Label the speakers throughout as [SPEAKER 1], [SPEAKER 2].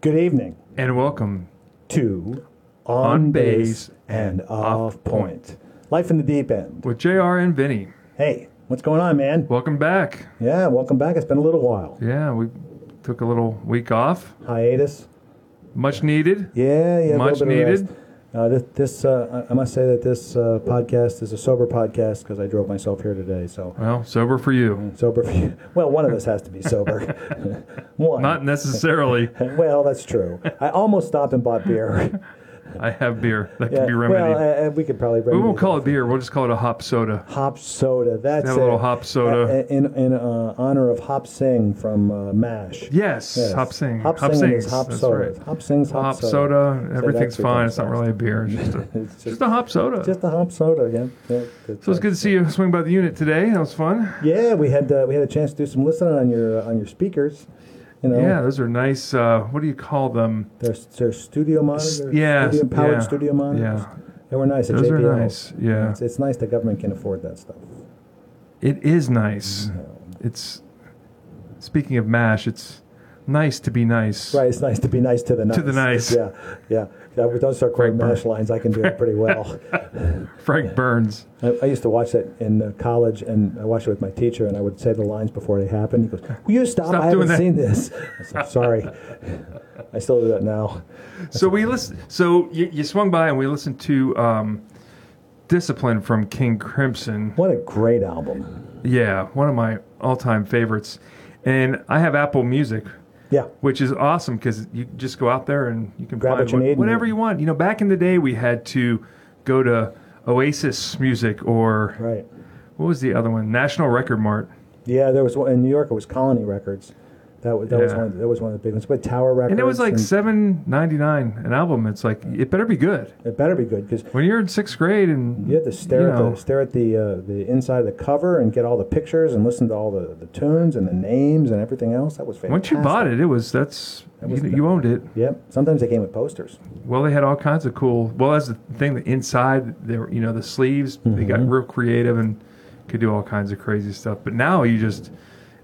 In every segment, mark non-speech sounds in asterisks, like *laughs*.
[SPEAKER 1] Good evening
[SPEAKER 2] And welcome.
[SPEAKER 1] to
[SPEAKER 2] On Base
[SPEAKER 1] and Off
[SPEAKER 2] Off
[SPEAKER 1] Point. Life in the Deep End.
[SPEAKER 2] with JR and Vinny.
[SPEAKER 1] Hey, what's going on, man?
[SPEAKER 2] Welcome back.
[SPEAKER 1] Yeah, welcome back. It's been a little while.
[SPEAKER 2] Yeah, we took a little week off,
[SPEAKER 1] Hiatus.
[SPEAKER 2] much needed.
[SPEAKER 1] Yeah, yeah, a little
[SPEAKER 2] Much
[SPEAKER 1] bit of
[SPEAKER 2] needed.
[SPEAKER 1] rest. Uh, this, this uh, I I must say that this uh, podcast is a sober podcast because I drove myself here today. So
[SPEAKER 2] Well, sober for you.
[SPEAKER 1] sober. For you. *laughs* Well, one of us has to be sober. *laughs* one.
[SPEAKER 2] Not necessarily.
[SPEAKER 1] well, that's true. I almost stopped and bought
[SPEAKER 2] *laughs*
[SPEAKER 1] beer.
[SPEAKER 2] I have beer that
[SPEAKER 1] Yeah,
[SPEAKER 2] can be remedied.
[SPEAKER 1] Well, uh, uh, we could probably.
[SPEAKER 2] we
[SPEAKER 1] Remedy
[SPEAKER 2] won't
[SPEAKER 1] that.
[SPEAKER 2] call it beer. We'll just call it a hop soda.
[SPEAKER 1] hop soda. That's
[SPEAKER 2] Have a little
[SPEAKER 1] it.
[SPEAKER 2] hop soda.
[SPEAKER 1] Uh, in in uh, honor of Hop Sing from uh, Mash.
[SPEAKER 2] Yes,
[SPEAKER 1] Yes.
[SPEAKER 2] hop sing.
[SPEAKER 1] Hop, sing
[SPEAKER 2] sings.
[SPEAKER 1] is hop
[SPEAKER 2] That's
[SPEAKER 1] soda.
[SPEAKER 2] right.
[SPEAKER 1] Hop sings hop,
[SPEAKER 2] Hop, soda.
[SPEAKER 1] Say that
[SPEAKER 2] Everything's
[SPEAKER 1] three
[SPEAKER 2] fast.
[SPEAKER 1] times
[SPEAKER 2] It's not
[SPEAKER 1] fast.
[SPEAKER 2] really a beer.
[SPEAKER 1] *laughs*
[SPEAKER 2] It's just a,
[SPEAKER 1] It's just,
[SPEAKER 2] just a hop soda.
[SPEAKER 1] just a hop soda. Yeah. yeah good
[SPEAKER 2] so it's
[SPEAKER 1] times.
[SPEAKER 2] good to see you swing by the unit today. That was fun.
[SPEAKER 1] Yeah, we had uh, we had a chance to do some listening on your uh, on your speakers. You know,
[SPEAKER 2] Yeah, those are nice. Uh, what do you call them?
[SPEAKER 1] their, their studio monitors.
[SPEAKER 2] yeah,
[SPEAKER 1] studio, powered
[SPEAKER 2] yeah,
[SPEAKER 1] studio monitors.
[SPEAKER 2] yeah.
[SPEAKER 1] They were nice. At
[SPEAKER 2] Those are
[SPEAKER 1] JBL.
[SPEAKER 2] nice, yeah.
[SPEAKER 1] It's, it's nice the government can afford that stuff.
[SPEAKER 2] It is nice. It's speaking of mash. It's nice to be nice.
[SPEAKER 1] Right, it's nice to be nice to the nice.
[SPEAKER 2] the nice.
[SPEAKER 1] Yeah, yeah. yeah with those start quoting
[SPEAKER 2] Frank Burr.
[SPEAKER 1] mash lines, I can do it pretty
[SPEAKER 2] *laughs*
[SPEAKER 1] well.
[SPEAKER 2] Frank Burns.
[SPEAKER 1] I, I used to watch that in uh, college, and I watched it with my teacher, and I would say the lines before they happened. He goes, "Will you stop?
[SPEAKER 2] Stop
[SPEAKER 1] I haven't
[SPEAKER 2] doing that."
[SPEAKER 1] seen this." I said, "Sorry." *laughs* I still do that now.
[SPEAKER 2] So we listen. So you, you swung by and we listened to um, "Discipline" from King Crimson.
[SPEAKER 1] What a great album!
[SPEAKER 2] Yeah, one of my all-time favorites. And I have Apple Music,
[SPEAKER 1] Yeah,
[SPEAKER 2] which is awesome because you just go out there and you can
[SPEAKER 1] Grab
[SPEAKER 2] find
[SPEAKER 1] what you
[SPEAKER 2] what-
[SPEAKER 1] need and-
[SPEAKER 2] whatever you want. You know, back in the day, we had to go to Oasis Music or
[SPEAKER 1] right.
[SPEAKER 2] what was the other one? National Record Mart.
[SPEAKER 1] Yeah, there was one in New York. It was Colony Records. That was that was
[SPEAKER 2] Yeah.
[SPEAKER 1] one. That was one of the big ones. But Tower Records.
[SPEAKER 2] And it was like seven ninety nine an album. It's like it better be good.
[SPEAKER 1] it better be good because
[SPEAKER 2] When you're in sixth grade and
[SPEAKER 1] you had to stare
[SPEAKER 2] you
[SPEAKER 1] at
[SPEAKER 2] know,
[SPEAKER 1] the stare at the uh, the inside of the cover and get all the pictures and listen to all the, the tunes and the names and everything else. That was fantastic.
[SPEAKER 2] once you bought it, it was that's
[SPEAKER 1] was
[SPEAKER 2] you,
[SPEAKER 1] the-
[SPEAKER 2] you owned it.
[SPEAKER 1] Yep. Sometimes they came with posters.
[SPEAKER 2] Well, they had all kinds of cool. Well, that's the thing. The inside, they were, you know, the sleeves
[SPEAKER 1] Mm-hmm.
[SPEAKER 2] they got real creative and could do all kinds of crazy stuff. But now you just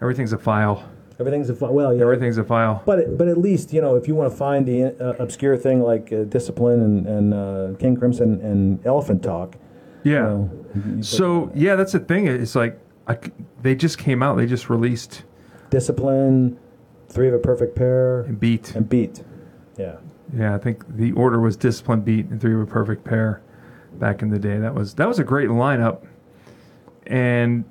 [SPEAKER 2] everything's a file.
[SPEAKER 1] Everything's a fi- well, yeah.
[SPEAKER 2] Everything's a file.
[SPEAKER 1] But but at least you know if you want to find the uh, obscure thing like uh, Discipline and, and uh, King Crimson and Elephant Talk,
[SPEAKER 2] yeah.
[SPEAKER 1] know,
[SPEAKER 2] so yeah, that's the thing. It's like I c they just came out. They just released
[SPEAKER 1] Discipline, Three of a Perfect Pair,
[SPEAKER 2] Beat.
[SPEAKER 1] and Beat. Yeah.
[SPEAKER 2] Yeah, I think the order was discipline beat and three were perfect pair back in the day. That was that was a great lineup. And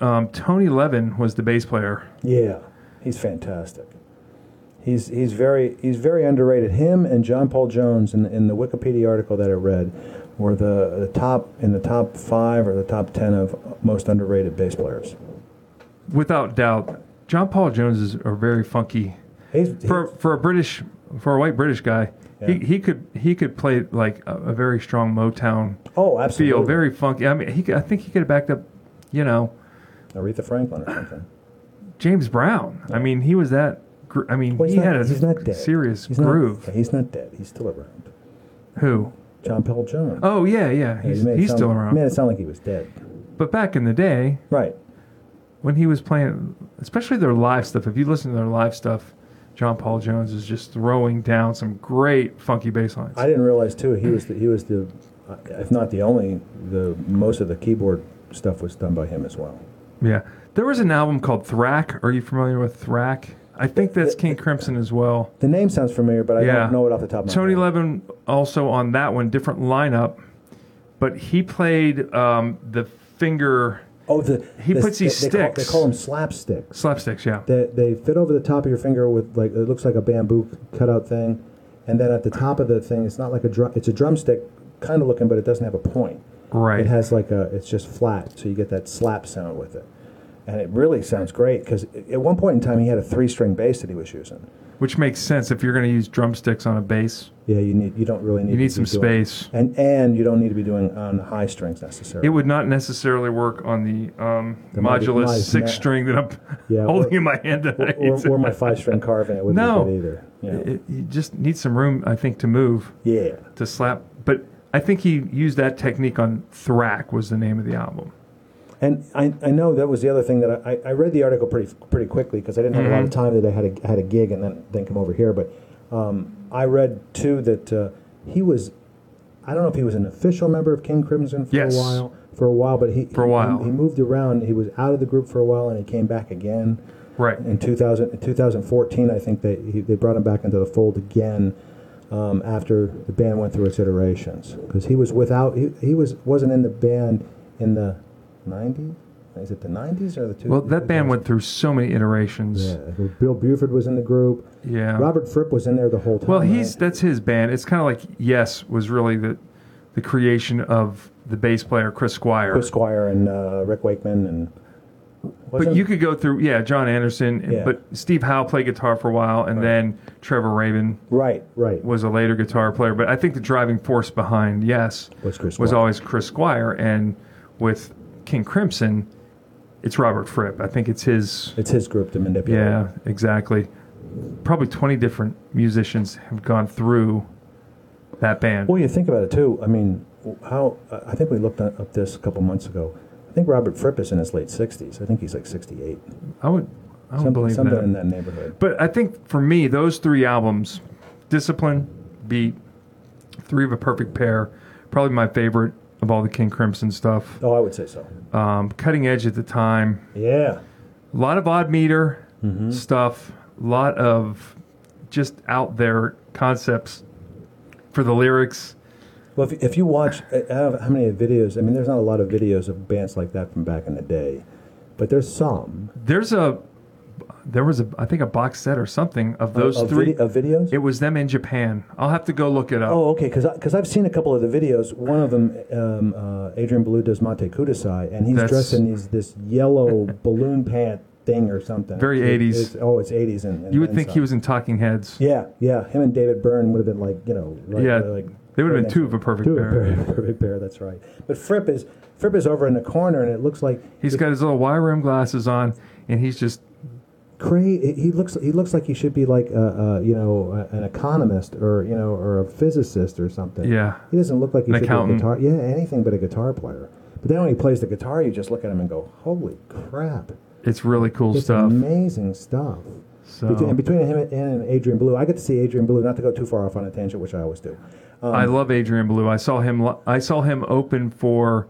[SPEAKER 2] um, Tony Levin was the bass player.
[SPEAKER 1] Yeah, he's fantastic. He's he's very he's very underrated. Him and John Paul Jones in in the Wikipedia article that I read were the, the top in the top five or the top ten of most underrated bass players.
[SPEAKER 2] Without doubt, John Paul Jones is a very funky
[SPEAKER 1] He's,
[SPEAKER 2] for for a British for a white British guy.
[SPEAKER 1] Yeah.
[SPEAKER 2] He he could he could play like a, a very strong Motown
[SPEAKER 1] he- oh, absolutely.
[SPEAKER 2] feel, very funky. I mean, he could- I think he could have backed up, you know,
[SPEAKER 1] Aretha Franklin or something.
[SPEAKER 2] James Brown. I mean, he was that. Gr- I mean,
[SPEAKER 1] Well, he's
[SPEAKER 2] he
[SPEAKER 1] not,
[SPEAKER 2] had a
[SPEAKER 1] he's not dead.
[SPEAKER 2] serious
[SPEAKER 1] he's
[SPEAKER 2] groove.
[SPEAKER 1] Not, he's not dead. He's still around.
[SPEAKER 2] Who?
[SPEAKER 1] John Paul Jones.
[SPEAKER 2] Oh yeah, yeah.
[SPEAKER 1] Yeah,
[SPEAKER 2] He's,
[SPEAKER 1] made it
[SPEAKER 2] he's
[SPEAKER 1] sound-
[SPEAKER 2] still around.
[SPEAKER 1] Made it sound like he was dead.
[SPEAKER 2] But back in the day,
[SPEAKER 1] Right.
[SPEAKER 2] when he was playing, especially their live stuff, if you listen to their live stuff, John Paul Jones is just throwing down some great funky bass lines.
[SPEAKER 1] I didn't realize too. He was the, he was the, uh, if not the only, the most of the keyboard stuff was done by him as well.
[SPEAKER 2] yeah. There was an album called Thrack. Are you familiar with Thrack? I think that's King Crimson as well.
[SPEAKER 1] The name sounds familiar, but I
[SPEAKER 2] Yeah.
[SPEAKER 1] don't know it off the top of my
[SPEAKER 2] Tony
[SPEAKER 1] head.
[SPEAKER 2] Levin also on that one, different lineup, but he played um, the finger
[SPEAKER 1] Oh, the
[SPEAKER 2] He
[SPEAKER 1] the-
[SPEAKER 2] puts these
[SPEAKER 1] they, they call-
[SPEAKER 2] sticks.
[SPEAKER 1] They call, them slapsticks.
[SPEAKER 2] slapsticks, yeah.
[SPEAKER 1] They they fit over the top of your finger with like it looks like a bamboo cutout thing, and then at the top of the thing, it's not like a drum. It's a drumstick kind of looking, but it doesn't have a point.
[SPEAKER 2] Right.
[SPEAKER 1] It has like a, it's just flat, so you get that slap sound with it. And it really sounds great because at one point in time he had a three string bass that he was using.
[SPEAKER 2] Which makes sense if you're going to use drumsticks on a bass.
[SPEAKER 1] Yeah, you need, you don't really need.
[SPEAKER 2] You
[SPEAKER 1] to
[SPEAKER 2] need
[SPEAKER 1] be
[SPEAKER 2] some
[SPEAKER 1] doing-
[SPEAKER 2] space.
[SPEAKER 1] And and you don't need to be doing on high strings necessarily.
[SPEAKER 2] It would not necessarily work on the, um,
[SPEAKER 1] modi-
[SPEAKER 2] modulus
[SPEAKER 1] mod-
[SPEAKER 2] six
[SPEAKER 1] yeah.
[SPEAKER 2] string that I'm *laughs*
[SPEAKER 1] Yeah, or-
[SPEAKER 2] holding in my hand. Tonight.
[SPEAKER 1] or,
[SPEAKER 2] *laughs*
[SPEAKER 1] or my five string carving, it wouldn't
[SPEAKER 2] No.
[SPEAKER 1] be good either. Yeah.
[SPEAKER 2] It- you just need some room, I think, to move
[SPEAKER 1] yeah.
[SPEAKER 2] to slap But I think he used that technique on Thrack was the name of the album.
[SPEAKER 1] And I, I know that was the other thing that I, I read the article pretty pretty quickly because I didn't have a lot
[SPEAKER 2] Mm-hmm.
[SPEAKER 1] of time that I had a, had a gig and then, then come over here. But um, I read too that uh, he was, I don't know if he was an official member of King Crimson for
[SPEAKER 2] Yes.
[SPEAKER 1] a while, for a while, but he
[SPEAKER 2] For a while.
[SPEAKER 1] he, he moved around. He was out of the group for a while and he came back again
[SPEAKER 2] Right.
[SPEAKER 1] in 2000, in 2014. I think they he, they brought him back into the fold again. Um, after the band went through its iterations, because he was without he, he was wasn't in the band in the 90s. Is it the 90s or the two?
[SPEAKER 2] Well, that band went through so many iterations.
[SPEAKER 1] Yeah, Bill Buford was in the group.
[SPEAKER 2] Yeah.
[SPEAKER 1] Robert Fripp was in there the whole time.
[SPEAKER 2] Oh. Well, he's
[SPEAKER 1] right?
[SPEAKER 2] that's his band. It's kind of like Yes was really the the creation of the bass player Chris Squire.
[SPEAKER 1] Chris Squire and uh, Rick Wakeman and.
[SPEAKER 2] but
[SPEAKER 1] wasn't-
[SPEAKER 2] you could go through yeah, John Anderson, and-
[SPEAKER 1] Yeah.
[SPEAKER 2] but Steve Howe played guitar for a while and then Trevor Rabin
[SPEAKER 1] right, right.
[SPEAKER 2] was a later guitar player, but I think the driving force behind Yes
[SPEAKER 1] Was Chris
[SPEAKER 2] was
[SPEAKER 1] Squire.
[SPEAKER 2] always Chris Squire and with King Crimson it's Robert Fripp. I think it's his
[SPEAKER 1] It's his group to manipulate.
[SPEAKER 2] Yeah, exactly. Probably 20 different musicians have gone through that band.
[SPEAKER 1] Well, you think about it too. I mean, how I think we looked up this a couple months ago. I think Robert Fripp is in his late sixties. I think he's like sixty-eight.
[SPEAKER 2] I would I don't
[SPEAKER 1] Some-
[SPEAKER 2] believe
[SPEAKER 1] something
[SPEAKER 2] that.
[SPEAKER 1] in that neighborhood.
[SPEAKER 2] But I think for me, those three albums, Discipline, Beat, Three of a Perfect Pair, probably my favorite of all the King Crimson stuff.
[SPEAKER 1] Oh, I would say so.
[SPEAKER 2] Um, Cutting Edge at the time,
[SPEAKER 1] Yeah,
[SPEAKER 2] a lot of odd meter
[SPEAKER 1] Mm-hmm.
[SPEAKER 2] stuff, a lot of just out there concepts for the lyrics.
[SPEAKER 1] Well, if, if you watch, I I don't know how many videos? I mean, there's not a lot of videos of bands like that from back in the day, but there's some.
[SPEAKER 2] There's a there was a I think a box set or something of those
[SPEAKER 1] of,
[SPEAKER 2] three.
[SPEAKER 1] vide- of videos.
[SPEAKER 2] it was them in Japan. I'll have to go look it up.
[SPEAKER 1] Oh, okay. Because I've seen a couple of the videos. One of them, um, uh, Adrian Ballou does Monte Kudasai, and he's
[SPEAKER 2] That's-
[SPEAKER 1] dressed in these, this yellow *laughs* balloon pant thing or something.
[SPEAKER 2] Very
[SPEAKER 1] It-
[SPEAKER 2] 80s.
[SPEAKER 1] it's- oh, it's 80s. And, and
[SPEAKER 2] you would think
[SPEAKER 1] and
[SPEAKER 2] he
[SPEAKER 1] some.
[SPEAKER 2] was in Talking Heads.
[SPEAKER 1] Yeah, yeah. Him and David Byrne would have been like, you know, like, uh,
[SPEAKER 2] Yeah,
[SPEAKER 1] like
[SPEAKER 2] they would have been
[SPEAKER 1] next-
[SPEAKER 2] two of a perfect
[SPEAKER 1] two of a
[SPEAKER 2] pair.
[SPEAKER 1] perfect- *laughs* perfect pair. That's right. But Fripp is Fripp is over in the corner, and it looks like
[SPEAKER 2] He's got his little wire rim glasses on, and he's just
[SPEAKER 1] cray. He looks he looks like he should be like a, uh you know an economist or you know or a physicist or something.
[SPEAKER 2] yeah.
[SPEAKER 1] He doesn't look like he
[SPEAKER 2] An
[SPEAKER 1] should
[SPEAKER 2] accountant.
[SPEAKER 1] be a guitar. Yeah, anything but a guitar player. But then when he plays the guitar, you just look at him and go, "Holy crap!
[SPEAKER 2] It's really cool
[SPEAKER 1] It's
[SPEAKER 2] stuff.
[SPEAKER 1] amazing stuff."
[SPEAKER 2] So
[SPEAKER 1] Between, and between him and, and Adrian Blue, I get to see Adrian Blue. Not to go too far off on a tangent, which I always do. Um,
[SPEAKER 2] I love Adrian Blue. I saw him. li- I saw him open for.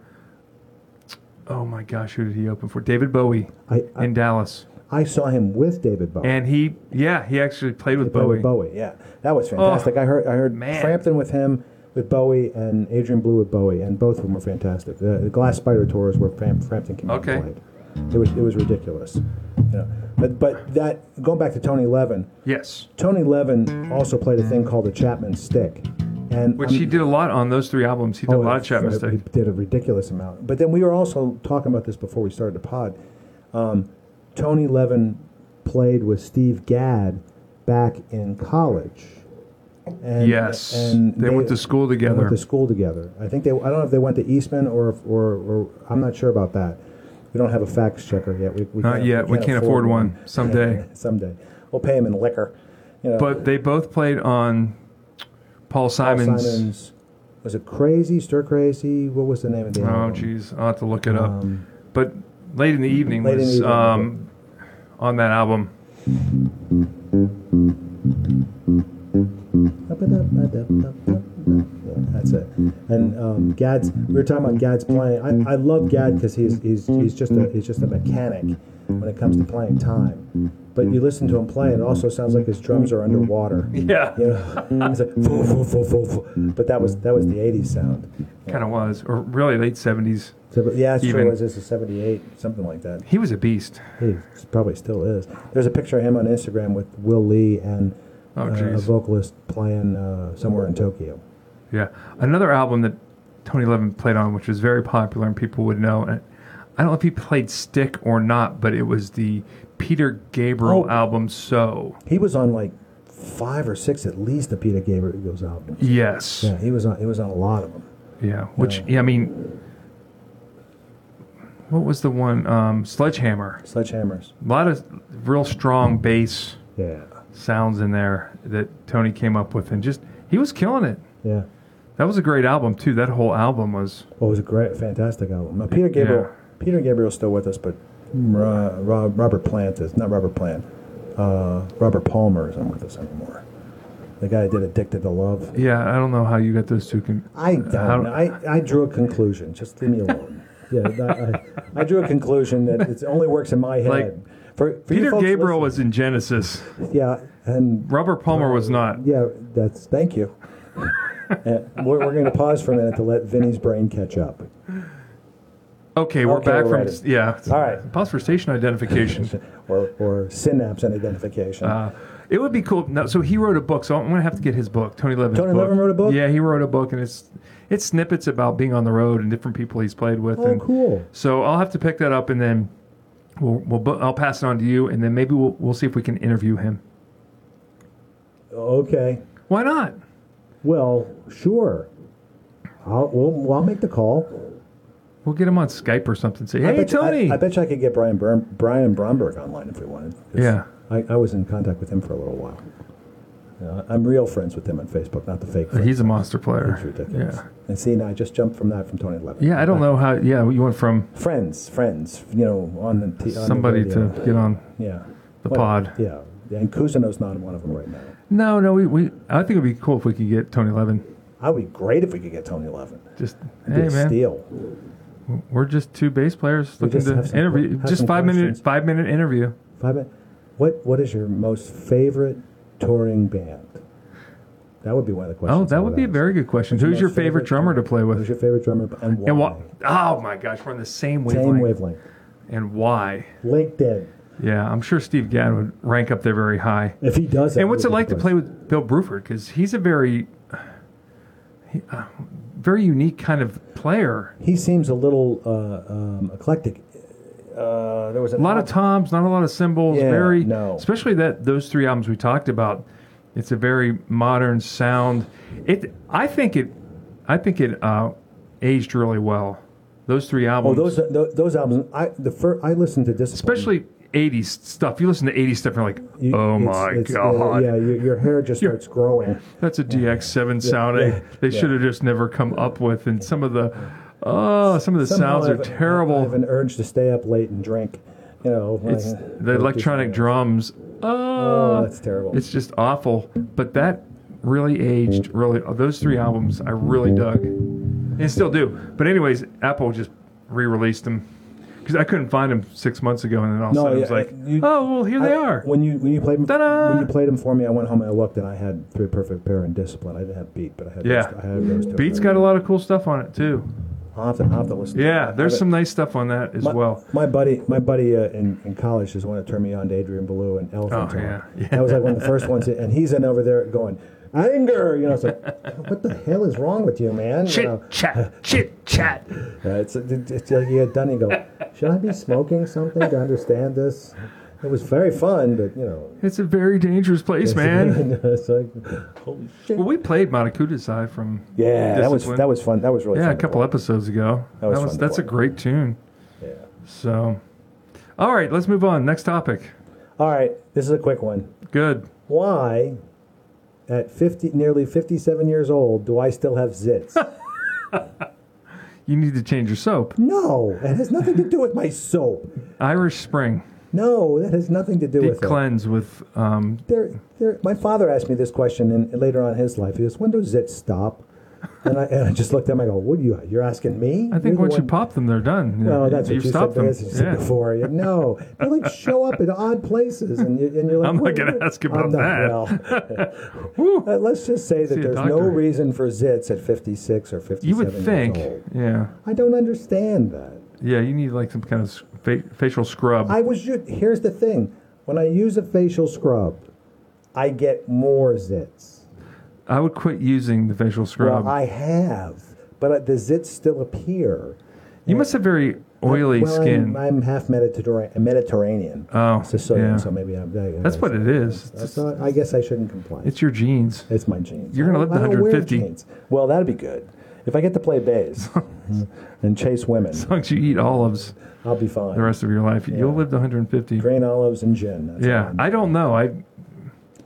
[SPEAKER 2] Oh my gosh, who did he open for? David Bowie
[SPEAKER 1] I, I,
[SPEAKER 2] in Dallas,
[SPEAKER 1] I saw him with David Bowie.
[SPEAKER 2] and he yeah he actually played with
[SPEAKER 1] They played
[SPEAKER 2] Bowie. Oh,
[SPEAKER 1] with Bowie, yeah, that was fantastic. I heard I heard
[SPEAKER 2] man.
[SPEAKER 1] Frampton with him, with Bowie, and Adrian Blue with Bowie, and both of them were fantastic. The, the Glass Spider tour is where Fram, Frampton came out
[SPEAKER 2] Okay.
[SPEAKER 1] and played. It was it was ridiculous, you know. But but that going back to Tony Levin,
[SPEAKER 2] Yes,
[SPEAKER 1] Tony Levin also played a thing called the Chapman Stick, and
[SPEAKER 2] which
[SPEAKER 1] I'm-
[SPEAKER 2] he did a lot on those three albums. He did a lot of chat
[SPEAKER 1] uh,
[SPEAKER 2] mistakes.
[SPEAKER 1] He did a ridiculous amount. But then we were also talking about this before we started the pod. Um, Tony Levin played with Steve Gadd back in college. And,
[SPEAKER 2] Yes, they, went to school
[SPEAKER 1] they
[SPEAKER 2] together.
[SPEAKER 1] went to school together. I think they. I don't know if they went to Eastman or if- or, or I'm not sure about that. We don't have a fax checker yet. We, we
[SPEAKER 2] Not
[SPEAKER 1] can't,
[SPEAKER 2] yet. We can't afford one. Someday.
[SPEAKER 1] *laughs* someday. We'll pay him in liquor. You know,
[SPEAKER 2] but they both played on Paul
[SPEAKER 1] Paul
[SPEAKER 2] Simon's.
[SPEAKER 1] Simon's was it crazy, stir crazy? What was the name of the
[SPEAKER 2] Oh,
[SPEAKER 1] album?
[SPEAKER 2] geez, I'll have to look it up.
[SPEAKER 1] Um,
[SPEAKER 2] but late in the evening
[SPEAKER 1] Late in the
[SPEAKER 2] was
[SPEAKER 1] Evening,
[SPEAKER 2] um, on that album.
[SPEAKER 1] That's it. And um, Gad's, we were talking about Gad's playing. I, I love Gad because he's, he's, he's just a he's just a mechanic when it comes to playing time. But you listen to him play, it also sounds like his drums are
[SPEAKER 2] *laughs*
[SPEAKER 1] underwater.
[SPEAKER 2] Yeah,
[SPEAKER 1] You know, it's like foo, foo, foo, foo, foo. But that was that was the '80s sound.
[SPEAKER 2] kind of was, or really late seventies.
[SPEAKER 1] So, but yeah, it's
[SPEAKER 2] Even-
[SPEAKER 1] true. It was this is '78, something like that.
[SPEAKER 2] He was a beast.
[SPEAKER 1] He probably still is. There's a picture of him on Instagram with Will Lee and
[SPEAKER 2] Oh,
[SPEAKER 1] uh, a
[SPEAKER 2] jeez.
[SPEAKER 1] vocalist playing uh, somewhere in Tokyo.
[SPEAKER 2] Yeah, another album that Tony Levin played on, which was very popular and people would know. And I don't know if he played Stick or not, but it was the Peter Gabriel
[SPEAKER 1] Oh.
[SPEAKER 2] album. So
[SPEAKER 1] He was on like five or six at least of Peter Gabriel's albums.
[SPEAKER 2] yes,
[SPEAKER 1] Yeah, he was on. He was on a lot of them.
[SPEAKER 2] Yeah, which yeah, I mean, what was the one? Um, Sledgehammer.
[SPEAKER 1] Sledgehammers.
[SPEAKER 2] A lot of real strong bass
[SPEAKER 1] Yeah,
[SPEAKER 2] sounds in there that Tony came up with, and just he was killing it.
[SPEAKER 1] yeah.
[SPEAKER 2] That was a great album too. That whole album was
[SPEAKER 1] Well, it was a great, fantastic album. Now, Peter Gabriel,
[SPEAKER 2] Yeah.
[SPEAKER 1] Peter Gabriel's still with us, but Ro- Ro- Robert Plant is not Robert Plant. Uh, Robert Palmer isn't with us anymore. The guy that did Addicted to Love.
[SPEAKER 2] yeah. I don't know how you got those two. Con-
[SPEAKER 1] I don't
[SPEAKER 2] Uh, How-
[SPEAKER 1] know. I, I drew a conclusion. Just leave me alone. yeah, I, I, I drew a conclusion that it only works in my head.
[SPEAKER 2] Like,
[SPEAKER 1] for, for you
[SPEAKER 2] Peter
[SPEAKER 1] folks
[SPEAKER 2] Gabriel
[SPEAKER 1] listening-
[SPEAKER 2] was in Genesis.
[SPEAKER 1] yeah, and
[SPEAKER 2] Robert Palmer was not.
[SPEAKER 1] Yeah, that's thank you. Uh, we're we're going to pause for a minute to let Vinny's brain catch up.
[SPEAKER 2] Okay, we're
[SPEAKER 1] Okay,
[SPEAKER 2] back
[SPEAKER 1] we're
[SPEAKER 2] from
[SPEAKER 1] ready.
[SPEAKER 2] yeah.
[SPEAKER 1] All right.
[SPEAKER 2] Pause for station identification.
[SPEAKER 1] *laughs* Or, or synapse and identification.
[SPEAKER 2] Uh, it would be cool. No, so he wrote a book. So I'm gonna have to get his book. Tony Levin's
[SPEAKER 1] Tony
[SPEAKER 2] book.
[SPEAKER 1] Levin wrote a book?
[SPEAKER 2] Yeah, he wrote a book, and it's it's snippets about being on the road and different people he's played with.
[SPEAKER 1] oh,
[SPEAKER 2] and
[SPEAKER 1] cool.
[SPEAKER 2] So I'll have to pick that up, and then we'll, we'll bu- I'll pass it on to you, and then maybe we'll we'll see if we can interview him.
[SPEAKER 1] Okay.
[SPEAKER 2] Why not?
[SPEAKER 1] Well, sure. I'll, well, well, I'll make the call.
[SPEAKER 2] We'll get him on Skype or something. Say,
[SPEAKER 1] I
[SPEAKER 2] hey,
[SPEAKER 1] bet you- I-
[SPEAKER 2] Tony.
[SPEAKER 1] I, bet you I could get Brian Brom, Brian Bromberg online if we wanted. 'cause
[SPEAKER 2] Yeah.
[SPEAKER 1] I, I was in contact with him for a little while. Uh, I'm real friends with him on Facebook, not the fake friends.
[SPEAKER 2] He's a monster player.
[SPEAKER 1] It's ridiculous.
[SPEAKER 2] Yeah.
[SPEAKER 1] And see, now I just jumped from that from Tony Levin.
[SPEAKER 2] Yeah, I don't know how. Yeah, you went from
[SPEAKER 1] friends, friends, you know, on the t- on the
[SPEAKER 2] somebody to
[SPEAKER 1] radio.
[SPEAKER 2] get on
[SPEAKER 1] yeah
[SPEAKER 2] the
[SPEAKER 1] Well,
[SPEAKER 2] pod.
[SPEAKER 1] Yeah, Yeah, and Cousineau's not one of them right now.
[SPEAKER 2] No, no, we, we I think it'd be cool if we could get Tony Levin.
[SPEAKER 1] That would be great if we could get Tony Levin.
[SPEAKER 2] Just
[SPEAKER 1] It'd be
[SPEAKER 2] hey
[SPEAKER 1] a
[SPEAKER 2] man,
[SPEAKER 1] steal.
[SPEAKER 2] we're just two bass players looking
[SPEAKER 1] just
[SPEAKER 2] to
[SPEAKER 1] have some-
[SPEAKER 2] interview.
[SPEAKER 1] have
[SPEAKER 2] Just
[SPEAKER 1] some
[SPEAKER 2] five minute
[SPEAKER 1] questions.
[SPEAKER 2] five minute interview. Oh,
[SPEAKER 1] Five. min- What What is your most favorite touring band? That would be one of the questions.
[SPEAKER 2] Oh,
[SPEAKER 1] I
[SPEAKER 2] that would be a
[SPEAKER 1] ask.
[SPEAKER 2] very good question.
[SPEAKER 1] Who's your
[SPEAKER 2] Who's your
[SPEAKER 1] most
[SPEAKER 2] favorite
[SPEAKER 1] favorite
[SPEAKER 2] drummer to play
[SPEAKER 1] Who's
[SPEAKER 2] with?
[SPEAKER 1] your favorite drummer and why?
[SPEAKER 2] And why? Oh my gosh, we're on the same wavelength.
[SPEAKER 1] Same wavelength.
[SPEAKER 2] And why?
[SPEAKER 1] LinkedIn.
[SPEAKER 2] Yeah, I'm sure Steve Gadd would rank up there very high.
[SPEAKER 1] If he does it.
[SPEAKER 2] And what's it
[SPEAKER 1] we'll
[SPEAKER 2] like to
[SPEAKER 1] be
[SPEAKER 2] play with Bill Bruford? Because he's a very, he- uh, very unique kind of player.
[SPEAKER 1] surprised. He seems a little uh, um, eclectic. Uh, there was
[SPEAKER 2] A lot of toms, not a lot of cymbals.
[SPEAKER 1] Yeah,
[SPEAKER 2] very,
[SPEAKER 1] no.
[SPEAKER 2] especially that those three albums we talked about. It's a very modern sound. It, I think it, I think it uh, aged really well. Those three
[SPEAKER 1] Oh,
[SPEAKER 2] albums,
[SPEAKER 1] those those, those albums. I the first I listened to Discipline.
[SPEAKER 2] especially '80s stuff. You listen to '80s stuff, and you're like,
[SPEAKER 1] You-
[SPEAKER 2] oh
[SPEAKER 1] it's-
[SPEAKER 2] my
[SPEAKER 1] it's, uh,
[SPEAKER 2] god,
[SPEAKER 1] yeah, your, your hair just starts growing. *laughs*
[SPEAKER 2] That's a DX7 sound
[SPEAKER 1] yeah,
[SPEAKER 2] they- they
[SPEAKER 1] yeah.
[SPEAKER 2] should have just never come up with. And some of the, oh, some of the
[SPEAKER 1] Somehow
[SPEAKER 2] sounds
[SPEAKER 1] I
[SPEAKER 2] are
[SPEAKER 1] have- I have
[SPEAKER 2] terrible.
[SPEAKER 1] an urge to stay up late and drink. You know, like,
[SPEAKER 2] It's
[SPEAKER 1] uh,
[SPEAKER 2] the electronic drums. Oh,
[SPEAKER 1] that's terrible.
[SPEAKER 2] It's just awful. But that really aged. Really, uh, those three albums I really dug, and still do. But anyways, Apple just re-released them because I couldn't find them six months ago, and then all of a
[SPEAKER 1] No,
[SPEAKER 2] sudden
[SPEAKER 1] yeah,
[SPEAKER 2] it
[SPEAKER 1] uh,
[SPEAKER 2] was like,
[SPEAKER 1] you-
[SPEAKER 2] oh, well, here they
[SPEAKER 1] I-
[SPEAKER 2] are.
[SPEAKER 1] When you when you played 'em-
[SPEAKER 2] Ta-da!
[SPEAKER 1] when you played them for me, I went home and I looked and I had three perfect pair and discipline. I didn't have beat, but I had
[SPEAKER 2] Yeah.
[SPEAKER 1] those, I had those two.
[SPEAKER 2] Beats got a lot of cool stuff on it too.
[SPEAKER 1] I'll have to, I'll have to listen. to
[SPEAKER 2] Yeah,
[SPEAKER 1] that.
[SPEAKER 2] there's
[SPEAKER 1] But
[SPEAKER 2] some nice stuff on that as
[SPEAKER 1] my,
[SPEAKER 2] well.
[SPEAKER 1] My buddy, my buddy uh, in, in college is the one that turned me on to Adrian Ballou and Elephant
[SPEAKER 2] Oh,
[SPEAKER 1] Town.
[SPEAKER 2] yeah. Yeah.
[SPEAKER 1] That was like one of the first ones, and he's in over there going anger. You know, it's
[SPEAKER 2] *laughs*
[SPEAKER 1] like what the hell is wrong with you, man? You know,
[SPEAKER 2] Chit chat, chit chat.
[SPEAKER 1] Uh, it's, it- it's like you had done and go, should I be smoking something to understand this? It was very fun, but you know. *laughs*
[SPEAKER 2] It's a very dangerous place, man.
[SPEAKER 1] it's like, holy shit.
[SPEAKER 2] well, we played Matakudasai from
[SPEAKER 1] Yeah, that was
[SPEAKER 2] Discipline.
[SPEAKER 1] that was fun. That was really
[SPEAKER 2] yeah
[SPEAKER 1] fun.
[SPEAKER 2] a couple episodes ago. That
[SPEAKER 1] was
[SPEAKER 2] was,
[SPEAKER 1] fun to
[SPEAKER 2] that's a
[SPEAKER 1] play.
[SPEAKER 2] great tune.
[SPEAKER 1] Yeah.
[SPEAKER 2] So, all right, let's move on. Next topic.
[SPEAKER 1] All right, this is a quick one.
[SPEAKER 2] Good.
[SPEAKER 1] Why, at fifty, nearly fifty-seven years old, do I still have zits?
[SPEAKER 2] You need to change your soap.
[SPEAKER 1] no, it has nothing to do with my soap.
[SPEAKER 2] Irish Spring
[SPEAKER 1] No, that has nothing to do
[SPEAKER 2] deep
[SPEAKER 1] with it.
[SPEAKER 2] cleanse with um,
[SPEAKER 1] there, there, my father asked me this question in, later on in his life. He goes, "When does it stop?" And I, and I just looked at him. I go, "What are you? You're asking me?"
[SPEAKER 2] I think
[SPEAKER 1] You're the
[SPEAKER 2] once you
[SPEAKER 1] one-
[SPEAKER 2] pop them, they're done.
[SPEAKER 1] No, that's
[SPEAKER 2] You've
[SPEAKER 1] what you
[SPEAKER 2] stopped
[SPEAKER 1] said,
[SPEAKER 2] them.
[SPEAKER 1] that's what you said
[SPEAKER 2] Yeah.
[SPEAKER 1] before. You, no, they like show up at odd places, and, you, and you're like,
[SPEAKER 2] I'm not
[SPEAKER 1] "What-
[SPEAKER 2] gonna
[SPEAKER 1] what-"
[SPEAKER 2] ask
[SPEAKER 1] I'm
[SPEAKER 2] about
[SPEAKER 1] not-
[SPEAKER 2] that.
[SPEAKER 1] well,
[SPEAKER 2] *laughs* Whew.
[SPEAKER 1] uh, let's just say that
[SPEAKER 2] See a
[SPEAKER 1] there's no
[SPEAKER 2] doctor.
[SPEAKER 1] reason for zits at 56 or 57
[SPEAKER 2] You would think.
[SPEAKER 1] years old.
[SPEAKER 2] Yeah.
[SPEAKER 1] I don't understand that.
[SPEAKER 2] Yeah, you need like some kind of s- fa- facial scrub.
[SPEAKER 1] I was. ju- Here's the thing: when I use a facial scrub, I get more zits.
[SPEAKER 2] I would quit using the facial scrub.
[SPEAKER 1] Well, I have, but uh, the zits still appear.
[SPEAKER 2] you must have very oily
[SPEAKER 1] Well, I'm-
[SPEAKER 2] skin.
[SPEAKER 1] I'm, half Mediterranean, Mediterranean
[SPEAKER 2] Oh,
[SPEAKER 1] Sicilian,
[SPEAKER 2] yeah.
[SPEAKER 1] so maybe I'm.
[SPEAKER 2] That's what it is. It's,
[SPEAKER 1] That's not, I guess I shouldn't complain.
[SPEAKER 2] it's your genes.
[SPEAKER 1] It's my jeans.
[SPEAKER 2] You're gonna live to
[SPEAKER 1] I don't wear
[SPEAKER 2] 150.
[SPEAKER 1] jeans. Well, that'd be good. If I get to play
[SPEAKER 2] *laughs*
[SPEAKER 1] bass mm-hmm, and chase women,
[SPEAKER 2] As long as you eat olives
[SPEAKER 1] I'll be fine.
[SPEAKER 2] the rest of your life, you'll live to 150.
[SPEAKER 1] Green olives and gin. That's
[SPEAKER 2] Yeah,
[SPEAKER 1] all I'm-
[SPEAKER 2] I don't know. I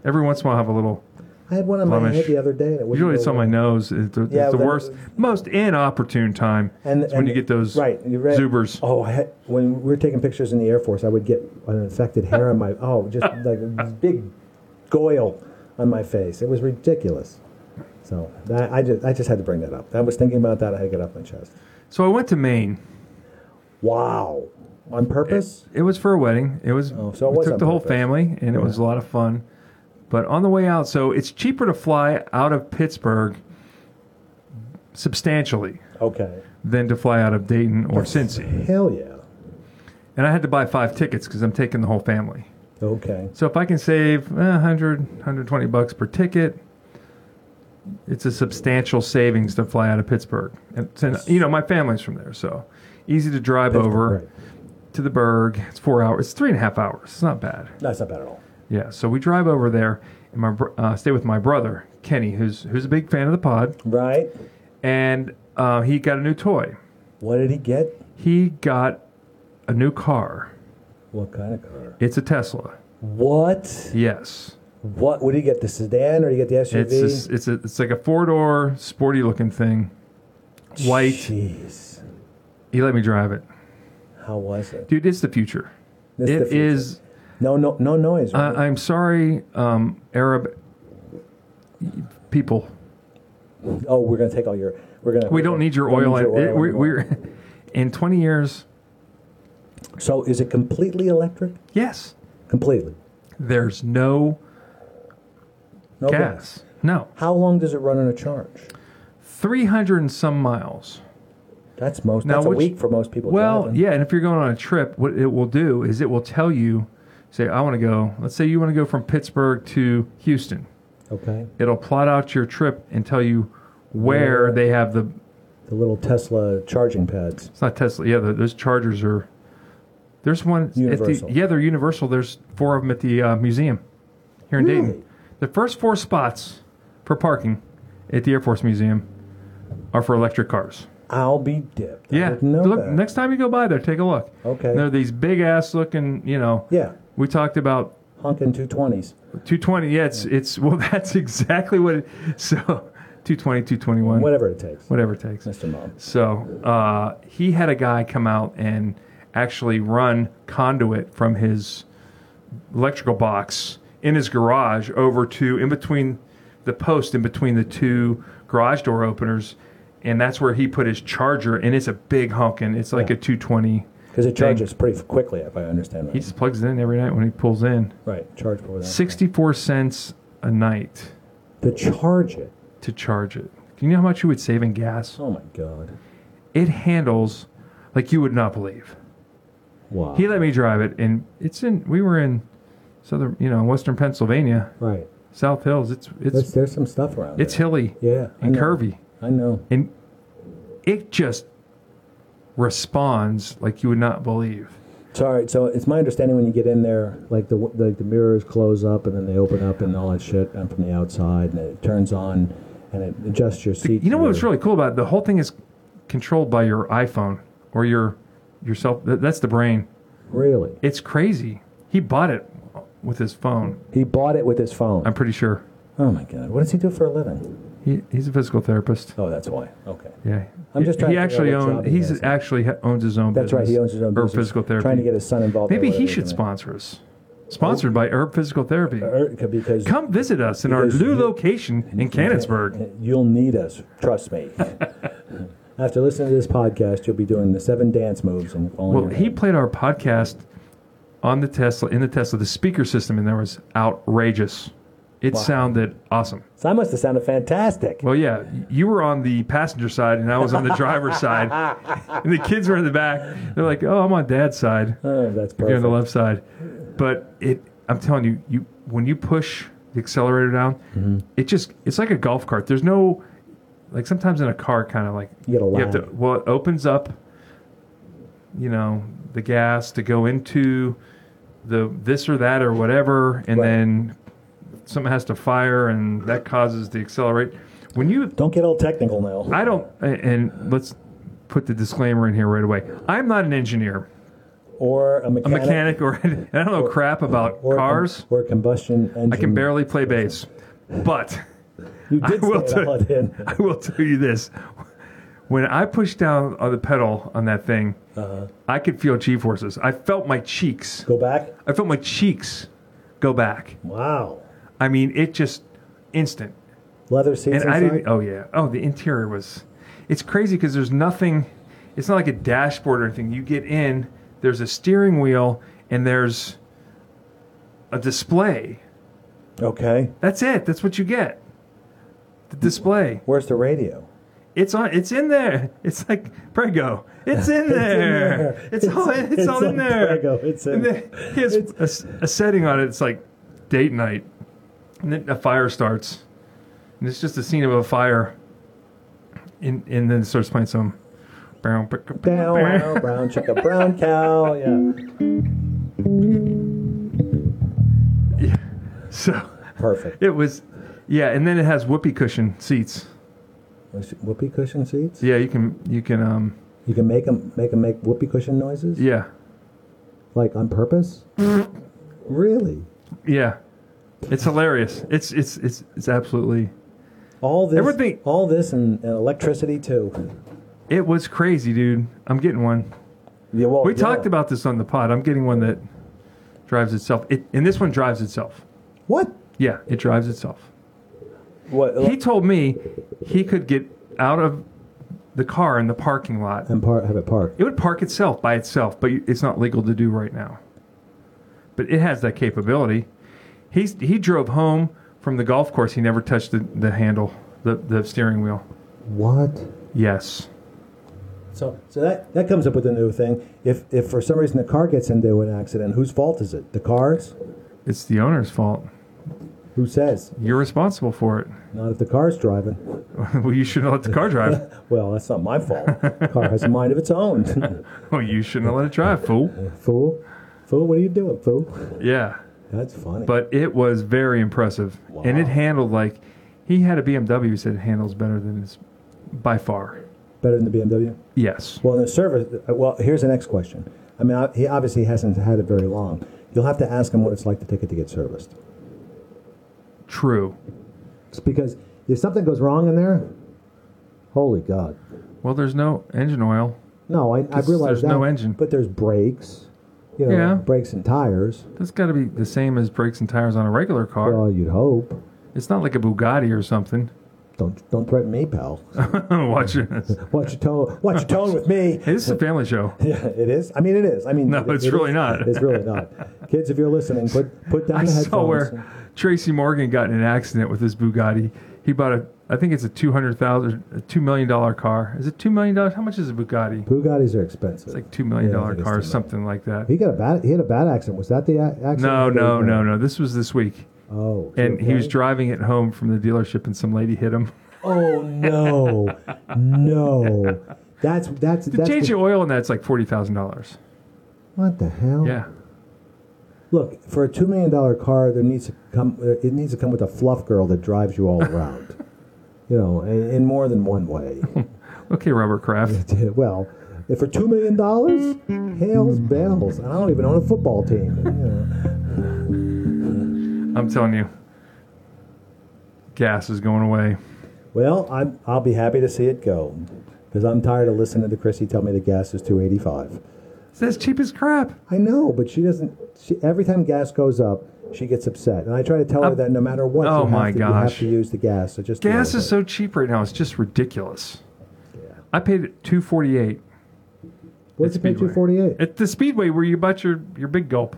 [SPEAKER 2] every once in a while have a little
[SPEAKER 1] I had one on my
[SPEAKER 2] Flemish.
[SPEAKER 1] head the other day. That wouldn't
[SPEAKER 2] Usually
[SPEAKER 1] go
[SPEAKER 2] it's on my
[SPEAKER 1] away.
[SPEAKER 2] nose. It's the, it's
[SPEAKER 1] Yeah,
[SPEAKER 2] the
[SPEAKER 1] but-
[SPEAKER 2] worst, most inopportune time.
[SPEAKER 1] And,
[SPEAKER 2] It's when
[SPEAKER 1] and-
[SPEAKER 2] you get those
[SPEAKER 1] right, you read-
[SPEAKER 2] Zubers.
[SPEAKER 1] Oh, I had, when we were taking pictures in the Air Force, I would get an infected hair on
[SPEAKER 2] *laughs*
[SPEAKER 1] my oh, just like a big goyle on my face. It was ridiculous. So that, I just I just had to bring that up. I was thinking about that. I had to get off my chest.
[SPEAKER 2] So I went to Maine.
[SPEAKER 1] Wow, on purpose.
[SPEAKER 2] It was for a wedding. It was.
[SPEAKER 1] Oh, so it
[SPEAKER 2] we
[SPEAKER 1] was
[SPEAKER 2] took
[SPEAKER 1] on
[SPEAKER 2] the whole
[SPEAKER 1] purpose.
[SPEAKER 2] family, and it was a lot of fun. But on the way out, so it's cheaper to fly out of Pittsburgh substantially
[SPEAKER 1] Okay.
[SPEAKER 2] than to fly out of Dayton or Cincy.
[SPEAKER 1] Hell yeah.
[SPEAKER 2] And I had to buy five tickets because I'm taking the whole family.
[SPEAKER 1] Okay.
[SPEAKER 2] So if I can save eh, 100, 120 bucks per ticket, it's a substantial savings to fly out of Pittsburgh. And since, you know, my family's from there, so easy to drive over
[SPEAKER 1] Right.
[SPEAKER 2] to the Berg. It's four hours. It's three and a half hours. It's not bad.
[SPEAKER 1] That's not bad at all.
[SPEAKER 2] Yeah. So we drive over there and my br- uh, stay with my brother Kenny, who's who's a big fan of the pod,
[SPEAKER 1] Right.
[SPEAKER 2] and uh, he got a new toy.
[SPEAKER 1] What did he get?
[SPEAKER 2] He got a new car.
[SPEAKER 1] What kind of car?
[SPEAKER 2] It's a Tesla.
[SPEAKER 1] What?
[SPEAKER 2] Yes.
[SPEAKER 1] What? What did he get? The sedan or did he get the SUV?
[SPEAKER 2] It's this it's a, it's like a four door sporty looking thing. White.
[SPEAKER 1] Jeez.
[SPEAKER 2] He let me drive it,
[SPEAKER 1] How was it?
[SPEAKER 2] dude. It's the future. It
[SPEAKER 1] This
[SPEAKER 2] is. Uh,
[SPEAKER 1] the future. No, no, no noise.
[SPEAKER 2] I,
[SPEAKER 1] Right?
[SPEAKER 2] I'm sorry, um, Arab people.
[SPEAKER 1] oh, we're gonna take all your. We're gonna.
[SPEAKER 2] We don't need your
[SPEAKER 1] don't
[SPEAKER 2] oil.
[SPEAKER 1] need
[SPEAKER 2] and- it- we,
[SPEAKER 1] anymore.
[SPEAKER 2] we're *laughs* in 20 years.
[SPEAKER 1] So is it completely electric?
[SPEAKER 2] Yes,
[SPEAKER 1] Completely.
[SPEAKER 2] there's no
[SPEAKER 1] No gas.
[SPEAKER 2] gas. No,
[SPEAKER 1] How long does it run on a charge?
[SPEAKER 2] 300 and some miles.
[SPEAKER 1] That's most.
[SPEAKER 2] Now,
[SPEAKER 1] that's
[SPEAKER 2] which-
[SPEAKER 1] a week for most people.
[SPEAKER 2] Well,
[SPEAKER 1] driving.
[SPEAKER 2] yeah, and if you're going on a trip, what it will do is it will tell you, say, I want to go. Let's say you want to go from Pittsburgh to Houston.
[SPEAKER 1] Okay.
[SPEAKER 2] It'll plot out your trip and tell you where
[SPEAKER 1] Yeah.
[SPEAKER 2] they have the.
[SPEAKER 1] The little Tesla charging pads.
[SPEAKER 2] It's not Tesla. Yeah, the, those chargers are. There's one. at the-
[SPEAKER 1] Universal.
[SPEAKER 2] yeah, they're universal. There's four of them at the uh, museum here in
[SPEAKER 1] Really?
[SPEAKER 2] Dayton. The first four spots for parking at the Air Force Museum are for electric cars.
[SPEAKER 1] I'll be dipped. I
[SPEAKER 2] Yeah.
[SPEAKER 1] didn't know
[SPEAKER 2] look,
[SPEAKER 1] that.
[SPEAKER 2] next time you go by there, take a look.
[SPEAKER 1] Okay.
[SPEAKER 2] They're these big ass looking, you know.
[SPEAKER 1] Yeah.
[SPEAKER 2] We talked about
[SPEAKER 1] Honking two twenties.
[SPEAKER 2] 220. Yeah, it's, it's well, *laughs* that's exactly what it So 220, 221,
[SPEAKER 1] Whatever it takes.
[SPEAKER 2] whatever it takes.
[SPEAKER 1] Mr. Mom.
[SPEAKER 2] So uh, he had a guy come out and actually run conduit from his electrical box in his garage over to in between the post in between the two garage door openers, and that's where he put his charger. And it's a big honkin'. It's like a two twenty.
[SPEAKER 1] Because it charges pretty f- quickly, if I understand right.
[SPEAKER 2] He just plugs it in every night when he pulls in.
[SPEAKER 1] right. Charge for that.
[SPEAKER 2] Sixty four cents a night
[SPEAKER 1] To charge it.
[SPEAKER 2] to charge it. Do you know how much you would save in gas?
[SPEAKER 1] Oh my God.
[SPEAKER 2] It handles like you would not believe.
[SPEAKER 1] Wow.
[SPEAKER 2] He let me drive it, and it's in. We were in southern, you know, western Pennsylvania,
[SPEAKER 1] right.
[SPEAKER 2] South Hills. It's
[SPEAKER 1] There's,
[SPEAKER 2] it's
[SPEAKER 1] there's some stuff around.
[SPEAKER 2] it's
[SPEAKER 1] there.
[SPEAKER 2] hilly
[SPEAKER 1] Yeah. I
[SPEAKER 2] and
[SPEAKER 1] know.
[SPEAKER 2] curvy,
[SPEAKER 1] I know.
[SPEAKER 2] and it just responds like you would not believe.
[SPEAKER 1] Sorry. So it's my understanding when you get in there, like the like the mirrors close up and then they open up and all that shit. And from the outside, and it turns on, and it adjusts your seat.
[SPEAKER 2] You know
[SPEAKER 1] to
[SPEAKER 2] what was
[SPEAKER 1] your-
[SPEAKER 2] really cool about it? the whole thing is controlled by your iPhone or your yourself. That, that's the brain.
[SPEAKER 1] really?
[SPEAKER 2] It's crazy. He bought it with his phone.
[SPEAKER 1] He bought it with his phone.
[SPEAKER 2] I'm pretty sure.
[SPEAKER 1] oh my god! What does he do for a living?
[SPEAKER 2] He, he's a physical therapist.
[SPEAKER 1] Oh, that's why. Okay.
[SPEAKER 2] Yeah.
[SPEAKER 1] I'm just
[SPEAKER 2] He-
[SPEAKER 1] trying
[SPEAKER 2] He
[SPEAKER 1] to figure
[SPEAKER 2] actually
[SPEAKER 1] out what
[SPEAKER 2] owned.
[SPEAKER 1] job he
[SPEAKER 2] He's
[SPEAKER 1] has.
[SPEAKER 2] actually ha- owns his own.
[SPEAKER 1] That's right. He
[SPEAKER 2] business,
[SPEAKER 1] owns his own
[SPEAKER 2] herb
[SPEAKER 1] business.
[SPEAKER 2] physical therapy.
[SPEAKER 1] Trying to get his son involved. in
[SPEAKER 2] Maybe he
[SPEAKER 1] whatever
[SPEAKER 2] should
[SPEAKER 1] doing.
[SPEAKER 2] sponsor us. Sponsored by Herb Physical Therapy.
[SPEAKER 1] Er, because
[SPEAKER 2] Come visit us in our
[SPEAKER 1] Because
[SPEAKER 2] new
[SPEAKER 1] you-
[SPEAKER 2] location in Cannonsburg.
[SPEAKER 1] *laughs* You'll need us. Trust
[SPEAKER 2] *laughs*
[SPEAKER 1] me. After listening to this podcast, you'll be doing the seven dance moves and falling.
[SPEAKER 2] Well,
[SPEAKER 1] your
[SPEAKER 2] he
[SPEAKER 1] head.
[SPEAKER 2] played our podcast on the Tesla in the Tesla. The speaker system in there was outrageous. It sounded awesome.
[SPEAKER 1] So that must have sounded fantastic.
[SPEAKER 2] Well, yeah, you were on the passenger side and I was on the
[SPEAKER 1] *laughs*
[SPEAKER 2] driver's side, and the kids were in the back. They're like, "Oh, I'm on dad's side."
[SPEAKER 1] Oh, that's
[SPEAKER 2] You're
[SPEAKER 1] perfect.
[SPEAKER 2] on the left side. But it, I'm telling you, you when you push the accelerator down,
[SPEAKER 1] Mm-hmm.
[SPEAKER 2] it just it's like a golf cart. There's no like sometimes in a car, kind of like
[SPEAKER 1] You get a
[SPEAKER 2] have to
[SPEAKER 1] lag.
[SPEAKER 2] well, it opens up, you know, the gas to go into the this or that or whatever, and
[SPEAKER 1] Right.
[SPEAKER 2] then something has to fire, and that causes the accelerate. When you
[SPEAKER 1] Don't get all technical now.
[SPEAKER 2] I don't, a- and let's put the disclaimer in here right away. I'm not an engineer,
[SPEAKER 1] Or a mechanic.
[SPEAKER 2] mechanic, or *laughs* I don't know crap about
[SPEAKER 1] or a Mm. com-
[SPEAKER 2] cars.
[SPEAKER 1] or a combustion engine.
[SPEAKER 2] I can barely play bass, But *laughs*
[SPEAKER 1] You
[SPEAKER 2] I
[SPEAKER 1] did
[SPEAKER 2] will,
[SPEAKER 1] say it all
[SPEAKER 2] tell,
[SPEAKER 1] in.
[SPEAKER 2] I will tell you this. When I pushed down on the pedal on that thing, I could feel G forces. I felt my cheeks.
[SPEAKER 1] Go back.
[SPEAKER 2] I felt my cheeks go back.
[SPEAKER 1] Wow.
[SPEAKER 2] I mean, it just instant.
[SPEAKER 1] Leather seats
[SPEAKER 2] And I
[SPEAKER 1] inside?
[SPEAKER 2] didn't. Oh yeah. Oh, the interior was. It's crazy because there's nothing. It's not like a dashboard or anything. You get in. There's a steering wheel and there's a display. oh.
[SPEAKER 1] Okay.
[SPEAKER 2] That's it. That's what you get. The display.
[SPEAKER 1] Where's the radio?
[SPEAKER 2] It's on. It's in there. It's like Prego.
[SPEAKER 1] *laughs*
[SPEAKER 2] It's in there.
[SPEAKER 1] there.
[SPEAKER 2] It's, all.
[SPEAKER 1] It's-
[SPEAKER 2] It's,
[SPEAKER 1] it's
[SPEAKER 2] all in
[SPEAKER 1] like
[SPEAKER 2] there.
[SPEAKER 1] Prego. It's in
[SPEAKER 2] And
[SPEAKER 1] there.
[SPEAKER 2] then he has a s- a, setting on it. It's like date night, and then a fire starts, and it's just a scene of a fire. And and then it starts playing some brown.
[SPEAKER 1] Down, brown, brown chicka, brown cow. Yeah.
[SPEAKER 2] *laughs* So
[SPEAKER 1] Perfect.
[SPEAKER 2] it was, yeah. And then it has whoopee cushion seats.
[SPEAKER 1] Whoopee cushion seats?
[SPEAKER 2] Yeah, you can you can um
[SPEAKER 1] You can make them make, 'em make whoopee cushion noises?
[SPEAKER 2] yeah
[SPEAKER 1] Like on purpose?
[SPEAKER 2] Mm-hmm.
[SPEAKER 1] really?
[SPEAKER 2] yeah. It's hilarious. It's it's it's it's absolutely.
[SPEAKER 1] All this,
[SPEAKER 2] Everything-
[SPEAKER 1] all this, and, and electricity too.
[SPEAKER 2] It was crazy, dude. I'm getting one.
[SPEAKER 1] Yeah, well,
[SPEAKER 2] We
[SPEAKER 1] yeah.
[SPEAKER 2] talked about this on the pod. I'm getting one that drives itself. It, and this one drives itself.
[SPEAKER 1] what?
[SPEAKER 2] Yeah, it drives itself.
[SPEAKER 1] What? uh,
[SPEAKER 2] He told me he could get out of the car in the parking lot.
[SPEAKER 1] and par- have it parked.
[SPEAKER 2] It would park itself by itself, but it's not legal to do right now. But it has that capability. He's, he drove home from the golf course. He never touched the, the handle, the, the steering wheel.
[SPEAKER 1] What?
[SPEAKER 2] Yes.
[SPEAKER 1] So, so that, that comes up with a new thing. If if for some reason the car gets into an accident, whose fault is it? The car's?
[SPEAKER 2] It's the owner's fault.
[SPEAKER 1] Who says?
[SPEAKER 2] You're responsible for it. *laughs*
[SPEAKER 1] Not if the car's driving.
[SPEAKER 2] well, you shouldn't let the car drive.
[SPEAKER 1] *laughs* Well, that's not my fault. The car has a mind of its own. *laughs*
[SPEAKER 2] Well, you shouldn't have let it drive, fool.
[SPEAKER 1] fool, fool, what are you doing, fool?
[SPEAKER 2] Yeah.
[SPEAKER 1] That's funny.
[SPEAKER 2] But it was very impressive. And it
[SPEAKER 1] Wow.
[SPEAKER 2] handled like he had a BMW, he said it handles better than his by far.
[SPEAKER 1] Better than the BMW.
[SPEAKER 2] Yes.
[SPEAKER 1] Well, the service. uh, Well, here's the next question. I mean, I, he obviously hasn't had it very long. You'll have to ask him what it's like to take it to get serviced.
[SPEAKER 2] True.
[SPEAKER 1] It's because if something goes wrong in there, holy God.
[SPEAKER 2] Well, there's no engine oil.
[SPEAKER 1] No, I, I realize
[SPEAKER 2] there's
[SPEAKER 1] that.
[SPEAKER 2] no engine.
[SPEAKER 1] But there's brakes, you know,
[SPEAKER 2] Yeah.
[SPEAKER 1] brakes and tires.
[SPEAKER 2] That's got to be the same as brakes and tires on a regular car.
[SPEAKER 1] Well, you'd hope.
[SPEAKER 2] it's not like a Bugatti or something. *laughs*
[SPEAKER 1] Don't don't threaten me, pal. *laughs*
[SPEAKER 2] Watching this.
[SPEAKER 1] Watch your tone. Watch your tone with me. *laughs*
[SPEAKER 2] Hey, this is a family show.
[SPEAKER 1] Yeah, it is. I mean, it is. I mean,
[SPEAKER 2] No,
[SPEAKER 1] it-
[SPEAKER 2] it's
[SPEAKER 1] it
[SPEAKER 2] really
[SPEAKER 1] is.
[SPEAKER 2] not.
[SPEAKER 1] It's really
[SPEAKER 2] *laughs*
[SPEAKER 1] not. Kids, if you're listening, put put down
[SPEAKER 2] I
[SPEAKER 1] the
[SPEAKER 2] saw
[SPEAKER 1] headphones.
[SPEAKER 2] where Tracy Morgan got in an accident with his Bugatti. He bought a, I think it's a two hundred thousand, a two million dollar car. Is it two million dollars? How much is a Bugatti?
[SPEAKER 1] Bugattis are expensive.
[SPEAKER 2] It's like two million
[SPEAKER 1] Yeah, I
[SPEAKER 2] dollar
[SPEAKER 1] think it's
[SPEAKER 2] car or
[SPEAKER 1] $2 million.
[SPEAKER 2] something like that.
[SPEAKER 1] He got a bad. He had a bad accident. Was that the a- accident?
[SPEAKER 2] No, no, no, no. This was this week,
[SPEAKER 1] Oh,
[SPEAKER 2] and
[SPEAKER 1] okay.
[SPEAKER 2] he was driving it home from the dealership, and some lady
[SPEAKER 1] *laughs*
[SPEAKER 2] hit him.
[SPEAKER 1] Oh
[SPEAKER 2] *laughs*
[SPEAKER 1] no, no. That's that's
[SPEAKER 2] The
[SPEAKER 1] that's
[SPEAKER 2] change
[SPEAKER 1] the-
[SPEAKER 2] of oil on that's like forty thousand dollars.
[SPEAKER 1] what the hell?
[SPEAKER 2] Yeah,
[SPEAKER 1] Look, for a two million dollar car, there needs to come. uh, It needs to come with a fluff girl that drives you
[SPEAKER 2] *laughs*
[SPEAKER 1] all around. you know, in, in more than one way.
[SPEAKER 2] okay, Robert Kraft.
[SPEAKER 1] well, if for two million dollars, hails bells. And I don't even own a football team.
[SPEAKER 2] *laughs*
[SPEAKER 1] you know.
[SPEAKER 2] I'm telling you, gas is going away.
[SPEAKER 1] Well, I'm. I'll be happy to see it go, because I'm tired of listening to Chrissy tell me the gas is two eighty five.
[SPEAKER 2] So That's cheap as crap.
[SPEAKER 1] I know, but she doesn't. She, every time gas goes up, she gets upset, and I try to tell her that no matter what, you,
[SPEAKER 2] oh
[SPEAKER 1] have
[SPEAKER 2] my
[SPEAKER 1] to, you have
[SPEAKER 2] gosh.
[SPEAKER 1] to use the gas. So just deal
[SPEAKER 2] Gas
[SPEAKER 1] with
[SPEAKER 2] is
[SPEAKER 1] it.
[SPEAKER 2] so cheap right now; it's just ridiculous.
[SPEAKER 1] Yeah.
[SPEAKER 2] I paid two forty eight
[SPEAKER 1] Where'd you
[SPEAKER 2] it's
[SPEAKER 1] pay two
[SPEAKER 2] Speedway.
[SPEAKER 1] forty eight?
[SPEAKER 2] at the Speedway where you bought your your big gulp.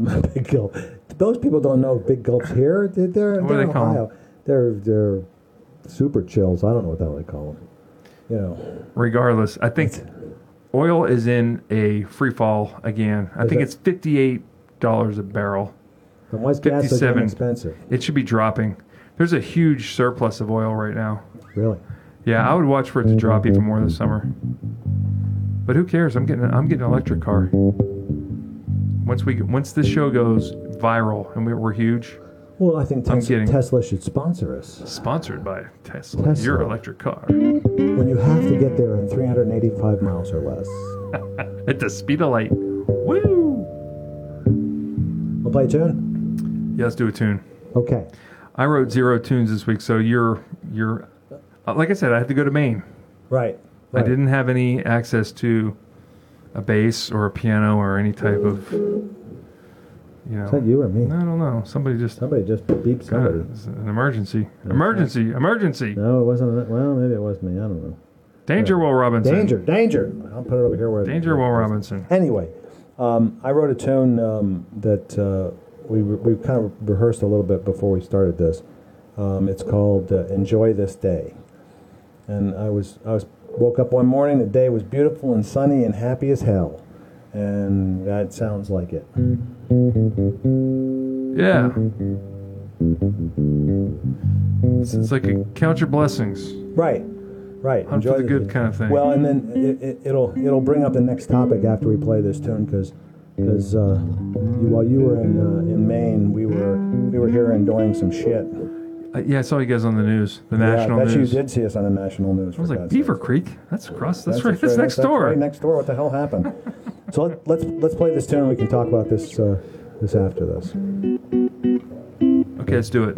[SPEAKER 1] *laughs* Big gulp. Those people don't know big gulps here. They're, they're,
[SPEAKER 2] What do
[SPEAKER 1] they're in
[SPEAKER 2] they call 'em?
[SPEAKER 1] Ohio. They're they're super chills. I don't know what the hell they call them. You know,
[SPEAKER 2] Regardless, I think oil is in a free fall again. I think
[SPEAKER 1] it?
[SPEAKER 2] it's fifty eight dollars a barrel.
[SPEAKER 1] and why is gas so damn
[SPEAKER 2] 57.
[SPEAKER 1] expensive?
[SPEAKER 2] It should be dropping. There's a huge surplus of oil right now.
[SPEAKER 1] Really?
[SPEAKER 2] Yeah, I would watch for it to drop even more this summer. But who cares? I'm getting I'm getting an electric car. Once we once this show goes viral and we, we're huge,
[SPEAKER 1] Well, I think Tesla,
[SPEAKER 2] kidding.
[SPEAKER 1] Tesla should sponsor us.
[SPEAKER 2] sponsored by Tesla,
[SPEAKER 1] Tesla.
[SPEAKER 2] your electric car
[SPEAKER 1] When you have to get there in 385 miles or less,
[SPEAKER 2] at the speed of light. Woo!
[SPEAKER 1] we'll play a tune.
[SPEAKER 2] Yeah, let's do a tune.
[SPEAKER 1] Okay.
[SPEAKER 2] I I wrote zero tunes this week, so you're you're uh, like I said, I had to go to Maine.
[SPEAKER 1] Right.
[SPEAKER 2] I didn't have any access to a bass or a piano or any type of you know.
[SPEAKER 1] Is that you or me?
[SPEAKER 2] I don't know. Somebody just
[SPEAKER 1] Somebody just beeped
[SPEAKER 2] God,
[SPEAKER 1] somebody.
[SPEAKER 2] it's an emergency. Emergency. Emergency.
[SPEAKER 1] No, it wasn't. Well, maybe it was me. I don't know.
[SPEAKER 2] Danger Will Robinson.
[SPEAKER 1] Danger, danger. I'll put it over here where
[SPEAKER 2] Danger Will Robinson.
[SPEAKER 1] Anyway, um, I wrote a tune um, that uh, we, re- we kind of rehearsed a little bit before we started this. Um, it's called uh, "Enjoy This Day," and I was I was woke up one morning. The day was beautiful and sunny and happy as hell, and that sounds like it.
[SPEAKER 2] Yeah. It's, it's like a count your blessings.
[SPEAKER 1] Right, right.
[SPEAKER 2] Hunt for the
[SPEAKER 1] this
[SPEAKER 2] good
[SPEAKER 1] day.
[SPEAKER 2] kind of thing.
[SPEAKER 1] Well, and then it, it, it'll it'll bring up the next topic after we play this tune because because uh, you, while you were in uh, in Maine, we were we were here and doing some shit.
[SPEAKER 2] Uh, yeah, I saw you guys on the news, the national
[SPEAKER 1] yeah, I bet
[SPEAKER 2] news.
[SPEAKER 1] you did see us on the national news.
[SPEAKER 2] I was like Beaver Creek. That's across. That's, right. That's, next
[SPEAKER 1] that's
[SPEAKER 2] door.
[SPEAKER 1] Right next door. What the hell
[SPEAKER 2] *laughs*
[SPEAKER 1] happened? so let, let's let's play this tune. and We can talk about this uh, this after this.
[SPEAKER 2] Okay, let's do it.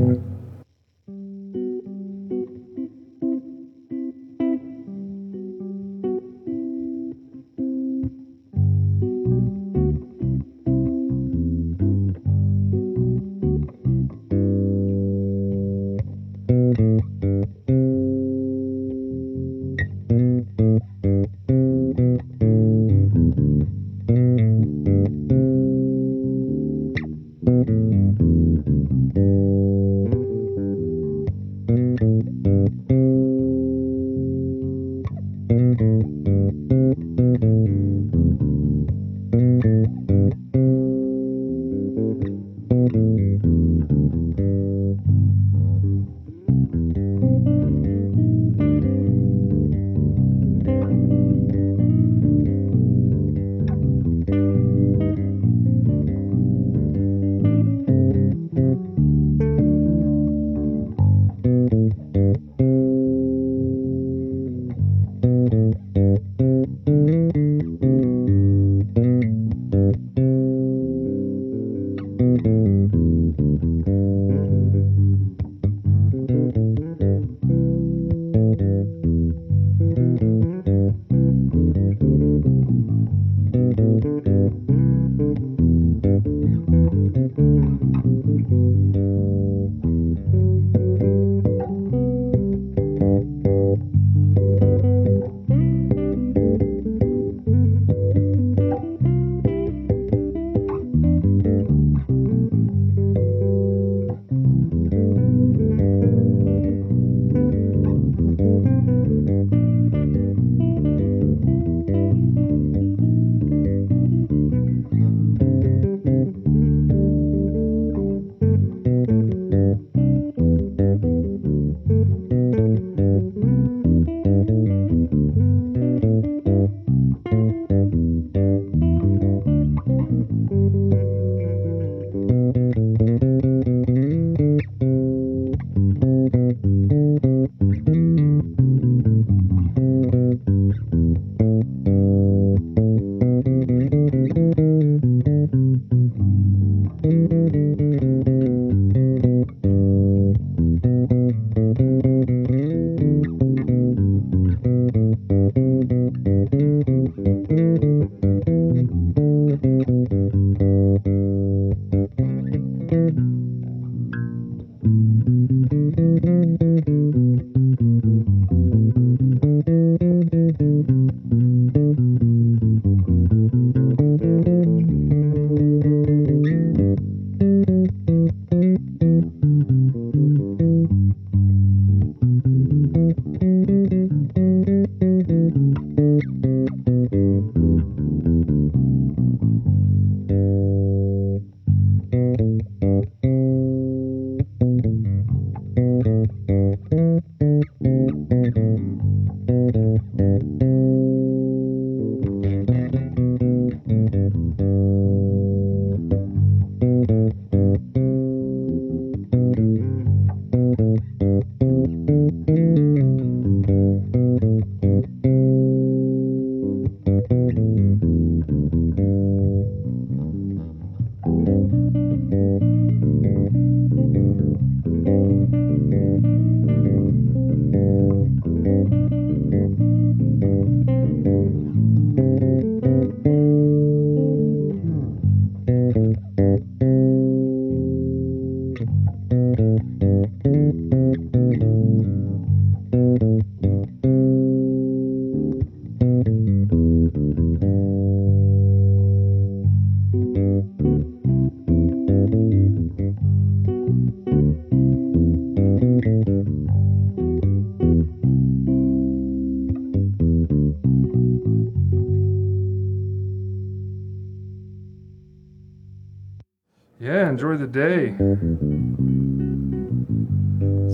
[SPEAKER 2] Yeah, enjoy the day.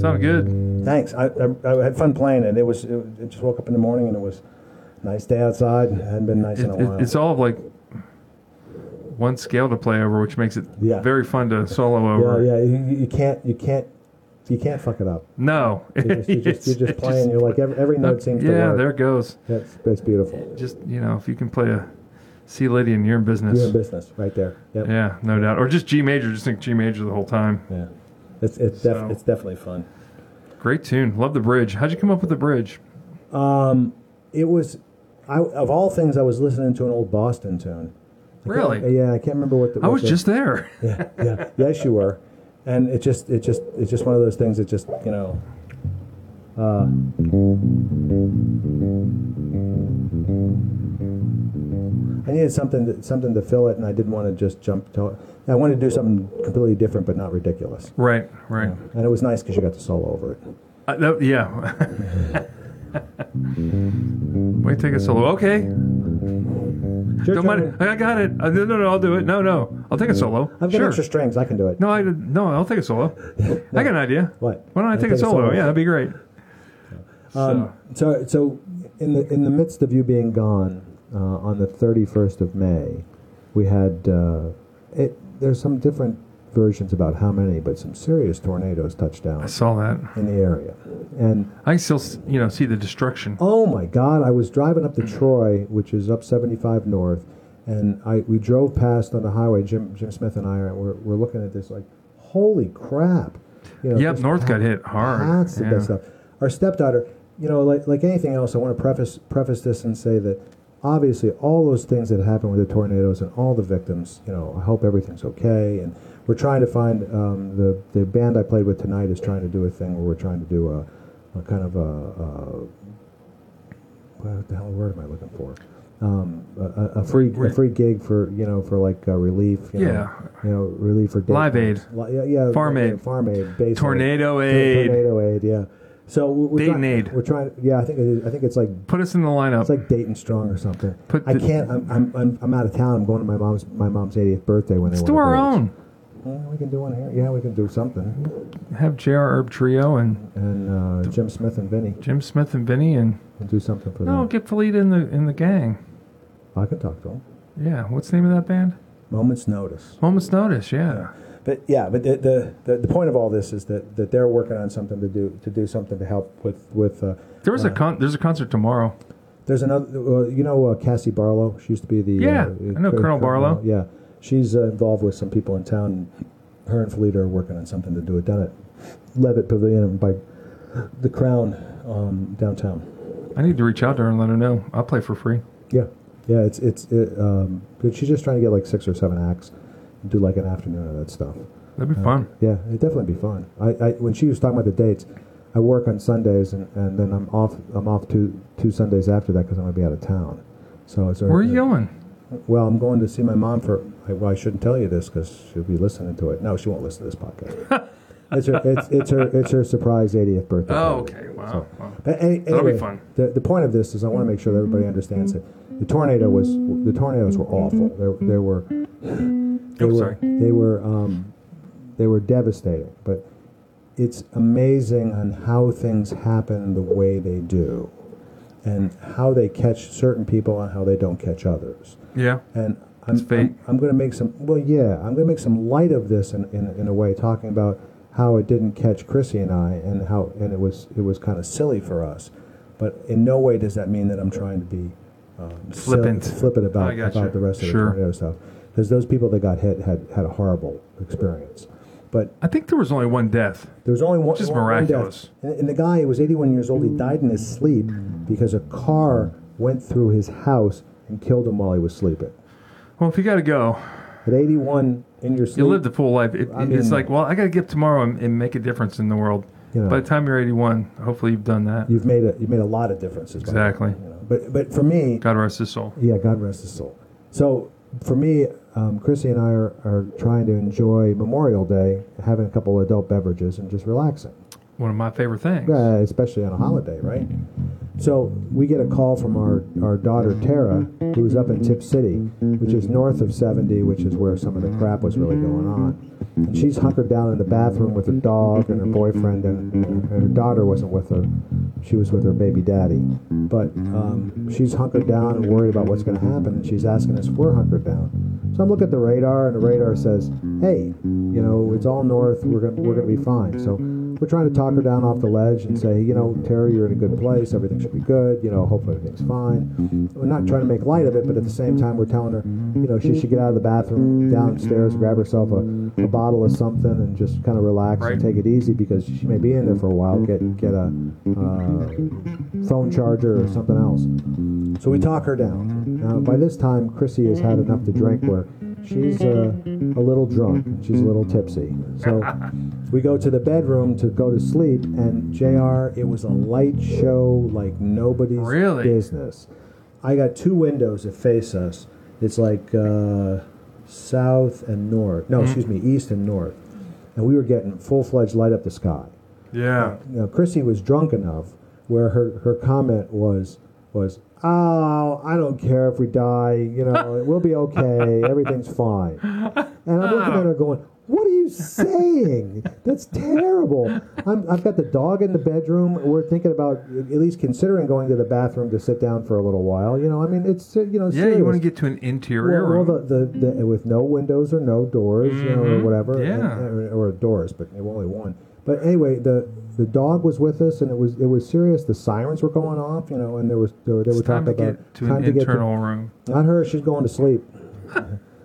[SPEAKER 2] Sounded good.
[SPEAKER 1] Thanks. I, I, I had fun playing it. It was. It, it just woke up in the morning and it was a nice day outside. It hadn't been nice
[SPEAKER 2] It,
[SPEAKER 1] in a
[SPEAKER 2] it-
[SPEAKER 1] while.
[SPEAKER 2] it's all like one scale to play over, which makes it
[SPEAKER 1] Yeah.
[SPEAKER 2] very fun to solo over.
[SPEAKER 1] yeah, yeah. You, you can't. You can't. You can't fuck it up.
[SPEAKER 2] No,
[SPEAKER 1] You're
[SPEAKER 2] *laughs*
[SPEAKER 1] just, you're just,
[SPEAKER 2] It's-
[SPEAKER 1] you're just
[SPEAKER 2] it
[SPEAKER 1] playing. you're like every, every note seems to
[SPEAKER 2] yeah,
[SPEAKER 1] work.
[SPEAKER 2] there it goes.
[SPEAKER 1] That's that's beautiful.
[SPEAKER 2] Just you know, if you can play a C lady in your business,
[SPEAKER 1] You're in business right there. Yep. Yeah.
[SPEAKER 2] yeah, no doubt, or just G major, just think G major the whole time.
[SPEAKER 1] It's it's,
[SPEAKER 2] So-
[SPEAKER 1] def, it's definitely fun.
[SPEAKER 2] Great tune, love the bridge. How'd you come up with the bridge?
[SPEAKER 1] Um, it was, I of all things, I was listening to an old Boston tune. I can't-
[SPEAKER 2] Really?
[SPEAKER 1] Yeah, I can't remember what the.
[SPEAKER 2] I
[SPEAKER 1] what
[SPEAKER 2] was
[SPEAKER 1] the-
[SPEAKER 2] just there.
[SPEAKER 1] Yeah, *laughs* yeah, yes, you were, and it just, it just, it's just one of those things that just, you know. Uh, I needed something, to, something to fill it, and I didn't want to just jump to. I wanted to do something completely different, but not ridiculous.
[SPEAKER 2] Right, right.
[SPEAKER 1] And it was nice because you got to solo over it.
[SPEAKER 2] Uh, that- Yeah. *laughs* Wait, take a solo. Okay.
[SPEAKER 1] Your
[SPEAKER 2] Don't
[SPEAKER 1] turn.
[SPEAKER 2] mind. I got it. Uh, No, no, no. I'll do it. No, no. I'll take a solo.
[SPEAKER 1] I've got
[SPEAKER 2] sure.
[SPEAKER 1] extra strings. I can do it.
[SPEAKER 2] No, I no. I'll take a solo. I got an idea.
[SPEAKER 1] What?
[SPEAKER 2] Why don't I
[SPEAKER 1] I'll
[SPEAKER 2] take, a solo? Yeah, that'd be great.
[SPEAKER 1] Um, so, so in the in the midst of you being gone uh, on the thirty first of May, we had uh, it. There's some different versions about how many, but some serious tornadoes touched
[SPEAKER 2] I
[SPEAKER 1] down
[SPEAKER 2] saw that.
[SPEAKER 1] in the area. And
[SPEAKER 2] I can still, s- you know, see the destruction.
[SPEAKER 1] oh my God, I was driving up to Troy, which is up seventy five north, and I we drove past on the highway. Jim Jim Smith and I are we're, we're looking at this like, holy crap! You know,
[SPEAKER 2] Yep,
[SPEAKER 1] just
[SPEAKER 2] North got
[SPEAKER 1] how-
[SPEAKER 2] hit hard.
[SPEAKER 1] That's the
[SPEAKER 2] yeah.
[SPEAKER 1] best stuff. Our stepdaughter, you know, like like anything else, I want to preface preface this and say that obviously all those things that happened with the tornadoes and all the victims, you know, I hope everything's okay. And we're trying to find um, the the band I played with tonight is trying to do a thing where we're trying to do a, a kind of a, a what the hell word am I looking for? Um, a, a- a free a free gig for you know for like uh, relief you
[SPEAKER 2] Yeah.
[SPEAKER 1] know, you know relief for day
[SPEAKER 2] Live
[SPEAKER 1] camps. Li- yeah, yeah
[SPEAKER 2] Farm
[SPEAKER 1] yeah,
[SPEAKER 2] aid.
[SPEAKER 1] farm aid basically.
[SPEAKER 2] Tornado aid.
[SPEAKER 1] Tornado aid, yeah. So we- we're
[SPEAKER 2] Dayton
[SPEAKER 1] trying,
[SPEAKER 2] aid.
[SPEAKER 1] We're trying. Yeah, I think it is, I think it's like
[SPEAKER 2] Put us in the lineup.
[SPEAKER 1] it's like Dayton Strong or something.
[SPEAKER 2] Put
[SPEAKER 1] I
[SPEAKER 2] the-
[SPEAKER 1] can't. I'm, I'm I'm I'm out of town. I'm going to my mom's my mom's 80th birthday when
[SPEAKER 2] Let's
[SPEAKER 1] they
[SPEAKER 2] do
[SPEAKER 1] wanna
[SPEAKER 2] our
[SPEAKER 1] it.
[SPEAKER 2] own.
[SPEAKER 1] Yeah, we can do one here. Yeah, we can do something.
[SPEAKER 2] Have J.R. Herb Trio and
[SPEAKER 1] And uh, Jim Smith and Vinny
[SPEAKER 2] Jim Smith and Vinny and
[SPEAKER 1] will do something for
[SPEAKER 2] no,
[SPEAKER 1] them.
[SPEAKER 2] get Felita in the in the gang.
[SPEAKER 1] I can talk to them.
[SPEAKER 2] Yeah, what's the name of that band?
[SPEAKER 1] Moments notice.
[SPEAKER 2] Moments Notice. Yeah,
[SPEAKER 1] But yeah, but the, the, the, the point of all this is that, that they're working on something to do to do something to help with with. Uh,
[SPEAKER 2] there was a con- there's a concert tomorrow.
[SPEAKER 1] There's another, uh, you know, uh, Cassie Barlow. She used to be the
[SPEAKER 2] Yeah,
[SPEAKER 1] uh,
[SPEAKER 2] I know
[SPEAKER 1] uh,
[SPEAKER 2] Colonel Barlow.
[SPEAKER 1] Yeah, she's uh, involved with some people in town. Her and Felita are working on something to do it down at Levitt Pavilion by the Crown um, downtown.
[SPEAKER 2] I need to reach out to her and let her know. I'll play for free.
[SPEAKER 1] Yeah, yeah. It's it's it, um, but she's just trying to get like six or seven acts, do like an afternoon of that stuff.
[SPEAKER 2] That'd be fun.
[SPEAKER 1] Yeah, it'd definitely be fun. I, I when she was talking about the dates, I work on Sundays and, and then I'm off I'm off two two Sundays after that because I'm gonna be out of town. So it's
[SPEAKER 2] Where are you going?
[SPEAKER 1] Well, I'm going to see my mom for. I, well, I shouldn't tell you this because she'll be listening to it. No, she won't listen to this podcast.
[SPEAKER 2] *laughs*
[SPEAKER 1] it's her. It's, it's her. It's her surprise 80th birthday.
[SPEAKER 2] Oh,
[SPEAKER 1] party.
[SPEAKER 2] okay. Wow.
[SPEAKER 1] So-
[SPEAKER 2] wow.
[SPEAKER 1] But any,
[SPEAKER 2] That'll be
[SPEAKER 1] anyway,
[SPEAKER 2] fun.
[SPEAKER 1] The, the point of this is I want to make sure that everybody understands that the tornado was the tornadoes were awful. There, there were. They
[SPEAKER 2] Oops,
[SPEAKER 1] were,
[SPEAKER 2] sorry.
[SPEAKER 1] They were. Um, they were devastating. But it's amazing on how things happen the way they do, and how they catch certain people and how they don't catch others
[SPEAKER 2] Yeah.
[SPEAKER 1] and
[SPEAKER 2] It's
[SPEAKER 1] I'm,
[SPEAKER 2] fate.
[SPEAKER 1] I'm, going to make some. Well, yeah, I'm going to make some light of this in, in, in a way, talking about how it didn't catch Chrissy and I, and how and it was it was kind of silly for us, but in no way does that mean that I'm trying to be um, sil-
[SPEAKER 2] Flippant.
[SPEAKER 1] flippant about
[SPEAKER 2] I gotcha.
[SPEAKER 1] about the rest of
[SPEAKER 2] Sure.
[SPEAKER 1] the tornado stuff, because those people that got hit had had a horrible experience, but.
[SPEAKER 2] I think there was only one death.
[SPEAKER 1] There was only one.
[SPEAKER 2] Which is
[SPEAKER 1] one- one death.
[SPEAKER 2] miraculous.
[SPEAKER 1] And, and the guy was 81 years old. He died in his sleep because a car went through his house and killed him while he was sleeping.
[SPEAKER 2] Well, if you got to go,
[SPEAKER 1] At 81 in your sleep.
[SPEAKER 2] you lived a full life. It,
[SPEAKER 1] I
[SPEAKER 2] it's
[SPEAKER 1] mean-
[SPEAKER 2] like, well, I got to get up tomorrow and, and make a difference in the world.
[SPEAKER 1] You know.
[SPEAKER 2] By the time you're 81, hopefully you've done that.
[SPEAKER 1] You've made a you've made a lot of differences. by then,
[SPEAKER 2] Exactly.
[SPEAKER 1] you know. But but for me,
[SPEAKER 2] God rest his soul.
[SPEAKER 1] yeah, God rest his soul. So for me, um, Chrissy and I are, are trying to enjoy Memorial Day, having a couple adult beverages and just relaxing. Uh,
[SPEAKER 2] One of my favorite things.
[SPEAKER 1] Yeah, especially on a holiday, right? So we get a call from our, our daughter Tara, who's up in Tip City, which is north of 70, which is where some of the crap was really going on. And she's hunkered down in the bathroom with her dog and her boyfriend, and, and her daughter wasn't with her. She was with her baby daddy. But um, she's hunkered down and worried about what's going to happen, and she's asking us if we're hunkered down. So I'm looking at the radar, and the radar says, hey, you know, it's all north, we're going we're going to be fine. So we're trying to talk her down off the ledge and say, you know, Terry, you're in a good place. Everything should be good. You know, hopefully everything's fine. We're not trying to make light of it, but at the same time, we're telling her, you know, she should get out of the bathroom, downstairs, grab herself a, a bottle of something, and just kind of relax
[SPEAKER 2] Right.
[SPEAKER 1] and take it easy because she may be in there for a while. Get get a uh, phone charger or something else. So we talk her down. Now, by this time, Chrissy has had enough to drink where she's uh, a little drunk. She's a little tipsy. So we go to the bedroom to go to sleep, and JR, it was a light show like nobody's
[SPEAKER 2] Really?
[SPEAKER 1] business. I got two windows that face us. It's like uh, south and north. No, excuse me, east and north. And we were getting full fledged light up the sky
[SPEAKER 2] Yeah.
[SPEAKER 1] you know, Chrissy was drunk enough where her, her comment was was oh I don't care if we die you
[SPEAKER 2] *laughs*
[SPEAKER 1] know we'll be okay everything's fine and I'm looking at her going what are you saying that's terrible I'm, I've got the dog in the bedroom we're thinking about at least considering going to the bathroom to sit down for a little while you know I mean it's uh, you know
[SPEAKER 2] Yeah, you
[SPEAKER 1] serious.
[SPEAKER 2] want to get to an interior
[SPEAKER 1] Well, well
[SPEAKER 2] room.
[SPEAKER 1] the, the, the with no windows or no doors, you know, or whatever,
[SPEAKER 2] Mm-hmm. Yeah.
[SPEAKER 1] and- or, or doors, but only one. But anyway, the the dog was with us, and it was it was serious. The sirens were going off, you know, and there was there, they were
[SPEAKER 2] it's time to
[SPEAKER 1] talking
[SPEAKER 2] get
[SPEAKER 1] about
[SPEAKER 2] to
[SPEAKER 1] time
[SPEAKER 2] an
[SPEAKER 1] to get to-
[SPEAKER 2] internal room.
[SPEAKER 1] not her. She's going to
[SPEAKER 2] *laughs*
[SPEAKER 1] sleep.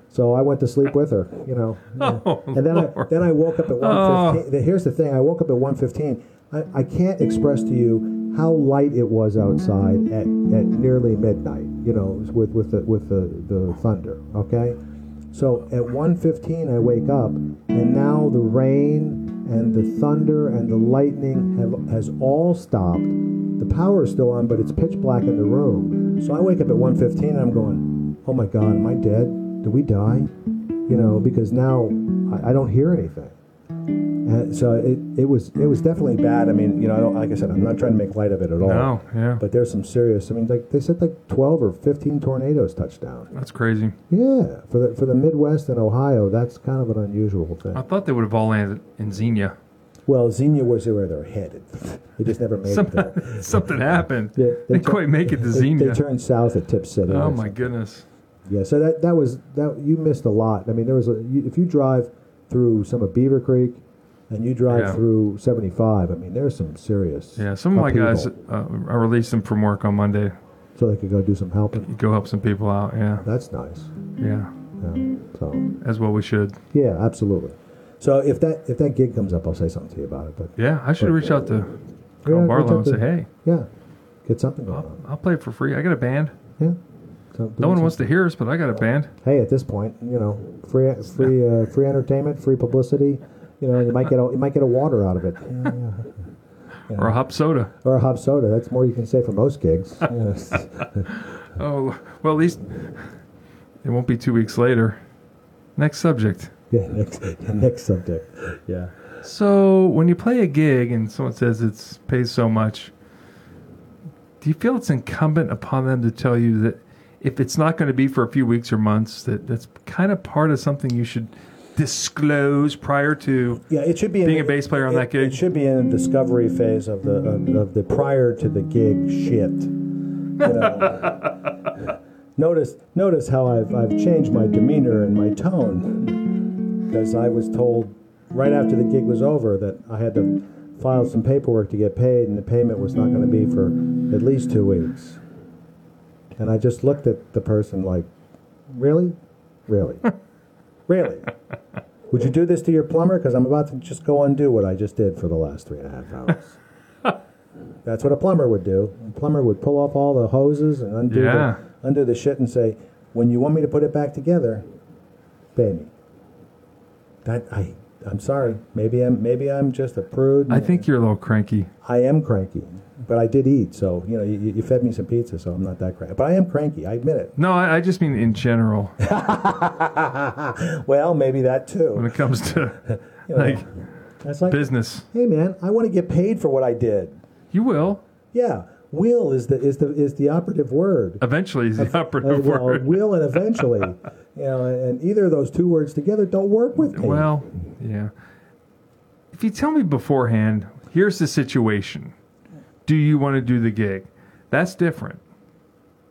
[SPEAKER 1] so I went to sleep with her, you know.
[SPEAKER 2] Oh,
[SPEAKER 1] and then I,
[SPEAKER 2] Lord.
[SPEAKER 1] then I woke up at
[SPEAKER 2] Oh.
[SPEAKER 1] 1.15. The- Here's the thing. I woke up at 1.15. I, I can't express to you how light it was outside at, at nearly midnight, you know, with, with, the, with the, the thunder, okay? So at 1.15, I wake up, and now the rain and the thunder and the lightning have, has all stopped. The power is still on, but it's pitch black in the room. So I wake up at 1.15, and I'm going, oh my God, am I dead? Did we die? You know, because now I, I don't hear anything. And Uh, so it, it was it was definitely bad. I mean, you know, I don't like I said, I'm not trying to make light of it at all.
[SPEAKER 2] No, yeah.
[SPEAKER 1] But there's some serious. I mean, like they said, like 12 or 15 tornadoes touched down.
[SPEAKER 2] That's crazy.
[SPEAKER 1] Yeah, for the for the Midwest and Ohio, that's kind of an unusual thing.
[SPEAKER 2] I thought they would have all landed in Xenia.
[SPEAKER 1] Well, Xenia was where they're headed. *laughs* They just never made
[SPEAKER 2] Some,
[SPEAKER 1] it
[SPEAKER 2] *laughs*
[SPEAKER 1] there.
[SPEAKER 2] something happened.
[SPEAKER 1] Yeah,
[SPEAKER 2] they
[SPEAKER 1] they
[SPEAKER 2] didn't
[SPEAKER 1] tur-
[SPEAKER 2] quite make it to
[SPEAKER 1] They, they
[SPEAKER 2] Xenia.
[SPEAKER 1] turned south at Tip City.
[SPEAKER 2] Oh my goodness.
[SPEAKER 1] Yeah, so that that was that you missed a lot. I mean, there was a you, if you drive through some of Beaver Creek, and you drive
[SPEAKER 2] Yeah.
[SPEAKER 1] through 75. I mean, there's some serious.
[SPEAKER 2] Yeah, some of my guys, uh,
[SPEAKER 1] upheaval.
[SPEAKER 2] I released them from work on Monday.
[SPEAKER 1] So they could go do some helping.
[SPEAKER 2] Go help some people out. Yeah,
[SPEAKER 1] That's nice.
[SPEAKER 2] yeah,
[SPEAKER 1] Yeah, so
[SPEAKER 2] as well we should.
[SPEAKER 1] yeah, absolutely. So if that if that gig comes up, I'll say something to you about it. But
[SPEAKER 2] Yeah, I should reach out to
[SPEAKER 1] Yeah,
[SPEAKER 2] Carl
[SPEAKER 1] reach
[SPEAKER 2] Barlow
[SPEAKER 1] out
[SPEAKER 2] and
[SPEAKER 1] to-
[SPEAKER 2] say, hey,
[SPEAKER 1] yeah, get something going
[SPEAKER 2] I'll,
[SPEAKER 1] on.
[SPEAKER 2] I'll play it for free. I got a band.
[SPEAKER 1] Yeah. So do
[SPEAKER 2] No one
[SPEAKER 1] something.
[SPEAKER 2] wants to hear us, but I got a band.
[SPEAKER 1] hey, at this point, you know, free free uh, free entertainment, free publicity. You know, you might get a, you might get a water out of it,
[SPEAKER 2] Or a hop soda.
[SPEAKER 1] or a hop soda. That's more you can say for most gigs. *laughs* Yes.
[SPEAKER 2] Oh, well, at least it won't be two weeks later. Next subject.
[SPEAKER 1] yeah, next next subject. Yeah.
[SPEAKER 2] So, when you play a gig and someone says it's pays so much, do you feel it's incumbent upon them to tell you that if it's not going to be for a few weeks or months, that that's kind of part of something you should disclose prior to?
[SPEAKER 1] Yeah, it should be
[SPEAKER 2] Being
[SPEAKER 1] in,
[SPEAKER 2] a bass player on
[SPEAKER 1] it-
[SPEAKER 2] that gig?
[SPEAKER 1] It should be in the discovery phase of the of, of the prior to the gig shit. You know.
[SPEAKER 2] *laughs*
[SPEAKER 1] notice notice how I've I've changed my demeanor and my tone because I was told right after the gig was over that I had to file some paperwork to get paid and the payment was not going to be for at least two weeks. And I just looked at the person like, really, really, really. Would you do this to your plumber? Because I'm about to just go undo what I just did for the last three and a half hours.
[SPEAKER 2] *laughs*
[SPEAKER 1] That's what a plumber would do. A plumber would pull off all the hoses and undo,
[SPEAKER 2] Yeah.
[SPEAKER 1] the, undo the shit and say, when you want me to put it back together, pay me. That I, I'm sorry. Maybe I'm maybe I'm just a prude.
[SPEAKER 2] I think you're a little cranky.
[SPEAKER 1] I am cranky, but I did eat. So you know, you, you fed me some pizza, so I'm not that cranky. But I am cranky. I admit it.
[SPEAKER 2] No, I, I just mean in general
[SPEAKER 1] Well, maybe that
[SPEAKER 2] when
[SPEAKER 1] too.
[SPEAKER 2] it comes to
[SPEAKER 1] You know,
[SPEAKER 2] like
[SPEAKER 1] that's like
[SPEAKER 2] business.
[SPEAKER 1] hey man, I want to get paid for what I did.
[SPEAKER 2] You will.
[SPEAKER 1] Yeah. Will is the is the is the operative word.
[SPEAKER 2] Eventually, is the
[SPEAKER 1] Uh,
[SPEAKER 2] *laughs* operative
[SPEAKER 1] well,
[SPEAKER 2] word.
[SPEAKER 1] will and
[SPEAKER 2] *laughs*
[SPEAKER 1] eventually, you know, and either of those two words together don't work with me.
[SPEAKER 2] Well, yeah. If you tell me beforehand, here's the situation. Do you want to do the gig? That's different.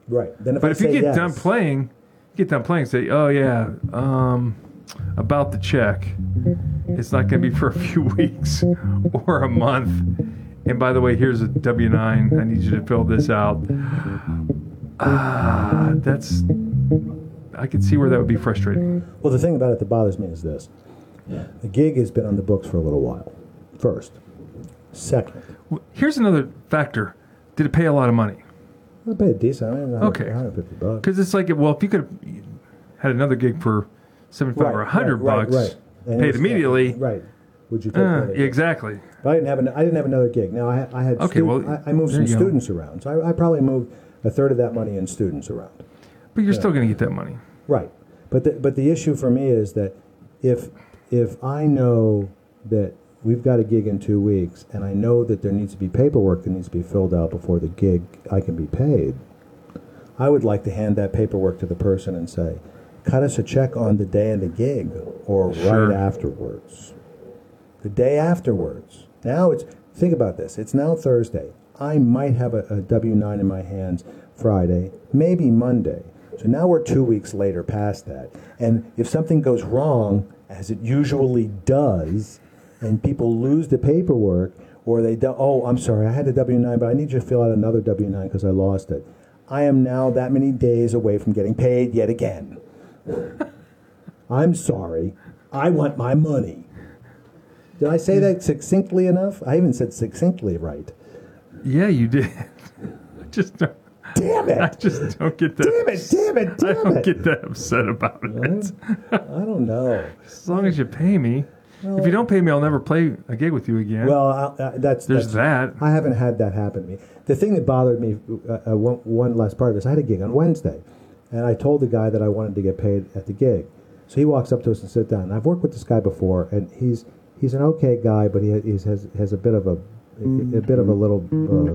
[SPEAKER 1] right. Then if
[SPEAKER 2] But
[SPEAKER 1] I
[SPEAKER 2] if you
[SPEAKER 1] say
[SPEAKER 2] get
[SPEAKER 1] yes,
[SPEAKER 2] done playing, you get done playing, say, oh yeah, um, about the check, it's not going to be for a few *laughs* weeks or a month. And by the way, here's a W nine. I need you to fill this out. Ah, that's. I could see where that would be frustrating.
[SPEAKER 1] Well, the thing about it that bothers me is this: the gig has been on the books for a little while. First, second,
[SPEAKER 2] W- Here's another factor. Did it pay a lot of money?
[SPEAKER 1] I paid decent. I mean, 100
[SPEAKER 2] Okay.
[SPEAKER 1] 150 bucks.
[SPEAKER 2] Because it's like, well, if you could have had another gig for seventy-five or or hundred bucks,
[SPEAKER 1] And
[SPEAKER 2] paid
[SPEAKER 1] it's-
[SPEAKER 2] immediately.
[SPEAKER 1] Right. Would you take
[SPEAKER 2] Uh,
[SPEAKER 1] that? again?
[SPEAKER 2] exactly.
[SPEAKER 1] But I didn't have an, I didn't have another gig. Now I, had- I had
[SPEAKER 2] Okay,
[SPEAKER 1] stu-
[SPEAKER 2] well,
[SPEAKER 1] I, I moved
[SPEAKER 2] there
[SPEAKER 1] some
[SPEAKER 2] you go.
[SPEAKER 1] students around, so I, I probably moved a third of that money in students around.
[SPEAKER 2] But you're still going to get that money.
[SPEAKER 1] Right. But the, but the issue for me is that if if I know that we've got a gig in two weeks, and I know that there needs to be paperwork that needs to be filled out before the gig I can be paid, I would like to hand that paperwork to the person and say, cut us a check on the day of the gig or
[SPEAKER 2] Sure.
[SPEAKER 1] right afterwards. The day afterwards. Now it's think about this. It's now Thursday. I might have a, a W nine in my hands Friday, maybe Monday. So now we're two weeks later past that. And if something goes wrong, as it usually does, and people lose the paperwork or they do, oh i'm sorry i had a w9 but i need you to fill out another w9 because i lost it i am now that many days away from getting paid yet again *laughs* i'm sorry i want my money did i
[SPEAKER 2] Mm.
[SPEAKER 1] say that succinctly enough i even said succinctly right
[SPEAKER 2] Yeah, you did. *laughs* I just don't,
[SPEAKER 1] damn
[SPEAKER 2] I *laughs*
[SPEAKER 1] it
[SPEAKER 2] just don't get that.
[SPEAKER 1] damn it damn it
[SPEAKER 2] *laughs* I
[SPEAKER 1] damn
[SPEAKER 2] don't
[SPEAKER 1] it
[SPEAKER 2] get that upset about it.
[SPEAKER 1] i don't know
[SPEAKER 2] As long as you pay me. if you don't pay me, I'll never play a gig with you again.
[SPEAKER 1] well I, I, that's
[SPEAKER 2] There's
[SPEAKER 1] that's,
[SPEAKER 2] that.
[SPEAKER 1] I haven't had that happen to me. The thing that bothered me, uh, uh, one, one last part of this, I had a gig on Wednesday, and I told the guy that I wanted to get paid at the gig. So he walks up to us and sits down. And I've worked with this guy before, and he's he's an okay guy, but he ha- he's, has has a bit of a a bit of a little uh,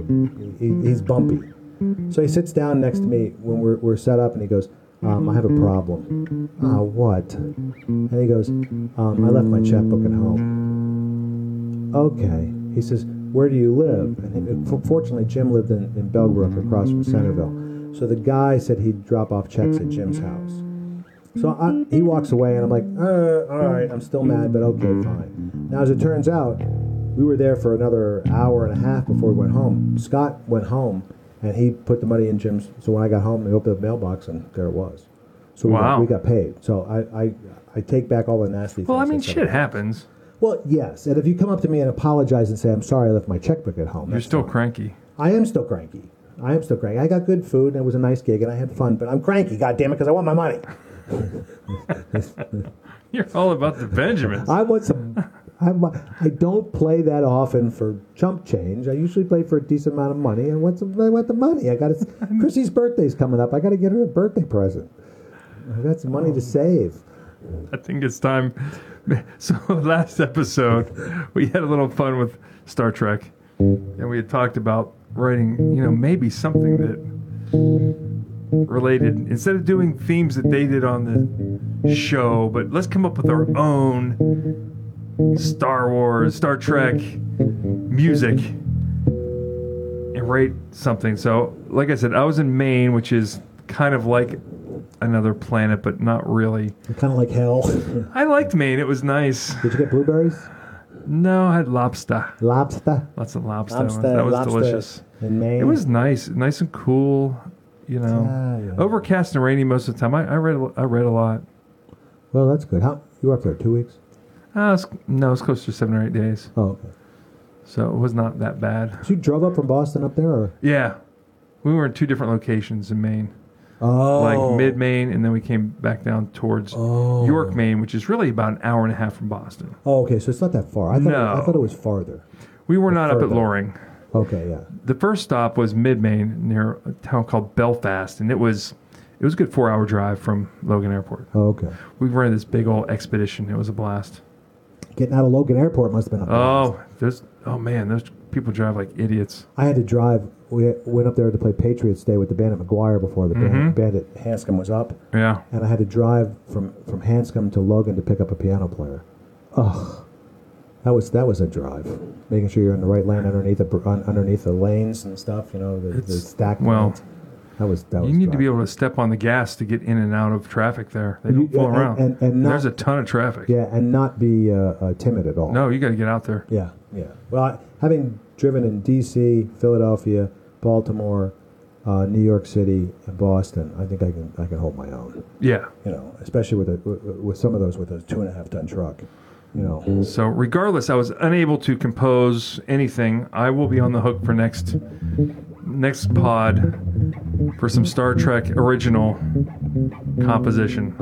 [SPEAKER 1] he, he's bumpy. So he sits down next to me when we're, we're set up, and he goes, um, "I have a problem." Ah, what? And he goes, um, "I left my checkbook at home." Okay. He says, Where do you live? And he- f- fortunately, Jim lived in, in Belbrook across from Centerville. So the guy said he'd drop off checks at Jim's house. So I, he walks away, and I'm like, uh, All right, I'm still mad, but okay, fine. Now, as it turns out, we were there for another hour and a half before we went home. Scott went home, and he put the money in Jim's. So when I got home, I opened the mailbox, and there it was. So we,
[SPEAKER 2] Wow.
[SPEAKER 1] got, we got paid. So I, I, I take back all the nasty
[SPEAKER 2] Well, I
[SPEAKER 1] things
[SPEAKER 2] mean,
[SPEAKER 1] said
[SPEAKER 2] shit happens.
[SPEAKER 1] well, yes, and if you come up to me and apologize and say I'm sorry I left my checkbook at home,
[SPEAKER 2] You're
[SPEAKER 1] that's-
[SPEAKER 2] still cranky.
[SPEAKER 1] I am still cranky. I am still cranky. I got good food and it was a nice gig and I had fun, but I'm cranky. God damn it, because I want my money.
[SPEAKER 2] You're all about
[SPEAKER 1] *laughs*
[SPEAKER 2] the Benjamins.
[SPEAKER 1] I want some. I wa- I don't play that often for chump change. I usually play for a decent amount of money. And what's I want the money? I got *laughs* Chrissy's birthday's coming up. I got to get her a birthday present. I got some money to save.
[SPEAKER 2] I think it's time. *laughs* So last episode, we had a little fun with Star Trek, and we had talked about writing, you know, maybe something that related instead of doing themes that they did on the show, but let's come up with our own Star Wars, Star Trek music and write something. So, like I said, I was in Maine, which is kind of like another planet, but not really.
[SPEAKER 1] Kind of like *laughs* hell.
[SPEAKER 2] I liked Maine. It was nice.
[SPEAKER 1] Did you get blueberries?
[SPEAKER 2] No, I had lobster.
[SPEAKER 1] Lobster.
[SPEAKER 2] Lots of lobster.
[SPEAKER 1] Lobster.
[SPEAKER 2] that was
[SPEAKER 1] lobster
[SPEAKER 2] delicious.
[SPEAKER 1] In Maine.
[SPEAKER 2] It was nice, nice and cool. You know,
[SPEAKER 1] Ah, yeah.
[SPEAKER 2] overcast and rainy most of the time. I, I read. a- I read a lot.
[SPEAKER 1] Well, that's good. How you were up there two weeks?
[SPEAKER 2] Uh, it's, no, it's close to seven or eight days,
[SPEAKER 1] Oh, okay.
[SPEAKER 2] so it was not that bad.
[SPEAKER 1] So you drove up from Boston up there, or
[SPEAKER 2] Yeah, we were in two different locations in Maine,
[SPEAKER 1] oh,
[SPEAKER 2] like mid Maine, and then we came back down towards
[SPEAKER 1] Oh.
[SPEAKER 2] York, Maine, which is really about an hour and a half from Boston.
[SPEAKER 1] Oh, okay. So it's not that far. I thought
[SPEAKER 2] No.
[SPEAKER 1] I thought it was farther.
[SPEAKER 2] We were not up at
[SPEAKER 1] Further.
[SPEAKER 2] Loring.
[SPEAKER 1] Okay, yeah.
[SPEAKER 2] the first stop was mid Maine near a town called Belfast, and it was it was a good four hour drive from Logan Airport.
[SPEAKER 1] Oh, okay.
[SPEAKER 2] We rented this big old expedition. It was a blast.
[SPEAKER 1] Getting out of Logan Airport must have been a blast.
[SPEAKER 2] Oh, those oh man, those people drive like idiots.
[SPEAKER 1] I had to drive we went up there to play Patriots Day with the band at McGuire before the band, band at
[SPEAKER 3] Hanscom was up.
[SPEAKER 2] Yeah.
[SPEAKER 1] and I had to drive from from Hanscom to Logan to pick up a piano player. Ugh, that was that was a drive. Making sure you're in the right lane underneath the br- un, underneath the lanes and stuff. You know the, the
[SPEAKER 2] It's-
[SPEAKER 1] stack.
[SPEAKER 2] well,
[SPEAKER 1] that was that was.
[SPEAKER 2] You need to
[SPEAKER 1] drive.
[SPEAKER 2] be able to step on the gas to get in and out of traffic there. They
[SPEAKER 1] You-
[SPEAKER 2] don't fool
[SPEAKER 1] and-
[SPEAKER 2] around.
[SPEAKER 1] and- and not-
[SPEAKER 2] there's a ton of traffic.
[SPEAKER 1] yeah, and not be uh, uh, timid at all.
[SPEAKER 2] No, you got to get out there.
[SPEAKER 1] Yeah, yeah. Well, I, having driven in D.C., Philadelphia, Baltimore, uh, New York City, and Boston, I think I can I can hold my own.
[SPEAKER 2] Yeah.
[SPEAKER 1] You know, especially with a, with- with some of those with a two and a half ton truck. You know,
[SPEAKER 2] So regardless, I was unable to compose anything. I will be on the hook for next next pod for some Star Trek original composition.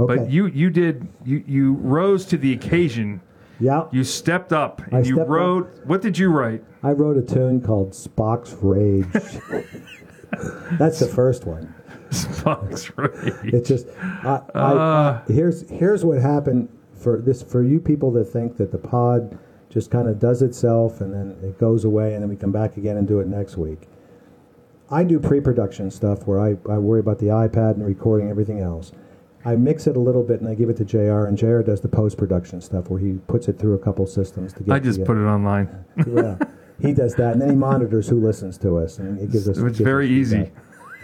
[SPEAKER 1] okay.
[SPEAKER 2] But you you did you you rose to the occasion.
[SPEAKER 1] yeah,
[SPEAKER 2] You stepped up and
[SPEAKER 1] I
[SPEAKER 2] you
[SPEAKER 1] stepped up.
[SPEAKER 2] wrote. What did you write? *laughs*
[SPEAKER 1] I wrote a tune called Spock's Rage. *laughs* That's the first one.
[SPEAKER 2] Fox Ray.
[SPEAKER 1] It's just I, I,
[SPEAKER 2] Ah.
[SPEAKER 1] here's here's what happened for this for you people that think that the pod just kind of does itself and then it goes away and then we come back again and do it next week. I do pre-production stuff where I, I worry about the iPad and recording everything else. I mix it a little bit and I give it to JR and JR does the post-production stuff where he puts it through a couple systems to get
[SPEAKER 2] I just
[SPEAKER 1] the, uh,
[SPEAKER 2] put it online.
[SPEAKER 1] yeah. He does that, and then he monitors who listens to us, and it gives us.
[SPEAKER 2] It's
[SPEAKER 1] gives
[SPEAKER 2] very
[SPEAKER 1] us feedback.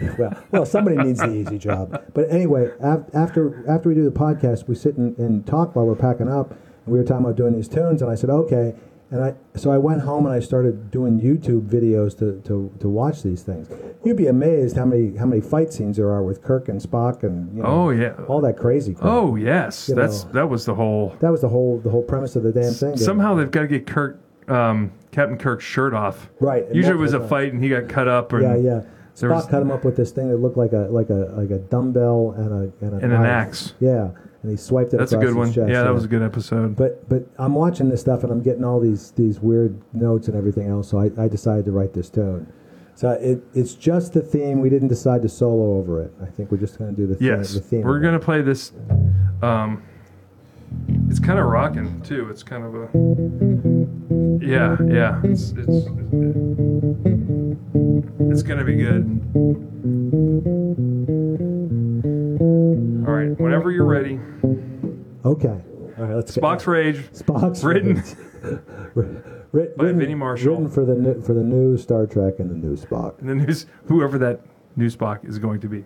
[SPEAKER 2] easy.
[SPEAKER 1] Well, well, somebody needs the easy job. But anyway, af- after after we do the podcast, we sit and, and talk while we're packing up. And we were talking about doing these tunes, and I said okay. And I so I went home and I started doing YouTube videos to, to, to watch these things. You'd be amazed how many how many fight scenes there are with Kirk and Spock and you know,
[SPEAKER 2] Oh, yeah.
[SPEAKER 1] all that crazy. Crap.
[SPEAKER 2] Oh yes,
[SPEAKER 1] You
[SPEAKER 2] that's
[SPEAKER 1] know.
[SPEAKER 2] that was the whole.
[SPEAKER 1] that was the whole the whole premise of the damn thing.
[SPEAKER 2] Somehow they've got to get Kirk, um, Captain Kirk's shirt off.
[SPEAKER 1] Right, and
[SPEAKER 2] Usually it was a
[SPEAKER 1] multiple
[SPEAKER 2] fight and he got cut up. Or,
[SPEAKER 1] Yeah, yeah.
[SPEAKER 2] Mm. There
[SPEAKER 1] Spock
[SPEAKER 2] was-
[SPEAKER 1] cut him up with this thing that looked like a like a like a dumbbell and a and, a
[SPEAKER 2] And an
[SPEAKER 1] knife.
[SPEAKER 2] axe.
[SPEAKER 1] Yeah, and he swiped it.
[SPEAKER 2] That's a
[SPEAKER 1] across
[SPEAKER 2] good
[SPEAKER 1] his
[SPEAKER 2] one.
[SPEAKER 1] chest,
[SPEAKER 2] yeah, that was a good episode.
[SPEAKER 1] But but I'm watching this stuff and I'm getting all these these weird notes and everything else. So I, I decided to write this tune. So it it's just the theme. We didn't decide to solo over it. I think we're just going to do the theme.
[SPEAKER 2] yes,
[SPEAKER 1] the theme
[SPEAKER 2] we're
[SPEAKER 1] of it.
[SPEAKER 2] gonna play this. Um, it's kind of rocking too. It's kind of a. Yeah, yeah. It's it's it's gonna be good. All right, whenever you're ready.
[SPEAKER 1] Okay. All right. Let's
[SPEAKER 2] Box Rage,
[SPEAKER 1] Get, Spock's
[SPEAKER 2] written.
[SPEAKER 1] *laughs* written
[SPEAKER 2] by Vinnie Marshall.
[SPEAKER 1] Written for the new, for the new Star Trek and the new Spock.
[SPEAKER 2] and then who's whoever that news box is going to be.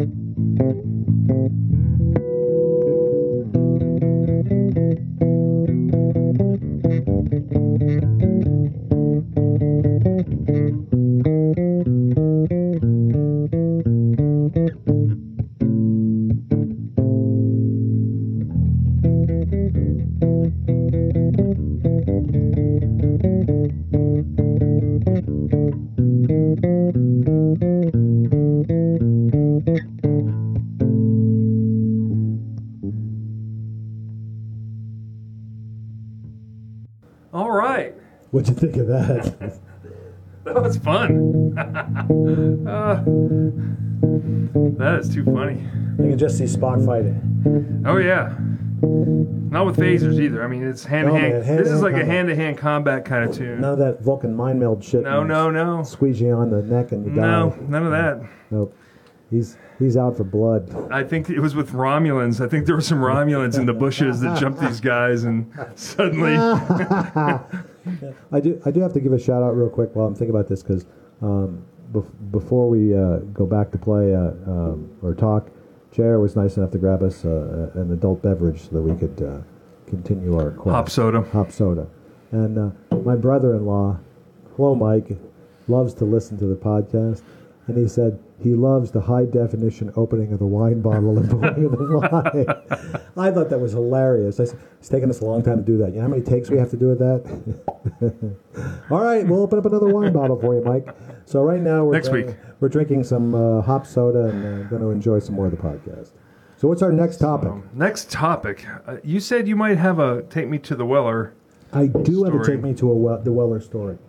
[SPEAKER 2] All right,
[SPEAKER 1] What'd you think of that? *laughs*
[SPEAKER 2] that was fun. *laughs* Uh, that is too funny.
[SPEAKER 3] You can just see Spock fighting.
[SPEAKER 2] Oh yeah, not with phasers either. I mean, it's hand to
[SPEAKER 1] No, man,
[SPEAKER 2] hand. This
[SPEAKER 1] hand-to-hand
[SPEAKER 2] is like a
[SPEAKER 1] combat.
[SPEAKER 2] hand to hand combat kind of tune.
[SPEAKER 1] None of that Vulcan mind meld shit.
[SPEAKER 2] No,
[SPEAKER 1] man.
[SPEAKER 2] no, no,
[SPEAKER 1] Squeeze you on the neck and you
[SPEAKER 2] no,
[SPEAKER 1] die.
[SPEAKER 2] none of that.
[SPEAKER 1] Nope. He's he's out for blood.
[SPEAKER 2] I think it was with Romulans. I think there were some Romulans in the bushes that jumped these guys,
[SPEAKER 1] *laughs*
[SPEAKER 2] and suddenly,
[SPEAKER 1] Ah. I do I do have to give a shout out real quick while I'm thinking about this because um, bef- before we uh, go back to play uh, um, or talk, Jair was nice enough to grab us uh, an adult beverage so that we could uh, continue our quest.
[SPEAKER 2] Hop soda.
[SPEAKER 1] Hop soda. And uh, my brother-in-law, hello Mike, loves to listen to the podcast, and he said he loves the high definition opening of the wine bottle and *laughs* pouring of the wine. *laughs* I thought that was hilarious. I said, it's taken us a long time to do that. You know how many takes we have to do with that? *laughs* All right, we'll open up another wine bottle for you, Mike. So right now we're
[SPEAKER 2] Next
[SPEAKER 1] drinking,
[SPEAKER 2] week.
[SPEAKER 1] we're drinking some uh, hop soda and uh, going to enjoy some more of the podcast. So what's our next topic?
[SPEAKER 2] Um, next topic. Uh, you said you might have a take me to the Weller.
[SPEAKER 1] I do have to
[SPEAKER 2] Story.
[SPEAKER 1] take me to a well, the Weller story.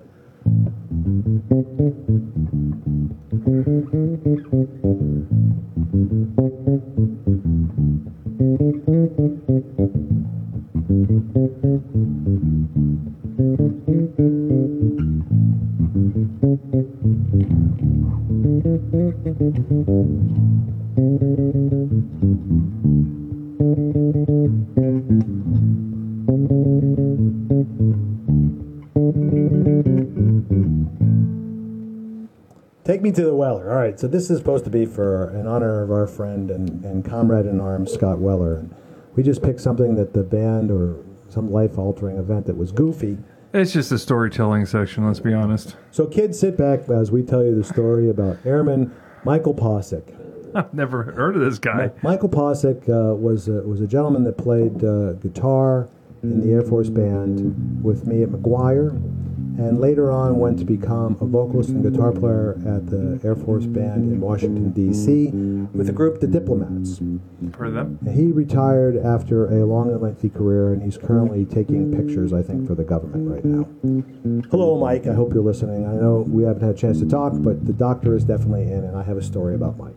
[SPEAKER 1] Take me to the Weller. All right, so this is supposed to be for in honor of our friend and, and comrade in arms Scott Weller. And we just picked something that the band or some life-altering event that was goofy.
[SPEAKER 2] It's just the storytelling section. Let's be honest. *laughs*
[SPEAKER 1] So kids, sit back as we tell you the story about Airman Michael Posick.
[SPEAKER 2] I've never heard of this guy.
[SPEAKER 1] Michael Posick uh, was a, was a gentleman that played uh, guitar in the Air Force Band with me at McGuire, and later on went to become a vocalist and guitar player at the Air Force Band in Washington D.C. with the group The Diplomats.
[SPEAKER 2] Heard of them?
[SPEAKER 1] He retired after a long and lengthy career, and he's currently taking pictures, I think, for the government right now. Hello, Mike. I hope you're listening. I know we haven't had a chance to talk, but the doctor is definitely in, and I have a story about Mike.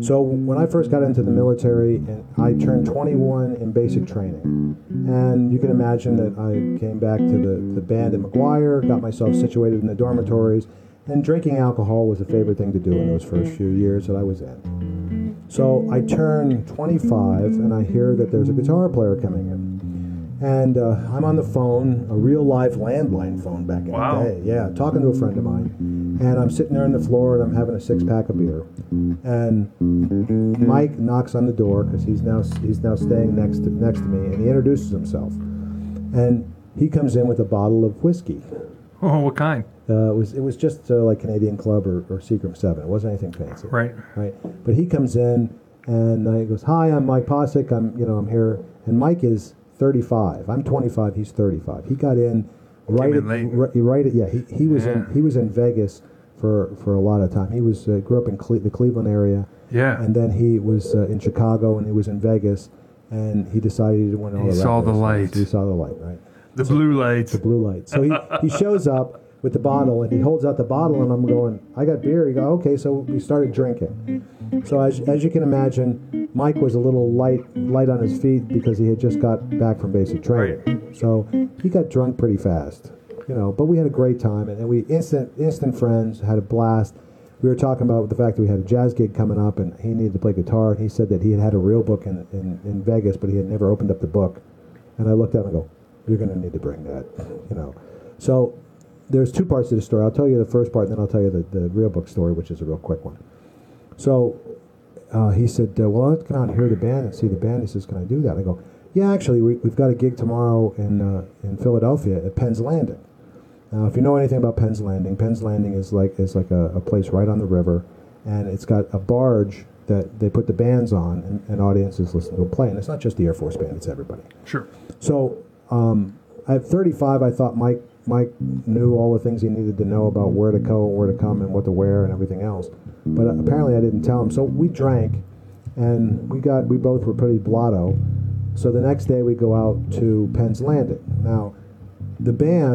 [SPEAKER 1] So, when I first got into the military, and I turned 21 in basic training. And you can imagine that I came back to the, the band at McGuire, got myself situated in the dormitories, and drinking alcohol was a favorite thing to do in those first few years that I was in. So I turn 25 and I hear that there's a guitar player coming in. And uh, I'm on the phone, a real live landline phone back in
[SPEAKER 2] Wow.
[SPEAKER 1] the day. Yeah, talking to a friend of mine. And I'm sitting there on the floor and I'm having a six pack of beer. And
[SPEAKER 2] Mm.
[SPEAKER 1] Mike knocks on the door because he's now he's now staying next to, next to me and he introduces himself. And he comes in with a bottle of whiskey.
[SPEAKER 2] Oh, what kind?
[SPEAKER 1] Uh, it was it was just uh, like Canadian Club or, or Seagram Seven. It wasn't anything fancy
[SPEAKER 2] Right.
[SPEAKER 1] right? But he comes in and uh, he goes, "Hi, I'm Mike Posick. I'm you know I'm here." And Mike is 35. I'm 25. He's 35. He got in right
[SPEAKER 2] in
[SPEAKER 1] at,
[SPEAKER 2] late.
[SPEAKER 1] right, right at- yeah. He, he was
[SPEAKER 2] Yeah.
[SPEAKER 1] in he was in Vegas for for a lot of time. He was uh, grew up in Cle- the Cleveland area,
[SPEAKER 2] Yeah.
[SPEAKER 1] and then he was uh, in Chicago and he was in Vegas. And he decided he didn't want to.
[SPEAKER 2] He saw the light.
[SPEAKER 1] He saw the light, right?
[SPEAKER 2] the blue lights.
[SPEAKER 1] blue light. So he, he shows up with the bottle and he holds out the bottle and I'm going, I got beer. You go, okay. So we started drinking. So as, as you can imagine, Mike was a little light light on his feet because he had just got back from basic training. So he got drunk pretty fast, you know. But we had a great time and, and we instant instant friends had a blast. We were talking about the fact that we had a jazz gig coming up and he needed to play guitar. And he said that he had had a real book in, in, in Vegas, but he had never opened up the book. And I looked at him and go, "You're going to need to bring that," *laughs* you know. So there's two parts to the story. I'll tell you the first part, and then I'll tell you the, the real book story, which is a real quick one. So uh, he said, uh, "Well, let's come out and hear the band and see the band." He says, "Can I do that?" I go, "Yeah, actually, we, we've got a gig tomorrow in uh, in Philadelphia at Penn's Landing." Now, if you know anything about Penn's Landing, Penn's Landing is like is like a, a place right on the river, and it's got a barge that they put the bands on, and, and audiences listen to them play. And it's not just the Air Force Band; it's everybody.
[SPEAKER 2] Sure.
[SPEAKER 1] So um, at 35, I thought Mike Mike knew all the things he needed to know about where to go, where to come, and what to wear, and everything else. But apparently, I didn't tell him. So we drank, and we got we both were pretty blotto. So the next day, we go out to Penn's Landing. Now, the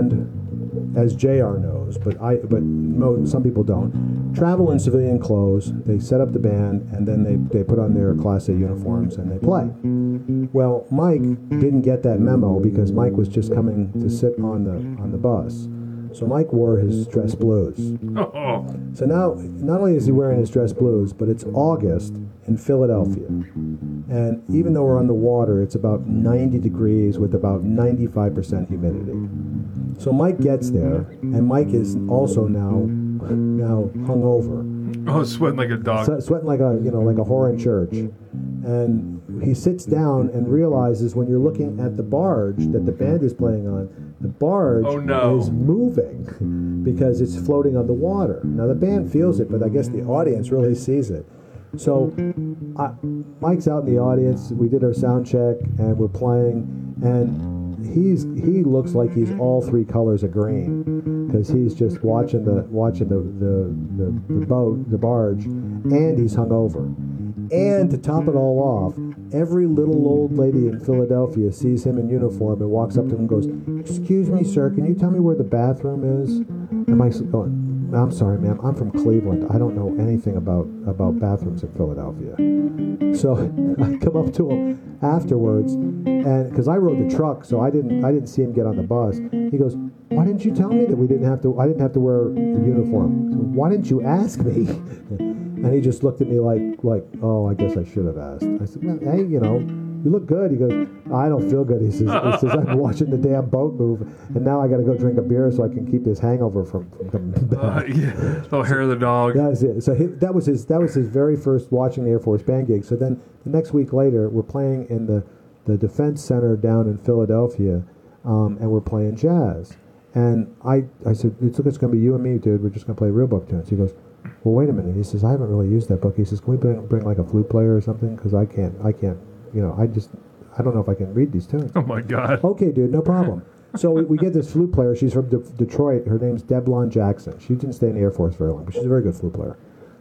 [SPEAKER 1] band, as Jr. knows, but I but mo- some people don't, travel in civilian clothes. They set up the band, and then they they put on their Class A uniforms and they play. Well, Mike didn't get that memo because Mike was just coming to sit on the on the bus. So Mike wore his dress blues.
[SPEAKER 2] Oh,
[SPEAKER 1] So now, not only is he wearing his dress blues, but it's August in Philadelphia, and even though we're on the water, it's about 90 degrees with about 95% humidity. So Mike gets there, and Mike is also now now hungover
[SPEAKER 2] oh, sweating like a dog.
[SPEAKER 1] swe- sweating like a you know like a whore in church, and he sits down and realizes when you're looking at the barge that the band is playing on, the barge
[SPEAKER 2] Oh, no.
[SPEAKER 1] is moving because it's floating on the water. Now the band feels it, but I guess the audience really sees it. So I, Mike's out in the audience. We did our sound check and we're playing, and he's he looks like he's all three colors of green because he's just watching the watching the, the, the, the boat the barge, and he's hungover. And to top it all off, every little old lady in Philadelphia sees him in uniform and walks up to him and goes, Excuse me, sir, can you tell me where the bathroom is? And Mike's going, I'm sorry, ma'am, I'm from Cleveland. I don't know anything about, about bathrooms in Philadelphia. So *laughs* I come up to him afterwards, and because I rode the truck, so I didn't I didn't see him get on the bus. He goes, "Why didn't you tell me that we didn't have to? I didn't have to wear the uniform. So why didn't you ask me?" *laughs* and he just looked at me like like Oh, I guess I should have asked. I said, "Well, hey, you know." You look good. He goes, I don't feel good. *laughs* He says, he says I'm watching the damn boat move, and now I got to go drink a beer so I can keep this hangover from, from coming back.
[SPEAKER 2] Uh, *laughs* yeah, little hair of the dog.
[SPEAKER 1] That was it. So he, that was his that was his very first watching the Air Force band gig. So then the next week later, we're playing in the the Defense Center down in Philadelphia, um, and we're playing jazz. And I I said, it's, it's going to be you and me, dude. We're just going to play real book tunes. He goes, well, wait a minute. He says, I haven't really used that book. He says, can we bring, bring like a flute player or something? Because I can't I can't you know I just I don't know if I can read these tunes.
[SPEAKER 2] Oh my god.
[SPEAKER 1] Okay, dude, no
[SPEAKER 2] *laughs*
[SPEAKER 1] problem. So we, we get this flute player. She's from De- Detroit. Her name's Deblon Jackson. She didn't stay in the Air Force very long, but she's a very good flute player.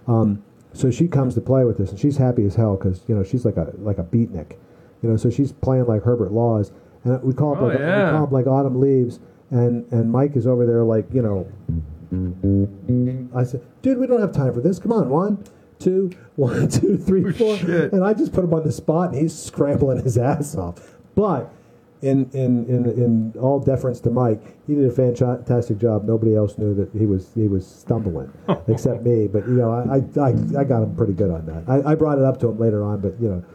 [SPEAKER 1] Um, so she comes to play with us, and she's happy as hell because you know she's like a like a beatnik, you know. So she's playing like Herbert Laws, and we call it
[SPEAKER 2] Oh,
[SPEAKER 1] like
[SPEAKER 2] yeah.
[SPEAKER 1] we call it like Autumn Leaves, and and Mike is over there like you know. I said, dude, we don't have time for this. Come on, one, two, one, *laughs* two, three, four,
[SPEAKER 2] Oh, shit.
[SPEAKER 1] and I just put him on the spot, and he's scrambling his *laughs* ass off. But in in in, in all deference to Mike, he did a fantastic job. Nobody else knew that he was he was
[SPEAKER 2] *laughs*
[SPEAKER 1] stumbling except me. But you know, I I, I, I got him pretty good on that. I, I brought it up to him later on, but you know. uh,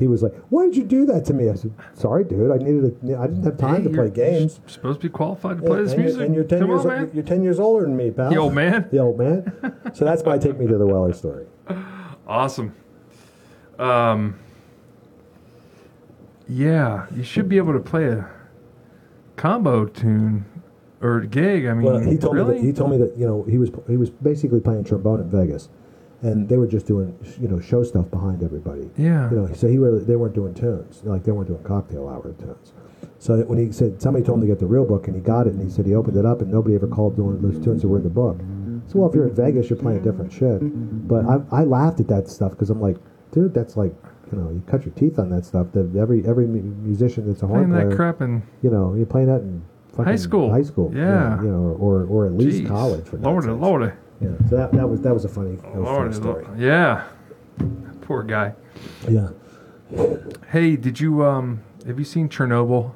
[SPEAKER 1] He was like, "Why did you do that to me?" I said, "Sorry, dude. I needed. A, I didn't have time to play
[SPEAKER 2] You're-
[SPEAKER 1] games.
[SPEAKER 2] you're supposed to be qualified to play this
[SPEAKER 1] and,
[SPEAKER 2] music.
[SPEAKER 1] You're, and you're 10
[SPEAKER 2] Come
[SPEAKER 1] years.
[SPEAKER 2] on,
[SPEAKER 1] o-
[SPEAKER 2] man.
[SPEAKER 1] You're ten years older than me, pal.
[SPEAKER 2] The old
[SPEAKER 1] *laughs*
[SPEAKER 2] man.
[SPEAKER 1] The old man. So that's my take me to the Weller story.
[SPEAKER 2] Awesome. Um, yeah, you should be able to play a combo tune or gig. I mean,
[SPEAKER 1] Well, he told
[SPEAKER 2] really?
[SPEAKER 1] me that he told me that you know he was he was basically playing trombone in Vegas, and they were just doing you know show stuff behind everybody.
[SPEAKER 2] Yeah.
[SPEAKER 1] You know, so he really they weren't doing tunes like they weren't doing cocktail hour tunes. So when he said somebody told him to get the real book and he got it and he said he opened it up and nobody ever called doing those tunes that were in the book. So well, if you're in Vegas, you're playing different shit. But I, I laughed at that stuff because I'm like, dude, that's like you know you cut your teeth on that stuff. That every every mu- musician that's a horn
[SPEAKER 2] playing that
[SPEAKER 1] player-
[SPEAKER 2] crap and
[SPEAKER 1] you know, you're playing that in fucking
[SPEAKER 2] High school.
[SPEAKER 1] high school,
[SPEAKER 2] Yeah.
[SPEAKER 1] you know, or, or at least
[SPEAKER 2] geez,
[SPEAKER 1] college. For
[SPEAKER 2] Lordy,
[SPEAKER 1] God's sakes.
[SPEAKER 2] Lordy,
[SPEAKER 1] Yeah, so that, that was that was a funny, that was a funny
[SPEAKER 2] Lordy,
[SPEAKER 1] story.
[SPEAKER 2] Lordy. Yeah, poor guy.
[SPEAKER 1] Yeah,
[SPEAKER 2] Hey, did you um? Have you seen Chernobyl?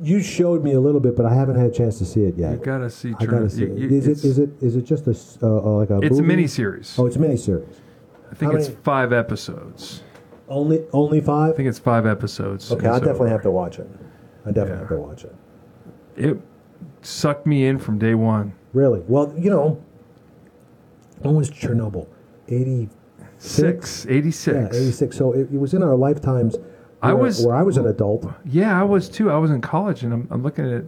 [SPEAKER 1] you showed me a little bit, but I haven't had a chance to see it yet.
[SPEAKER 2] You gotta see
[SPEAKER 1] I gotta
[SPEAKER 2] Chernobyl.
[SPEAKER 1] see.
[SPEAKER 2] You- you-
[SPEAKER 1] it. Is
[SPEAKER 2] it's,
[SPEAKER 1] it is it is it just a s- uh, uh, like a?
[SPEAKER 2] it's a
[SPEAKER 1] movie?
[SPEAKER 2] mini series.
[SPEAKER 1] Oh, it's a miniseries.
[SPEAKER 2] I think
[SPEAKER 1] how
[SPEAKER 2] it's
[SPEAKER 1] many-
[SPEAKER 2] five episodes.
[SPEAKER 1] Only only five.
[SPEAKER 2] I think it's five episodes.
[SPEAKER 1] okay, I
[SPEAKER 2] So-
[SPEAKER 1] definitely have to watch it. I definitely
[SPEAKER 2] Yeah.
[SPEAKER 1] have to watch it.
[SPEAKER 2] It sucked me in from day one.
[SPEAKER 1] Really? Well, you know, when was Chernobyl? Eighty.
[SPEAKER 2] Six, 86.
[SPEAKER 1] Yeah, 86. So it, it was in our lifetimes
[SPEAKER 2] I
[SPEAKER 1] where-
[SPEAKER 2] was-
[SPEAKER 1] where I was an adult.
[SPEAKER 2] Yeah, I was too. I was in college, and I'm, I'm looking at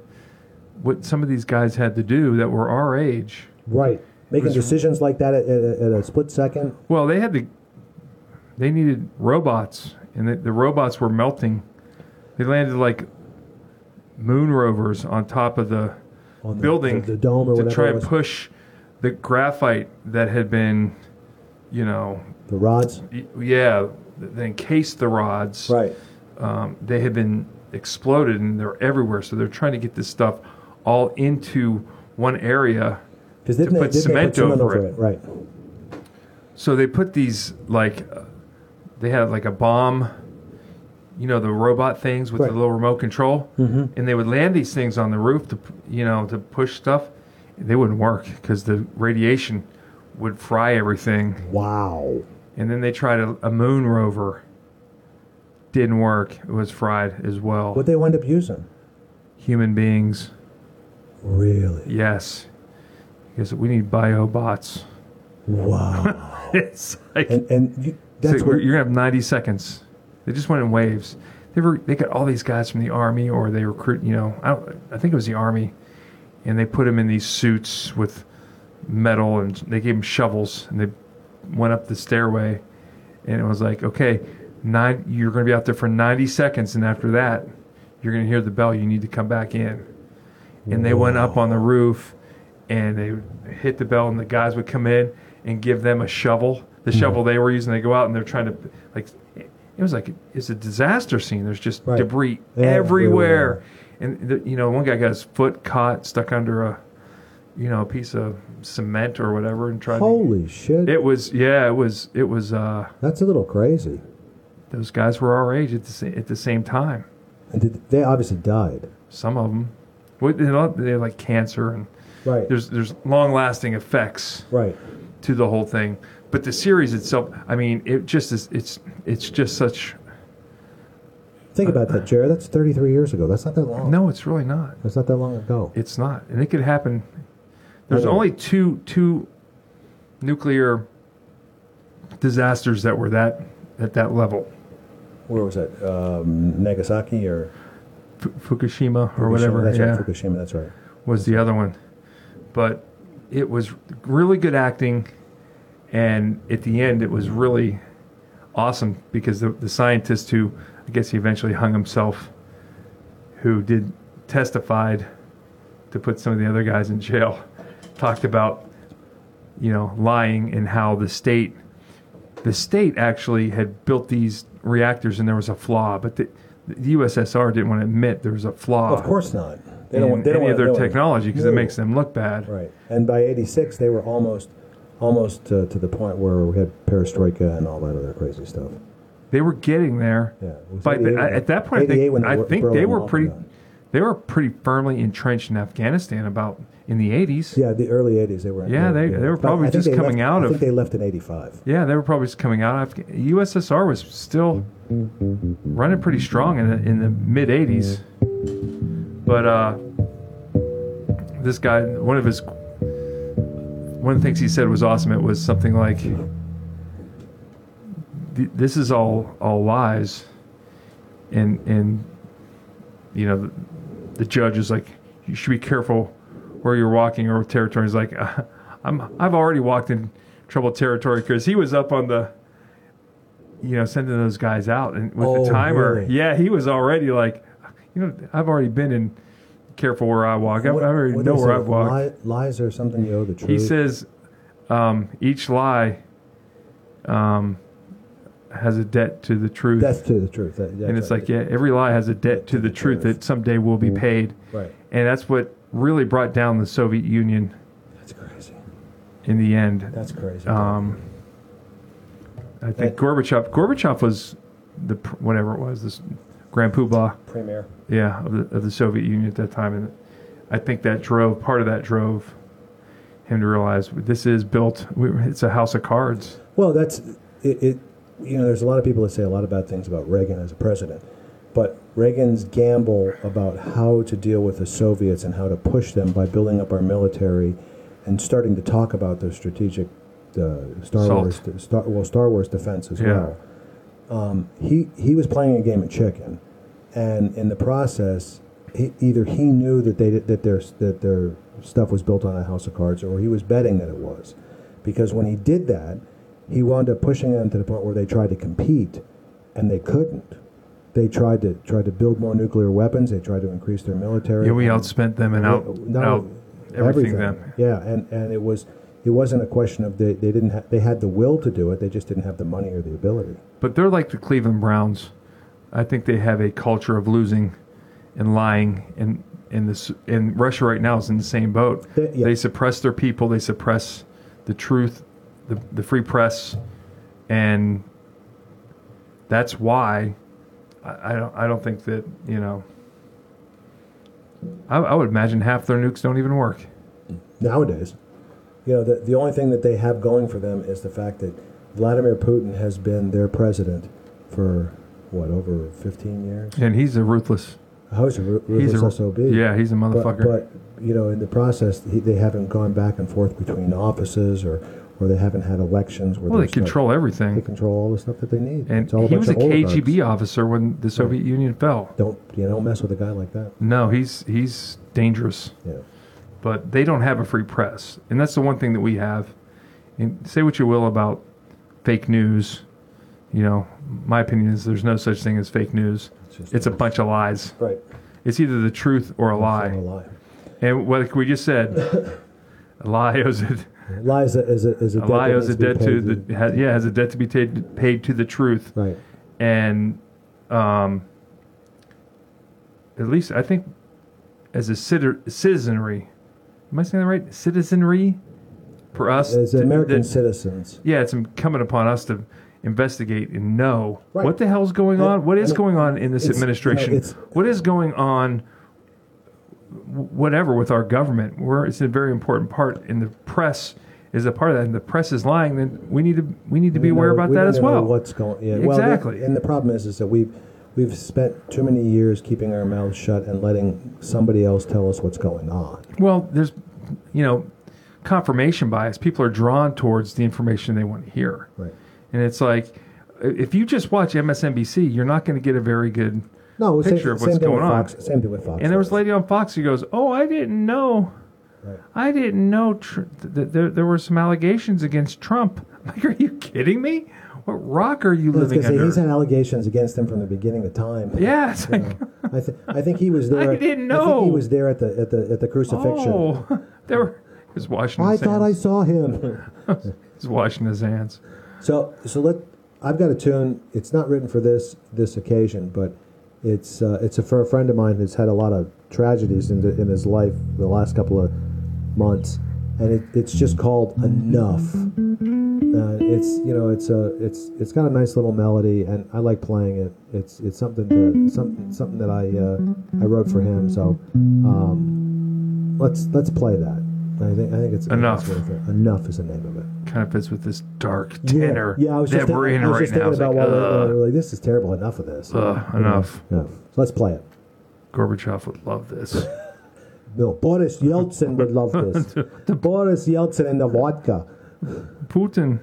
[SPEAKER 2] what some of these guys had to do that were our age.
[SPEAKER 1] Right. Making
[SPEAKER 2] was-
[SPEAKER 1] decisions like that at, at, a- at a split second.
[SPEAKER 2] Well, they had to. They needed robots, and the, the robots were melting. They landed like moon rovers on top of the
[SPEAKER 1] On the-
[SPEAKER 2] building
[SPEAKER 1] the, the dome or
[SPEAKER 2] to
[SPEAKER 1] whatever
[SPEAKER 2] try
[SPEAKER 1] it
[SPEAKER 2] and
[SPEAKER 1] was.
[SPEAKER 2] push the graphite that had been, you know,
[SPEAKER 1] the rods.
[SPEAKER 2] y- yeah, that encased the rods.
[SPEAKER 1] Right.
[SPEAKER 2] um, they have been exploded and they're everywhere. So they're trying to get this stuff all into one area.
[SPEAKER 1] Because didn't, they,
[SPEAKER 2] put
[SPEAKER 1] didn't they
[SPEAKER 2] cement
[SPEAKER 1] put cement
[SPEAKER 2] over
[SPEAKER 1] over
[SPEAKER 2] it.
[SPEAKER 1] it? Right.
[SPEAKER 2] So they put these like uh, they had like a bomb, you know, the robot things with
[SPEAKER 1] Right. Mm-hmm.
[SPEAKER 2] the little remote control, and they would land these things on the roof to p- you know to push stuff. They wouldn't work because the radiation would fry everything.
[SPEAKER 1] Wow.
[SPEAKER 2] And then they tried a, a moon rover. Didn't work. It was fried as well.
[SPEAKER 1] What they wind up using?
[SPEAKER 2] Human beings.
[SPEAKER 1] Really?
[SPEAKER 2] Yes. Because we need biobots. *laughs*
[SPEAKER 1] Wow.
[SPEAKER 2] It's like *laughs*
[SPEAKER 1] and and you, that's
[SPEAKER 2] so
[SPEAKER 1] what
[SPEAKER 2] you're gonna have ninety seconds. They just went in waves. They were they got all these guys from the army, or they recruit. You know, I, don't, I think it was the army, and they put them in these suits with metal, and they gave them shovels, and they went up the stairway, and it was like, okay, nine, you're going to be out there for 90 seconds, and after that, you're going to hear the bell. You need to come back in. And they went up on the roof, and they would hit the bell, and the guys would come in and give them a shovel,
[SPEAKER 1] Hmm.
[SPEAKER 2] the shovel they were using. They go out and they're trying to like, it was like it's a disaster scene. There's just
[SPEAKER 1] Right.
[SPEAKER 2] debris everywhere,
[SPEAKER 1] Everywhere.
[SPEAKER 2] and the, you know one guy got his foot caught stuck under a, you know, piece of cement or whatever, and tried. to,
[SPEAKER 1] Holy shit.
[SPEAKER 2] it was yeah, it was it was. uh
[SPEAKER 1] That's a little crazy.
[SPEAKER 2] Those guys were our age at the sa- at the same time.
[SPEAKER 1] And did, they obviously died.
[SPEAKER 2] Some of them, what they had- they had like cancer and
[SPEAKER 1] Right.
[SPEAKER 2] there's there's long lasting effects
[SPEAKER 1] right.
[SPEAKER 2] to the whole thing. But the series itself, I mean, it just is it's it's just such
[SPEAKER 1] Think about that, Jared. That's 33 years ago. That's not that long.
[SPEAKER 2] no, it's really not.
[SPEAKER 1] That's not that long ago.
[SPEAKER 2] It's not, and it could happen. There's
[SPEAKER 1] Really?
[SPEAKER 2] only two two nuclear disasters that were that at that level,
[SPEAKER 1] Where was that? Um, Nagasaki or
[SPEAKER 2] F- Fukushima or whatever.
[SPEAKER 1] That's
[SPEAKER 2] yeah.
[SPEAKER 1] right. Fukushima. That's right.
[SPEAKER 2] was the other one. But it was really good acting, and at the end, it was really awesome because the, the scientist who I guess he eventually hung himself, who did testified to put some of the other guys in jail, *laughs* talked about you know lying and how the state the state actually had built these reactors and there was a flaw, but the, the USSR didn't want to admit there was a flaw
[SPEAKER 1] Of course not. They
[SPEAKER 2] in
[SPEAKER 1] don't want they don't
[SPEAKER 2] any
[SPEAKER 1] want
[SPEAKER 2] of their
[SPEAKER 1] to know it.
[SPEAKER 2] technology because it
[SPEAKER 1] No.
[SPEAKER 2] makes them look bad.
[SPEAKER 1] Right. And by 86, they were almost almost uh, to the point where we had perestroika and all that other crazy stuff.
[SPEAKER 2] They were getting there,
[SPEAKER 1] Yeah. It was
[SPEAKER 2] but
[SPEAKER 1] 88 when-
[SPEAKER 2] at that point, I
[SPEAKER 1] 88 when
[SPEAKER 2] think,
[SPEAKER 1] the
[SPEAKER 2] I
[SPEAKER 1] wor-
[SPEAKER 2] think they
[SPEAKER 1] Berlin
[SPEAKER 2] were
[SPEAKER 1] Wall
[SPEAKER 2] pretty,
[SPEAKER 1] came down.
[SPEAKER 2] they were pretty firmly entrenched in Afghanistan about in the eighties.
[SPEAKER 1] Yeah, the early 80s they were. in-
[SPEAKER 2] Yeah, they- they were
[SPEAKER 1] But I
[SPEAKER 2] probably
[SPEAKER 1] think
[SPEAKER 2] just
[SPEAKER 1] they
[SPEAKER 2] coming
[SPEAKER 1] left-
[SPEAKER 2] out
[SPEAKER 1] I
[SPEAKER 2] of-
[SPEAKER 1] think they left in 85.
[SPEAKER 2] Yeah, they were probably just coming out. Afgh- USSR was still running pretty strong in the, in the mid '80s, but uh, this guy, one of his, one of the things he said was awesome. It was something like, "Th- "This is all all lies," and and you know, the, the judge is like, "You should be careful where you're walking or what territory." He's like, uh, "I'm I've already walked in troubled territory because he was up on the." You know, sending those guys out and with
[SPEAKER 1] Oh,
[SPEAKER 2] the timer,
[SPEAKER 1] really?
[SPEAKER 2] yeah, he was already like, you know, I've already been in careful where I walk. I, I already
[SPEAKER 1] what
[SPEAKER 2] know
[SPEAKER 1] is
[SPEAKER 2] where
[SPEAKER 1] it?
[SPEAKER 2] I've walked.
[SPEAKER 1] Li- lies are something you owe the truth.
[SPEAKER 2] He says um, each lie um, has a debt to the truth.
[SPEAKER 1] That's to the truth. That- that's
[SPEAKER 2] and it's
[SPEAKER 1] right.
[SPEAKER 2] like, yeah, every lie has a debt to the truth that someday will
[SPEAKER 1] Mm.
[SPEAKER 2] be paid.
[SPEAKER 1] Right.
[SPEAKER 2] And that's what really brought down the Soviet Union
[SPEAKER 1] That's crazy.
[SPEAKER 2] in the end.
[SPEAKER 1] That's crazy.
[SPEAKER 2] Um, I think
[SPEAKER 1] That-
[SPEAKER 2] Gorbachev, Gorbachev was the, pr- whatever it was, this grand poobah.
[SPEAKER 1] Premier.
[SPEAKER 2] yeah, of the, of the Soviet Union at that time, and I think that drove part of that drove him to realize this is built. We, it's a house of cards.
[SPEAKER 1] Well, that's it, it. You know, there's a lot of people that say a lot of bad things about Reagan as a president, but Reagan's gamble about how to deal with the Soviets and how to push them by building up our military and starting to talk about the strategic uh, Star
[SPEAKER 2] Salt.
[SPEAKER 1] Wars, Star, well, Star Wars defense as
[SPEAKER 2] Yeah.
[SPEAKER 1] well. Um, he he was playing a game of chicken, and in the process, he, either he knew that they did- that their that their stuff was built on a house of cards, or he was betting that it was, because when he did that, he wound up pushing them to the point where they tried to compete, and they couldn't. They tried to tried to build more nuclear weapons. They tried to increase their military.
[SPEAKER 2] Yeah, we outspent them and out,
[SPEAKER 1] No,
[SPEAKER 2] out everything them.
[SPEAKER 1] Yeah, and, and it was it wasn't a question of they, they didn't ha- they had the will to do it. They just didn't have the money or the ability.
[SPEAKER 2] But they're like the Cleveland Browns. I think they have a culture of losing and lying, and and this and Russia right now is in the same boat.
[SPEAKER 1] They- yeah.
[SPEAKER 2] They suppress their people. They suppress the truth, the the free press, and that's why I, I don't I don't think that you know. I, I would imagine half their nukes don't even work.
[SPEAKER 1] nowadays. You know, the, the only thing that they have going for them is the fact that Vladimir Putin has been their president for, what, over 15 years?
[SPEAKER 2] And he's a ruthless.
[SPEAKER 1] How is a ru-
[SPEAKER 2] He's
[SPEAKER 1] ruthless
[SPEAKER 2] a
[SPEAKER 1] SOB?
[SPEAKER 2] yeah. He's a
[SPEAKER 1] But,
[SPEAKER 2] motherfucker.
[SPEAKER 1] but, you know, in the process, he, they haven't gone back and forth between offices or, where they haven't had elections. Where
[SPEAKER 2] Well, they
[SPEAKER 1] there's no-
[SPEAKER 2] control everything.
[SPEAKER 1] They control all the stuff that they need.
[SPEAKER 2] and
[SPEAKER 1] it's all
[SPEAKER 2] he
[SPEAKER 1] bunch
[SPEAKER 2] was a
[SPEAKER 1] of oligarchs.
[SPEAKER 2] KGB officer when the Soviet Union fell.
[SPEAKER 1] Don't you know, don't mess with a guy like that.
[SPEAKER 2] No, he's he's dangerous.
[SPEAKER 1] Yeah.
[SPEAKER 2] but they don't have a free press, and that's the one thing that we have. And say what you will about fake news, you know, my opinion is there's no such thing as fake news.
[SPEAKER 1] It's just-
[SPEAKER 2] It's a bunch of lies.
[SPEAKER 1] Right.
[SPEAKER 2] It's either the truth or a
[SPEAKER 1] It's
[SPEAKER 2] lie.
[SPEAKER 1] not a lie.
[SPEAKER 2] And what like we just said, a lie owes it.
[SPEAKER 1] Lie is a is a, is a
[SPEAKER 2] A
[SPEAKER 1] debt
[SPEAKER 2] lie
[SPEAKER 1] that
[SPEAKER 2] owes a
[SPEAKER 1] needs be
[SPEAKER 2] debt to
[SPEAKER 1] paid
[SPEAKER 2] the has, yeah has a debt to be ta- paid to the truth.
[SPEAKER 1] right.
[SPEAKER 2] and um, at least I think as a citi- citizenry, am I saying that right? Citizenry for us
[SPEAKER 1] As
[SPEAKER 2] to-
[SPEAKER 1] American
[SPEAKER 2] that-
[SPEAKER 1] citizens,
[SPEAKER 2] yeah, it's incumbent upon us to investigate and know
[SPEAKER 1] Right.
[SPEAKER 2] what the hell's going on. What
[SPEAKER 1] I
[SPEAKER 2] is
[SPEAKER 1] mean,
[SPEAKER 2] going on in this
[SPEAKER 1] it's-
[SPEAKER 2] administration?
[SPEAKER 1] no, it's-
[SPEAKER 2] what is going on? wh- Whatever with our government, where it's a very important part, and the press is a part of that. And the press is lying. Then we need to we need to be
[SPEAKER 1] We
[SPEAKER 2] aware
[SPEAKER 1] know-
[SPEAKER 2] about
[SPEAKER 1] we
[SPEAKER 2] that
[SPEAKER 1] don't
[SPEAKER 2] as
[SPEAKER 1] know
[SPEAKER 2] well.
[SPEAKER 1] What's going? Yeah. Well,
[SPEAKER 2] Exactly.
[SPEAKER 1] the- and the problem is, is that we've we've spent too many years keeping our mouths shut and letting somebody else tell us what's going on.
[SPEAKER 2] Well, there's, you know, confirmation bias. People are drawn towards the information they want to hear.
[SPEAKER 1] Right.
[SPEAKER 2] And it's like, i- if you just watch MSNBC, you're not going to get a very good.
[SPEAKER 1] No,
[SPEAKER 2] Picture
[SPEAKER 1] same,
[SPEAKER 2] of what's
[SPEAKER 1] same thing with
[SPEAKER 2] going on.
[SPEAKER 1] Fox, same thing with Fox.
[SPEAKER 2] And there was a
[SPEAKER 1] News.
[SPEAKER 2] lady on Fox who goes, "Oh, I didn't know,
[SPEAKER 1] Right.
[SPEAKER 2] I didn't know tr- th- th- there there were some allegations against Trump." *laughs* I'm like, are you kidding me? What rock are you
[SPEAKER 1] I was
[SPEAKER 2] living
[SPEAKER 1] gonna say,
[SPEAKER 2] under?
[SPEAKER 1] he's had allegations against him from the beginning of time.
[SPEAKER 2] yeah, it's like,
[SPEAKER 1] I, th- I think he was there.
[SPEAKER 2] *laughs* I
[SPEAKER 1] at-
[SPEAKER 2] didn't
[SPEAKER 1] I think
[SPEAKER 2] know.
[SPEAKER 1] he was there at the at the at the crucifixion.
[SPEAKER 2] oh, *laughs* there were. He's washing.
[SPEAKER 1] I
[SPEAKER 2] his
[SPEAKER 1] thought I
[SPEAKER 2] hands.
[SPEAKER 1] saw him.
[SPEAKER 2] He's washing his hands.
[SPEAKER 1] So so let I've got a tune. It's not written for this this occasion, but it's uh, it's a, for a friend of mine who's had a lot of tragedies in, the, in his life the last couple of months, and it, it's just called Enough. Uh, it's you know it's a it's it's got a nice little melody, and I like playing it. It's it's something to something something that I uh, I wrote for him. So um, let's let's play that. I think I think it's
[SPEAKER 2] Enough.
[SPEAKER 1] it's worth it. Enough is the name of it.
[SPEAKER 2] Kind of fits with this dark
[SPEAKER 1] Yeah,
[SPEAKER 2] tenor
[SPEAKER 1] Yeah, I was
[SPEAKER 2] that
[SPEAKER 1] just,
[SPEAKER 2] we're in
[SPEAKER 1] I was
[SPEAKER 2] right
[SPEAKER 1] just
[SPEAKER 2] now.
[SPEAKER 1] thinking
[SPEAKER 2] It's
[SPEAKER 1] about while
[SPEAKER 2] like,
[SPEAKER 1] we were-
[SPEAKER 2] ugh.
[SPEAKER 1] we were like, this is terrible. Enough of this.
[SPEAKER 2] Ugh, enough.
[SPEAKER 1] Yeah. So let's play it.
[SPEAKER 2] Gorbachev would love this.
[SPEAKER 1] No, Boris Yeltsin would
[SPEAKER 2] *laughs*
[SPEAKER 1] love this. Boris Yeltsin and the vodka.
[SPEAKER 2] Putin.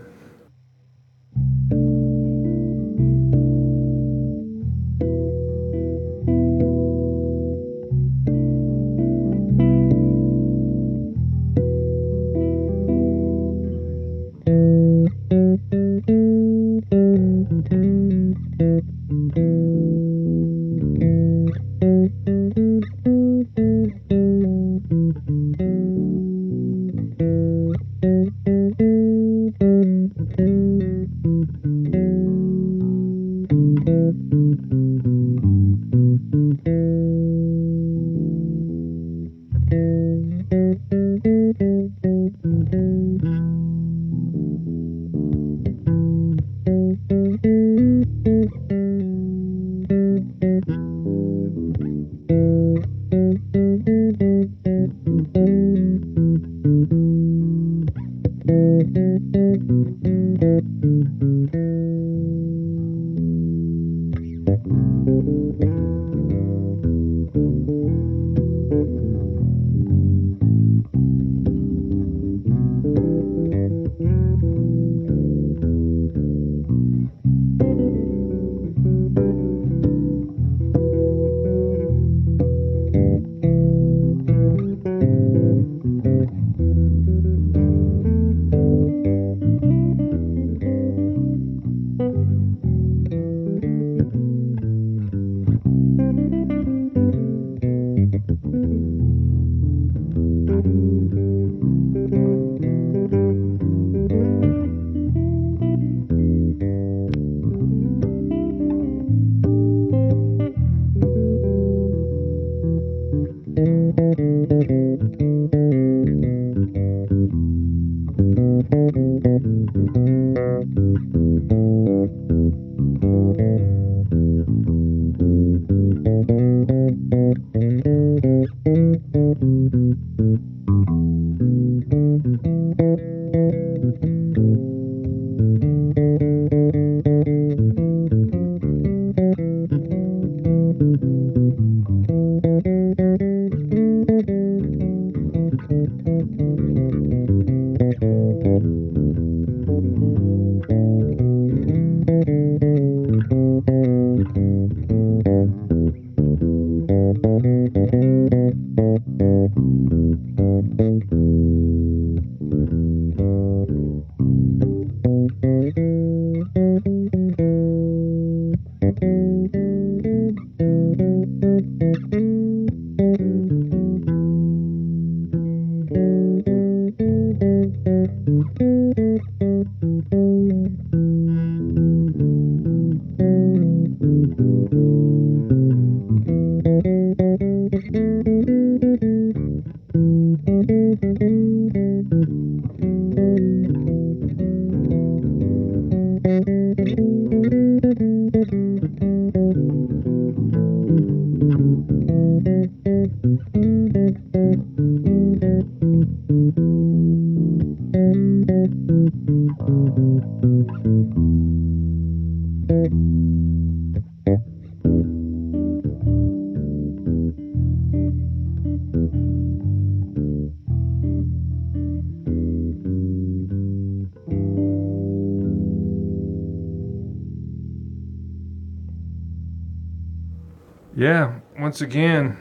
[SPEAKER 2] Yeah, once again,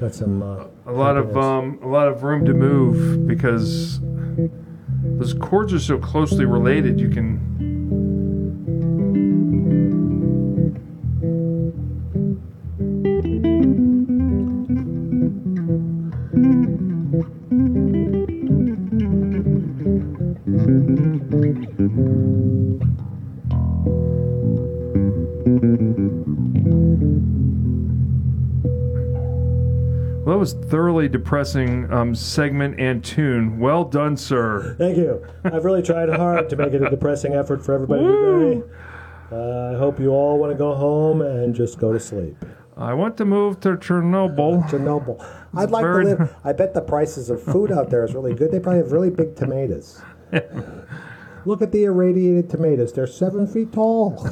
[SPEAKER 4] Got some. Uh,
[SPEAKER 2] a lot of um, a lot of room to move because those chords are so closely related. You can. Well, that was thoroughly depressing um, segment and tune. Well done, sir.
[SPEAKER 4] Thank you. I've really tried hard to make it a depressing effort for everybody today. Uh, I hope you all want to go home and just go to sleep.
[SPEAKER 2] I want to move to Chernobyl.
[SPEAKER 1] Chernobyl. I'd like
[SPEAKER 2] very-
[SPEAKER 1] to live. I bet the prices of food out there is really good. They probably have really big
[SPEAKER 2] *laughs*
[SPEAKER 1] tomatoes. Look at the irradiated tomatoes. They're seven feet tall,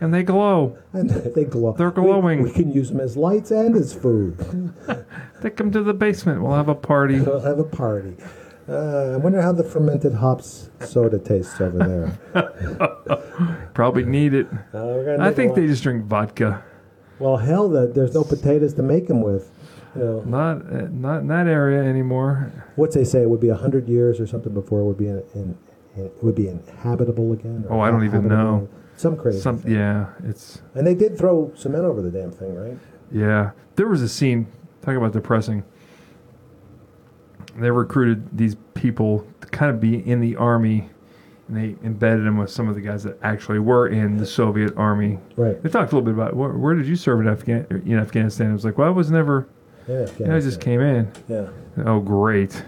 [SPEAKER 2] and they glow.
[SPEAKER 1] and they glow.
[SPEAKER 2] They're
[SPEAKER 1] We-
[SPEAKER 2] glowing.
[SPEAKER 1] We, can use them as lights and as food.
[SPEAKER 2] Take them to the basement. We'll have a party.
[SPEAKER 1] We'll have a party. Uh, I wonder how the fermented hops soda tastes over there.
[SPEAKER 2] Probably need it.
[SPEAKER 1] *laughs* Uh, we're gonna
[SPEAKER 2] I
[SPEAKER 1] make a
[SPEAKER 2] think
[SPEAKER 1] lot-
[SPEAKER 2] they just drink vodka.
[SPEAKER 1] Well, hell, the, there's no potatoes to make them with. You know,
[SPEAKER 2] Not uh, not in that area anymore.
[SPEAKER 1] what they say it would be hundred years or something before it would be in, in, in it would be inhabitable again. or
[SPEAKER 2] Oh, I don't even
[SPEAKER 1] habitable.
[SPEAKER 2] know.
[SPEAKER 1] Some crazy.
[SPEAKER 2] Some
[SPEAKER 1] thing.
[SPEAKER 2] yeah, it's
[SPEAKER 1] And they did throw cement over the damn thing, right?
[SPEAKER 2] Yeah, there was a scene. Talking about depressing. They recruited these people to kind of be in the army, and they embedded them with some of the guys that actually were in the Soviet army.
[SPEAKER 1] Right.
[SPEAKER 2] They talked a little bit about where, where did you serve in, Afghan- in Afghanistan? It was like, well, I was never.
[SPEAKER 1] Yeah.
[SPEAKER 2] You know, I just came in.
[SPEAKER 1] Yeah.
[SPEAKER 2] Oh, great!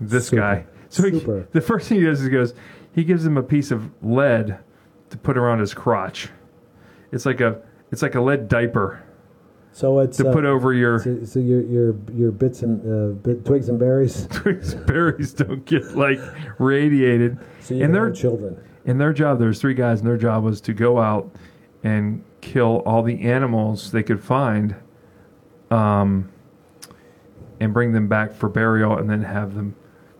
[SPEAKER 2] This
[SPEAKER 1] Super.
[SPEAKER 2] guy. So he,
[SPEAKER 1] Super.
[SPEAKER 2] the first thing he does is he goes. He gives him a piece of lead to put around his crotch. It's like a it's like a lead diaper
[SPEAKER 1] So it's
[SPEAKER 2] to
[SPEAKER 1] uh,
[SPEAKER 2] put over your.
[SPEAKER 1] So, so your your your bits and uh, bit, twigs and berries.
[SPEAKER 2] *laughs* Twig's berries don't get like radiated.
[SPEAKER 1] So you
[SPEAKER 2] In
[SPEAKER 1] can
[SPEAKER 2] their
[SPEAKER 1] have children.
[SPEAKER 2] in their job, there was three guys, and their job was to go out and kill all the animals they could find, um, and bring them back for burial, and then have them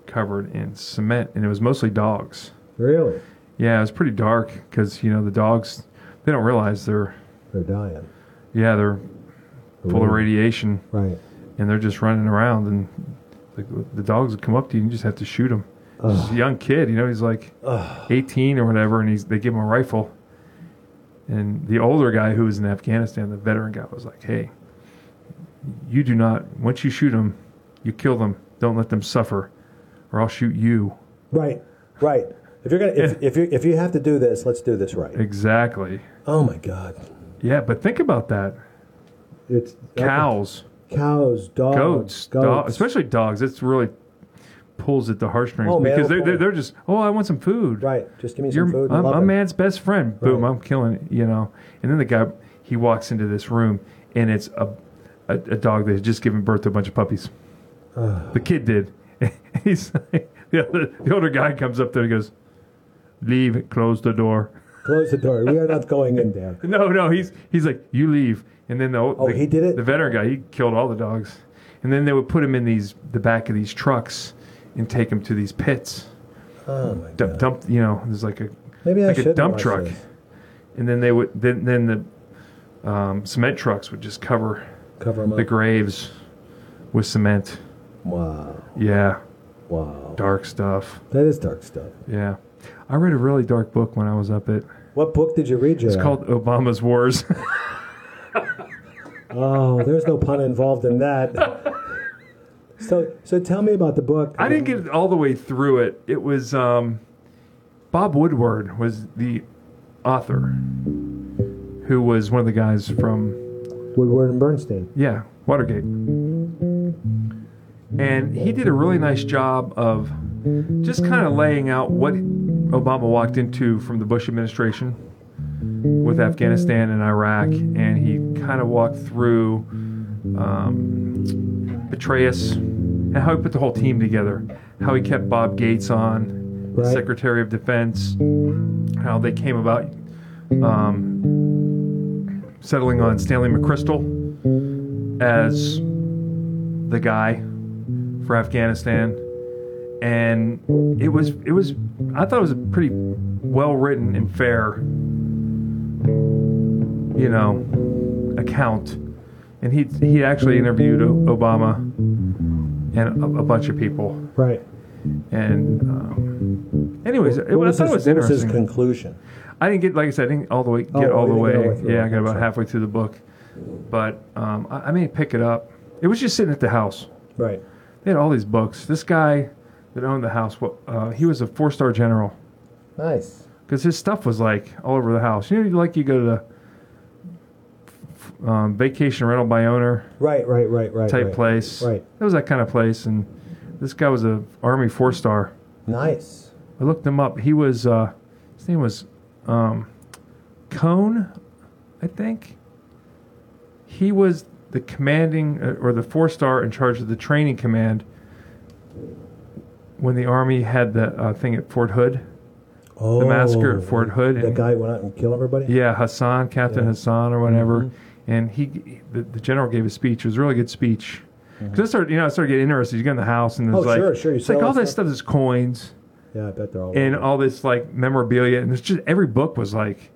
[SPEAKER 2] covered in cement. And it was mostly dogs.
[SPEAKER 1] Really,
[SPEAKER 2] Yeah, it was pretty dark because you know the dogs they don't realize they're
[SPEAKER 1] they're dying.
[SPEAKER 2] yeah they're full of radiation
[SPEAKER 1] Right.
[SPEAKER 2] and they're just running around and like the dogs would come up to you and you just have to shoot him. He's a young kid, you know, he's like 18 or whatever, and he's they give him a rifle. And the older guy who was in Afghanistan, the veteran guy, was like, "Hey, you do not. Once you shoot them, you kill them. Don't let them suffer, or I'll shoot you."
[SPEAKER 1] Right. Right. If you're gonna if, if you if you have to do this, let's do this right.
[SPEAKER 2] Exactly.
[SPEAKER 1] Oh my God.
[SPEAKER 2] Yeah, but think about that.
[SPEAKER 1] It's
[SPEAKER 2] Cows,
[SPEAKER 1] cows, dogs,
[SPEAKER 2] goats,
[SPEAKER 1] goats.
[SPEAKER 2] dog, especially dogs. It's really pulls at the heartstrings
[SPEAKER 1] Oh, man,
[SPEAKER 2] because they're,
[SPEAKER 1] it'll
[SPEAKER 2] they're
[SPEAKER 1] pull.
[SPEAKER 2] they're just, "Oh, I want some food."
[SPEAKER 1] Right. Just give me some
[SPEAKER 2] You're,
[SPEAKER 1] food. and
[SPEAKER 2] I'm,
[SPEAKER 1] love
[SPEAKER 2] I'm
[SPEAKER 1] it.
[SPEAKER 2] man's best friend. Boom,
[SPEAKER 1] Right.
[SPEAKER 2] I'm killing it, you know. And then the guy, he walks into this room, and it's a, a, a dog that had just given birth to a bunch of puppies. the kid did. *laughs* He's like, *laughs* the, other, the older guy comes up there and goes, leave, close the door.
[SPEAKER 1] Close the door. We are not going in
[SPEAKER 2] *laughs*
[SPEAKER 1] there.
[SPEAKER 2] No, no, he's he's like, you leave. And then the
[SPEAKER 1] Oh,
[SPEAKER 2] the,
[SPEAKER 1] he did it?
[SPEAKER 2] The veteran guy, he killed all the dogs. And then they would put him in these the back of these trucks and take him to these pits.
[SPEAKER 1] Oh my
[SPEAKER 2] Dump,
[SPEAKER 1] God.
[SPEAKER 2] dump you know, there's like a
[SPEAKER 1] Maybe I
[SPEAKER 2] like
[SPEAKER 1] should
[SPEAKER 2] a dump
[SPEAKER 1] watch
[SPEAKER 2] truck,
[SPEAKER 1] this.
[SPEAKER 2] and then they would then then the um, cement trucks would just cover
[SPEAKER 1] Cover 'em
[SPEAKER 2] the
[SPEAKER 1] up.
[SPEAKER 2] graves with cement.
[SPEAKER 1] wow.
[SPEAKER 2] Yeah,
[SPEAKER 1] Wow.
[SPEAKER 2] dark stuff.
[SPEAKER 1] That is dark stuff.
[SPEAKER 2] Yeah, I read a really dark book when I was up at.
[SPEAKER 1] What book did you read, Joe?
[SPEAKER 2] It's called Obama's Wars. *laughs*
[SPEAKER 1] Oh, there's no pun involved in
[SPEAKER 2] *laughs*
[SPEAKER 1] that. So, so tell me about the book.
[SPEAKER 2] I didn't get all the way through it. It was um, Bob Woodward was the author, who was one of the guys from
[SPEAKER 1] Woodward and Bernstein.
[SPEAKER 2] Yeah, Watergate. And he did a really nice job of just kind of laying out what Obama walked into from the Bush administration with Afghanistan and Iraq. And he kind of walked through um, Petraeus, and how he put the whole team together, how he kept Bob Gates on, the
[SPEAKER 1] Right.
[SPEAKER 2] Secretary of Defense, how they came about um, settling on Stanley McChrystal as the guy for Afghanistan, and it was it was I thought it was a pretty well written and fair, you know, account. And he he actually interviewed O- Obama and a, a bunch of people.
[SPEAKER 1] Right.
[SPEAKER 2] And um, anyways, it, I thought it was
[SPEAKER 5] what was his
[SPEAKER 2] interesting.
[SPEAKER 5] conclusion?
[SPEAKER 2] I didn't get like I said, I didn't all the way get
[SPEAKER 1] Oh,
[SPEAKER 2] all the
[SPEAKER 1] you
[SPEAKER 2] way.
[SPEAKER 1] didn't get all the way through.
[SPEAKER 2] yeah, I got
[SPEAKER 1] Okay,
[SPEAKER 2] about
[SPEAKER 1] sorry.
[SPEAKER 2] halfway through the book, but um, I, I may pick it up. It was just sitting at the house.
[SPEAKER 1] Right.
[SPEAKER 2] They had all these books. This guy that owned the house, wa- uh, he was a four star general
[SPEAKER 5] Nice.
[SPEAKER 2] because his stuff was like all over the house. You know, like you go to the f- um, vacation rental by owner
[SPEAKER 1] Right. Right. Right. Right.
[SPEAKER 2] type
[SPEAKER 1] right.
[SPEAKER 2] place.
[SPEAKER 1] Right.
[SPEAKER 2] It was that kind of place, and this guy was a army four star.
[SPEAKER 5] Nice.
[SPEAKER 2] I looked him up. He was uh, his name was um, Cone, I think. He was the commanding uh, or the four star in charge of the training command when the army had the uh, thing at Fort Hood.
[SPEAKER 5] Oh,
[SPEAKER 2] massacre at Fort Hood
[SPEAKER 5] The
[SPEAKER 2] and-
[SPEAKER 5] guy went out and killed everybody.
[SPEAKER 2] Yeah, Hassan, Captain
[SPEAKER 5] Yeah. Mm-hmm.
[SPEAKER 2] Hassan, or whatever. And he, the, the general gave a speech. It was a really good speech. Because I started, you know, I started getting interested. You get in the house, and there's
[SPEAKER 5] Mm-hmm. Oh, sure,
[SPEAKER 2] like,
[SPEAKER 5] sure, you
[SPEAKER 2] it's like
[SPEAKER 5] sell
[SPEAKER 2] all
[SPEAKER 5] that
[SPEAKER 2] this stuff is coins
[SPEAKER 1] Yeah. I bet they're all
[SPEAKER 2] and all this like memorabilia, and it's just every book was like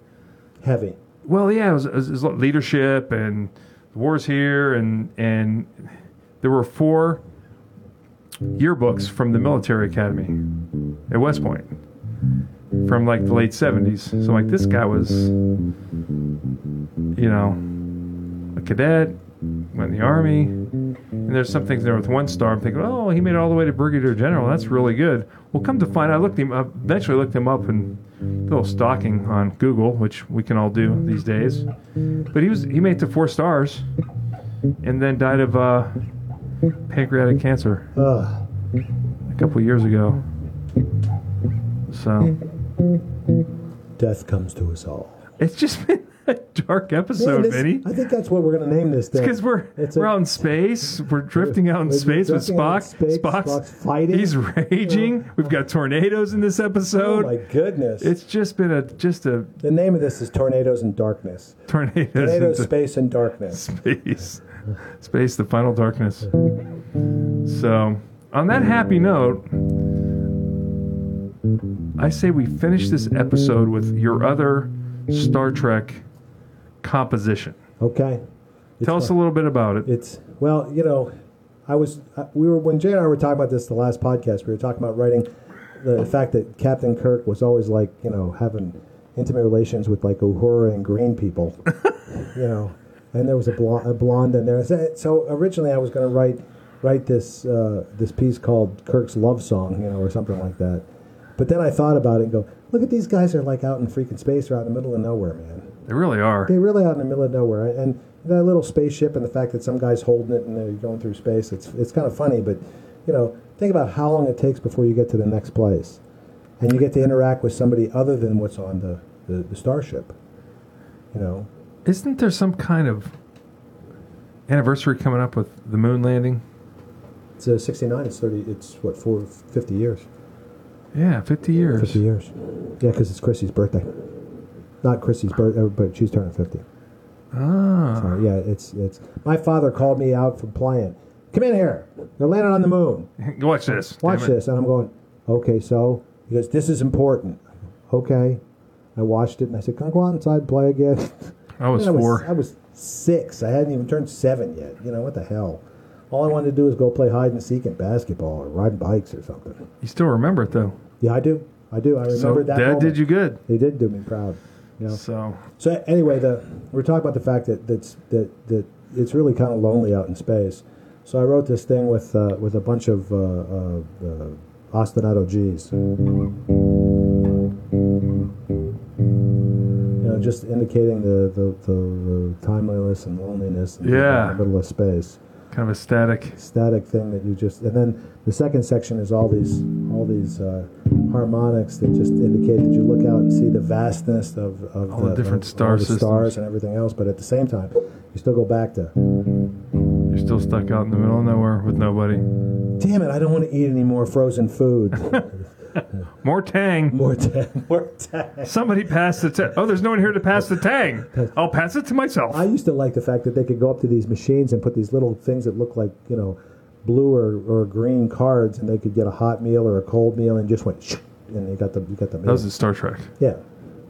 [SPEAKER 1] heavy.
[SPEAKER 2] Well, yeah, it was, it was, it was leadership and the wars here, and and there were four yearbooks from the military academy at West Point from like the late seventies. So like this guy was, you know, a cadet, went in the army, and there's some things there with one star. I'm thinking, oh, he made it all the way to brigadier general. That's really good. Well, come to find, I looked him up. Eventually, looked him up and did a little stalking on Google, which we can all do these days. But he was he made it to four stars, and then died of uh, pancreatic cancer
[SPEAKER 1] Ugh.
[SPEAKER 2] a couple years ago. So
[SPEAKER 1] Death comes to us all.
[SPEAKER 2] it's just *laughs* been a dark
[SPEAKER 1] Man,
[SPEAKER 2] episode,
[SPEAKER 1] this-
[SPEAKER 2] Vinny.
[SPEAKER 1] I think that's what we're gonna name this thing.
[SPEAKER 2] Because we're
[SPEAKER 1] It's a-
[SPEAKER 2] we're out in space, we're drifting out in
[SPEAKER 1] We're
[SPEAKER 2] space with
[SPEAKER 1] drifting out
[SPEAKER 2] Spock.
[SPEAKER 1] in space,
[SPEAKER 2] Spock's,
[SPEAKER 1] Spock's fighting. Oh.
[SPEAKER 2] He's raging. We've got tornadoes in this
[SPEAKER 5] Oh
[SPEAKER 2] episode.
[SPEAKER 5] my goodness.
[SPEAKER 2] it's just been a just a
[SPEAKER 5] the name of this is Tornadoes and Darkness.
[SPEAKER 2] tornadoes
[SPEAKER 5] Tornadoes,
[SPEAKER 2] into
[SPEAKER 5] Space, and Darkness.
[SPEAKER 2] space, space, the final darkness. So, on that happy note, I say we finish this episode with your other Star Trek composition.
[SPEAKER 1] Okay. It's
[SPEAKER 2] Tell us a little bit about it.
[SPEAKER 1] It's well, you know, I was uh, we were when Jay and I were talking about this the last podcast. We were talking about writing the fact that Captain Kirk was always like you know having intimate relations with like Uhura and green people, you know, and there was a, blonde, a blonde in there. So- So originally, I was going to write write this uh, this piece called Kirk's Love Song, you know, or something like that. But then I thought about it and go, look at these guys are like out in freaking space or out in the middle of nowhere, man.
[SPEAKER 2] They really are.
[SPEAKER 1] They're really out in the middle of nowhere, and that little spaceship and the fact that some guy's holding it and they're going through space. It's it's kind of funny, but you know, think about how long it takes before you get to the next place, and you get to interact with somebody other than what's on the the, the starship. You know,
[SPEAKER 2] Isn't there some kind of anniversary coming up with the moon landing?
[SPEAKER 1] it's uh, sixty nine. It's thirty. It's what four fifty years.
[SPEAKER 2] Yeah, 50 years.
[SPEAKER 1] Fifty years. Yeah, because it's Chrissy's birthday. Not Chrissy's birthday, but she's turning fifty.
[SPEAKER 2] Ah.
[SPEAKER 1] Uh, yeah, it's it's. My father called me out from playing. Come in here. They're landing on the moon.
[SPEAKER 2] Watch this. damn
[SPEAKER 1] watch
[SPEAKER 2] it.
[SPEAKER 1] this. And I'm going, okay, so? He goes, this is important. Okay. I watched it and I said, can I go out inside and play again? *laughs*
[SPEAKER 2] I was
[SPEAKER 1] I was,
[SPEAKER 2] four.
[SPEAKER 1] I was six. I hadn't even turned seven yet. You know, what the hell? All I wanted to do was go play hide and seek and basketball or ride bikes or something.
[SPEAKER 2] You still remember it, though.
[SPEAKER 1] Yeah, I do. I do. I
[SPEAKER 2] So,
[SPEAKER 1] remember that.
[SPEAKER 2] Dad did you good.
[SPEAKER 1] They did do me proud. You know?
[SPEAKER 2] So,
[SPEAKER 1] So anyway, the we're talking about the fact that that's that that it's really kind of lonely out in space. So I wrote this thing with uh, with a bunch of uh, uh, uh, ostinato G's. You know, just indicating the the, the, the timeliness and loneliness in
[SPEAKER 2] Yeah.
[SPEAKER 1] the middle of space
[SPEAKER 2] kind of a static.
[SPEAKER 1] static thing that you just and then the second section is all these all these uh, harmonics that just indicate that you look out and see the vastness of, of
[SPEAKER 2] All the different
[SPEAKER 1] of
[SPEAKER 2] star
[SPEAKER 1] all the
[SPEAKER 2] systems.
[SPEAKER 1] stars and everything else but at the same time you still go back to
[SPEAKER 2] You're still stuck out in the middle of nowhere with nobody.
[SPEAKER 1] Damn it! I don't want to eat any more frozen
[SPEAKER 2] *laughs*
[SPEAKER 1] food.
[SPEAKER 2] More Tang.
[SPEAKER 1] more tang. More tang.
[SPEAKER 2] Somebody pass the Tang. Oh, there's no one here to pass the Tang.
[SPEAKER 1] *laughs*
[SPEAKER 2] I'll pass it to myself.
[SPEAKER 1] I used to like the fact that they could go up to these machines and put these little things that look like you know blue or, or green cards, and they could get a hot meal or a cold meal, and just went *laughs* shh, and they got the you got the
[SPEAKER 2] That
[SPEAKER 1] meal.
[SPEAKER 2] was in Star Trek.
[SPEAKER 1] yeah,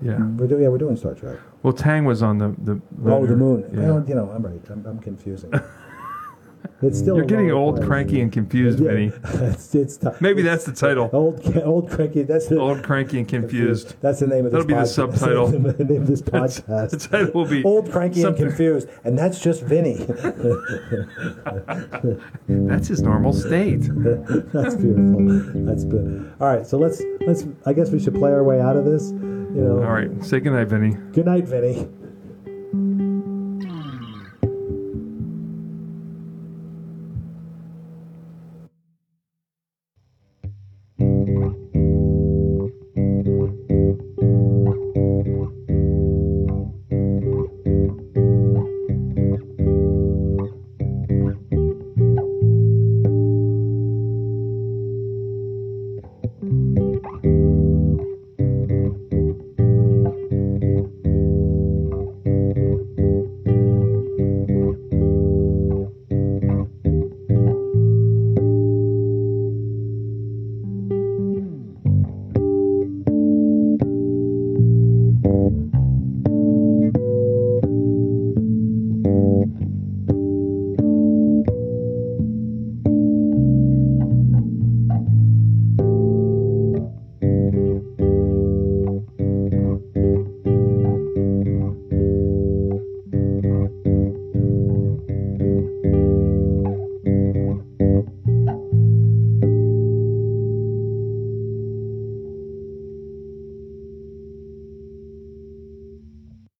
[SPEAKER 2] Yeah.
[SPEAKER 1] we're doing yeah we're doing Star Trek.
[SPEAKER 2] Well, Tang was on the the
[SPEAKER 1] Mm-hmm. Oh, the moon.
[SPEAKER 2] Yeah.
[SPEAKER 1] Well, you know, I'm right. I'm, I'm confusing. It's still.
[SPEAKER 2] You're
[SPEAKER 1] a
[SPEAKER 2] getting
[SPEAKER 1] long
[SPEAKER 2] old,
[SPEAKER 1] way.
[SPEAKER 2] cranky, and
[SPEAKER 1] *laughs*
[SPEAKER 2] confused,
[SPEAKER 1] Yeah.
[SPEAKER 2] Vinny.
[SPEAKER 1] it's, it's ti-
[SPEAKER 2] Maybe that's the title.
[SPEAKER 1] old, *laughs* old cranky. That's the,
[SPEAKER 2] Old, cranky, and confused.
[SPEAKER 1] *laughs* That's the name of
[SPEAKER 2] That'll be the
[SPEAKER 1] this podcast. *laughs*
[SPEAKER 2] subtitle.
[SPEAKER 1] That's the name of this *laughs*
[SPEAKER 2] The
[SPEAKER 1] podcast.
[SPEAKER 2] title will be
[SPEAKER 1] Old, cranky,
[SPEAKER 2] something-
[SPEAKER 1] and confused, and that's just Vinny. *laughs*
[SPEAKER 2] That's his normal state.
[SPEAKER 1] that's beautiful. That's good. All right, so let's let's. I guess we should play our way out of this. You know.
[SPEAKER 2] All right, say goodnight, Vinny.
[SPEAKER 1] Good night, Vinny.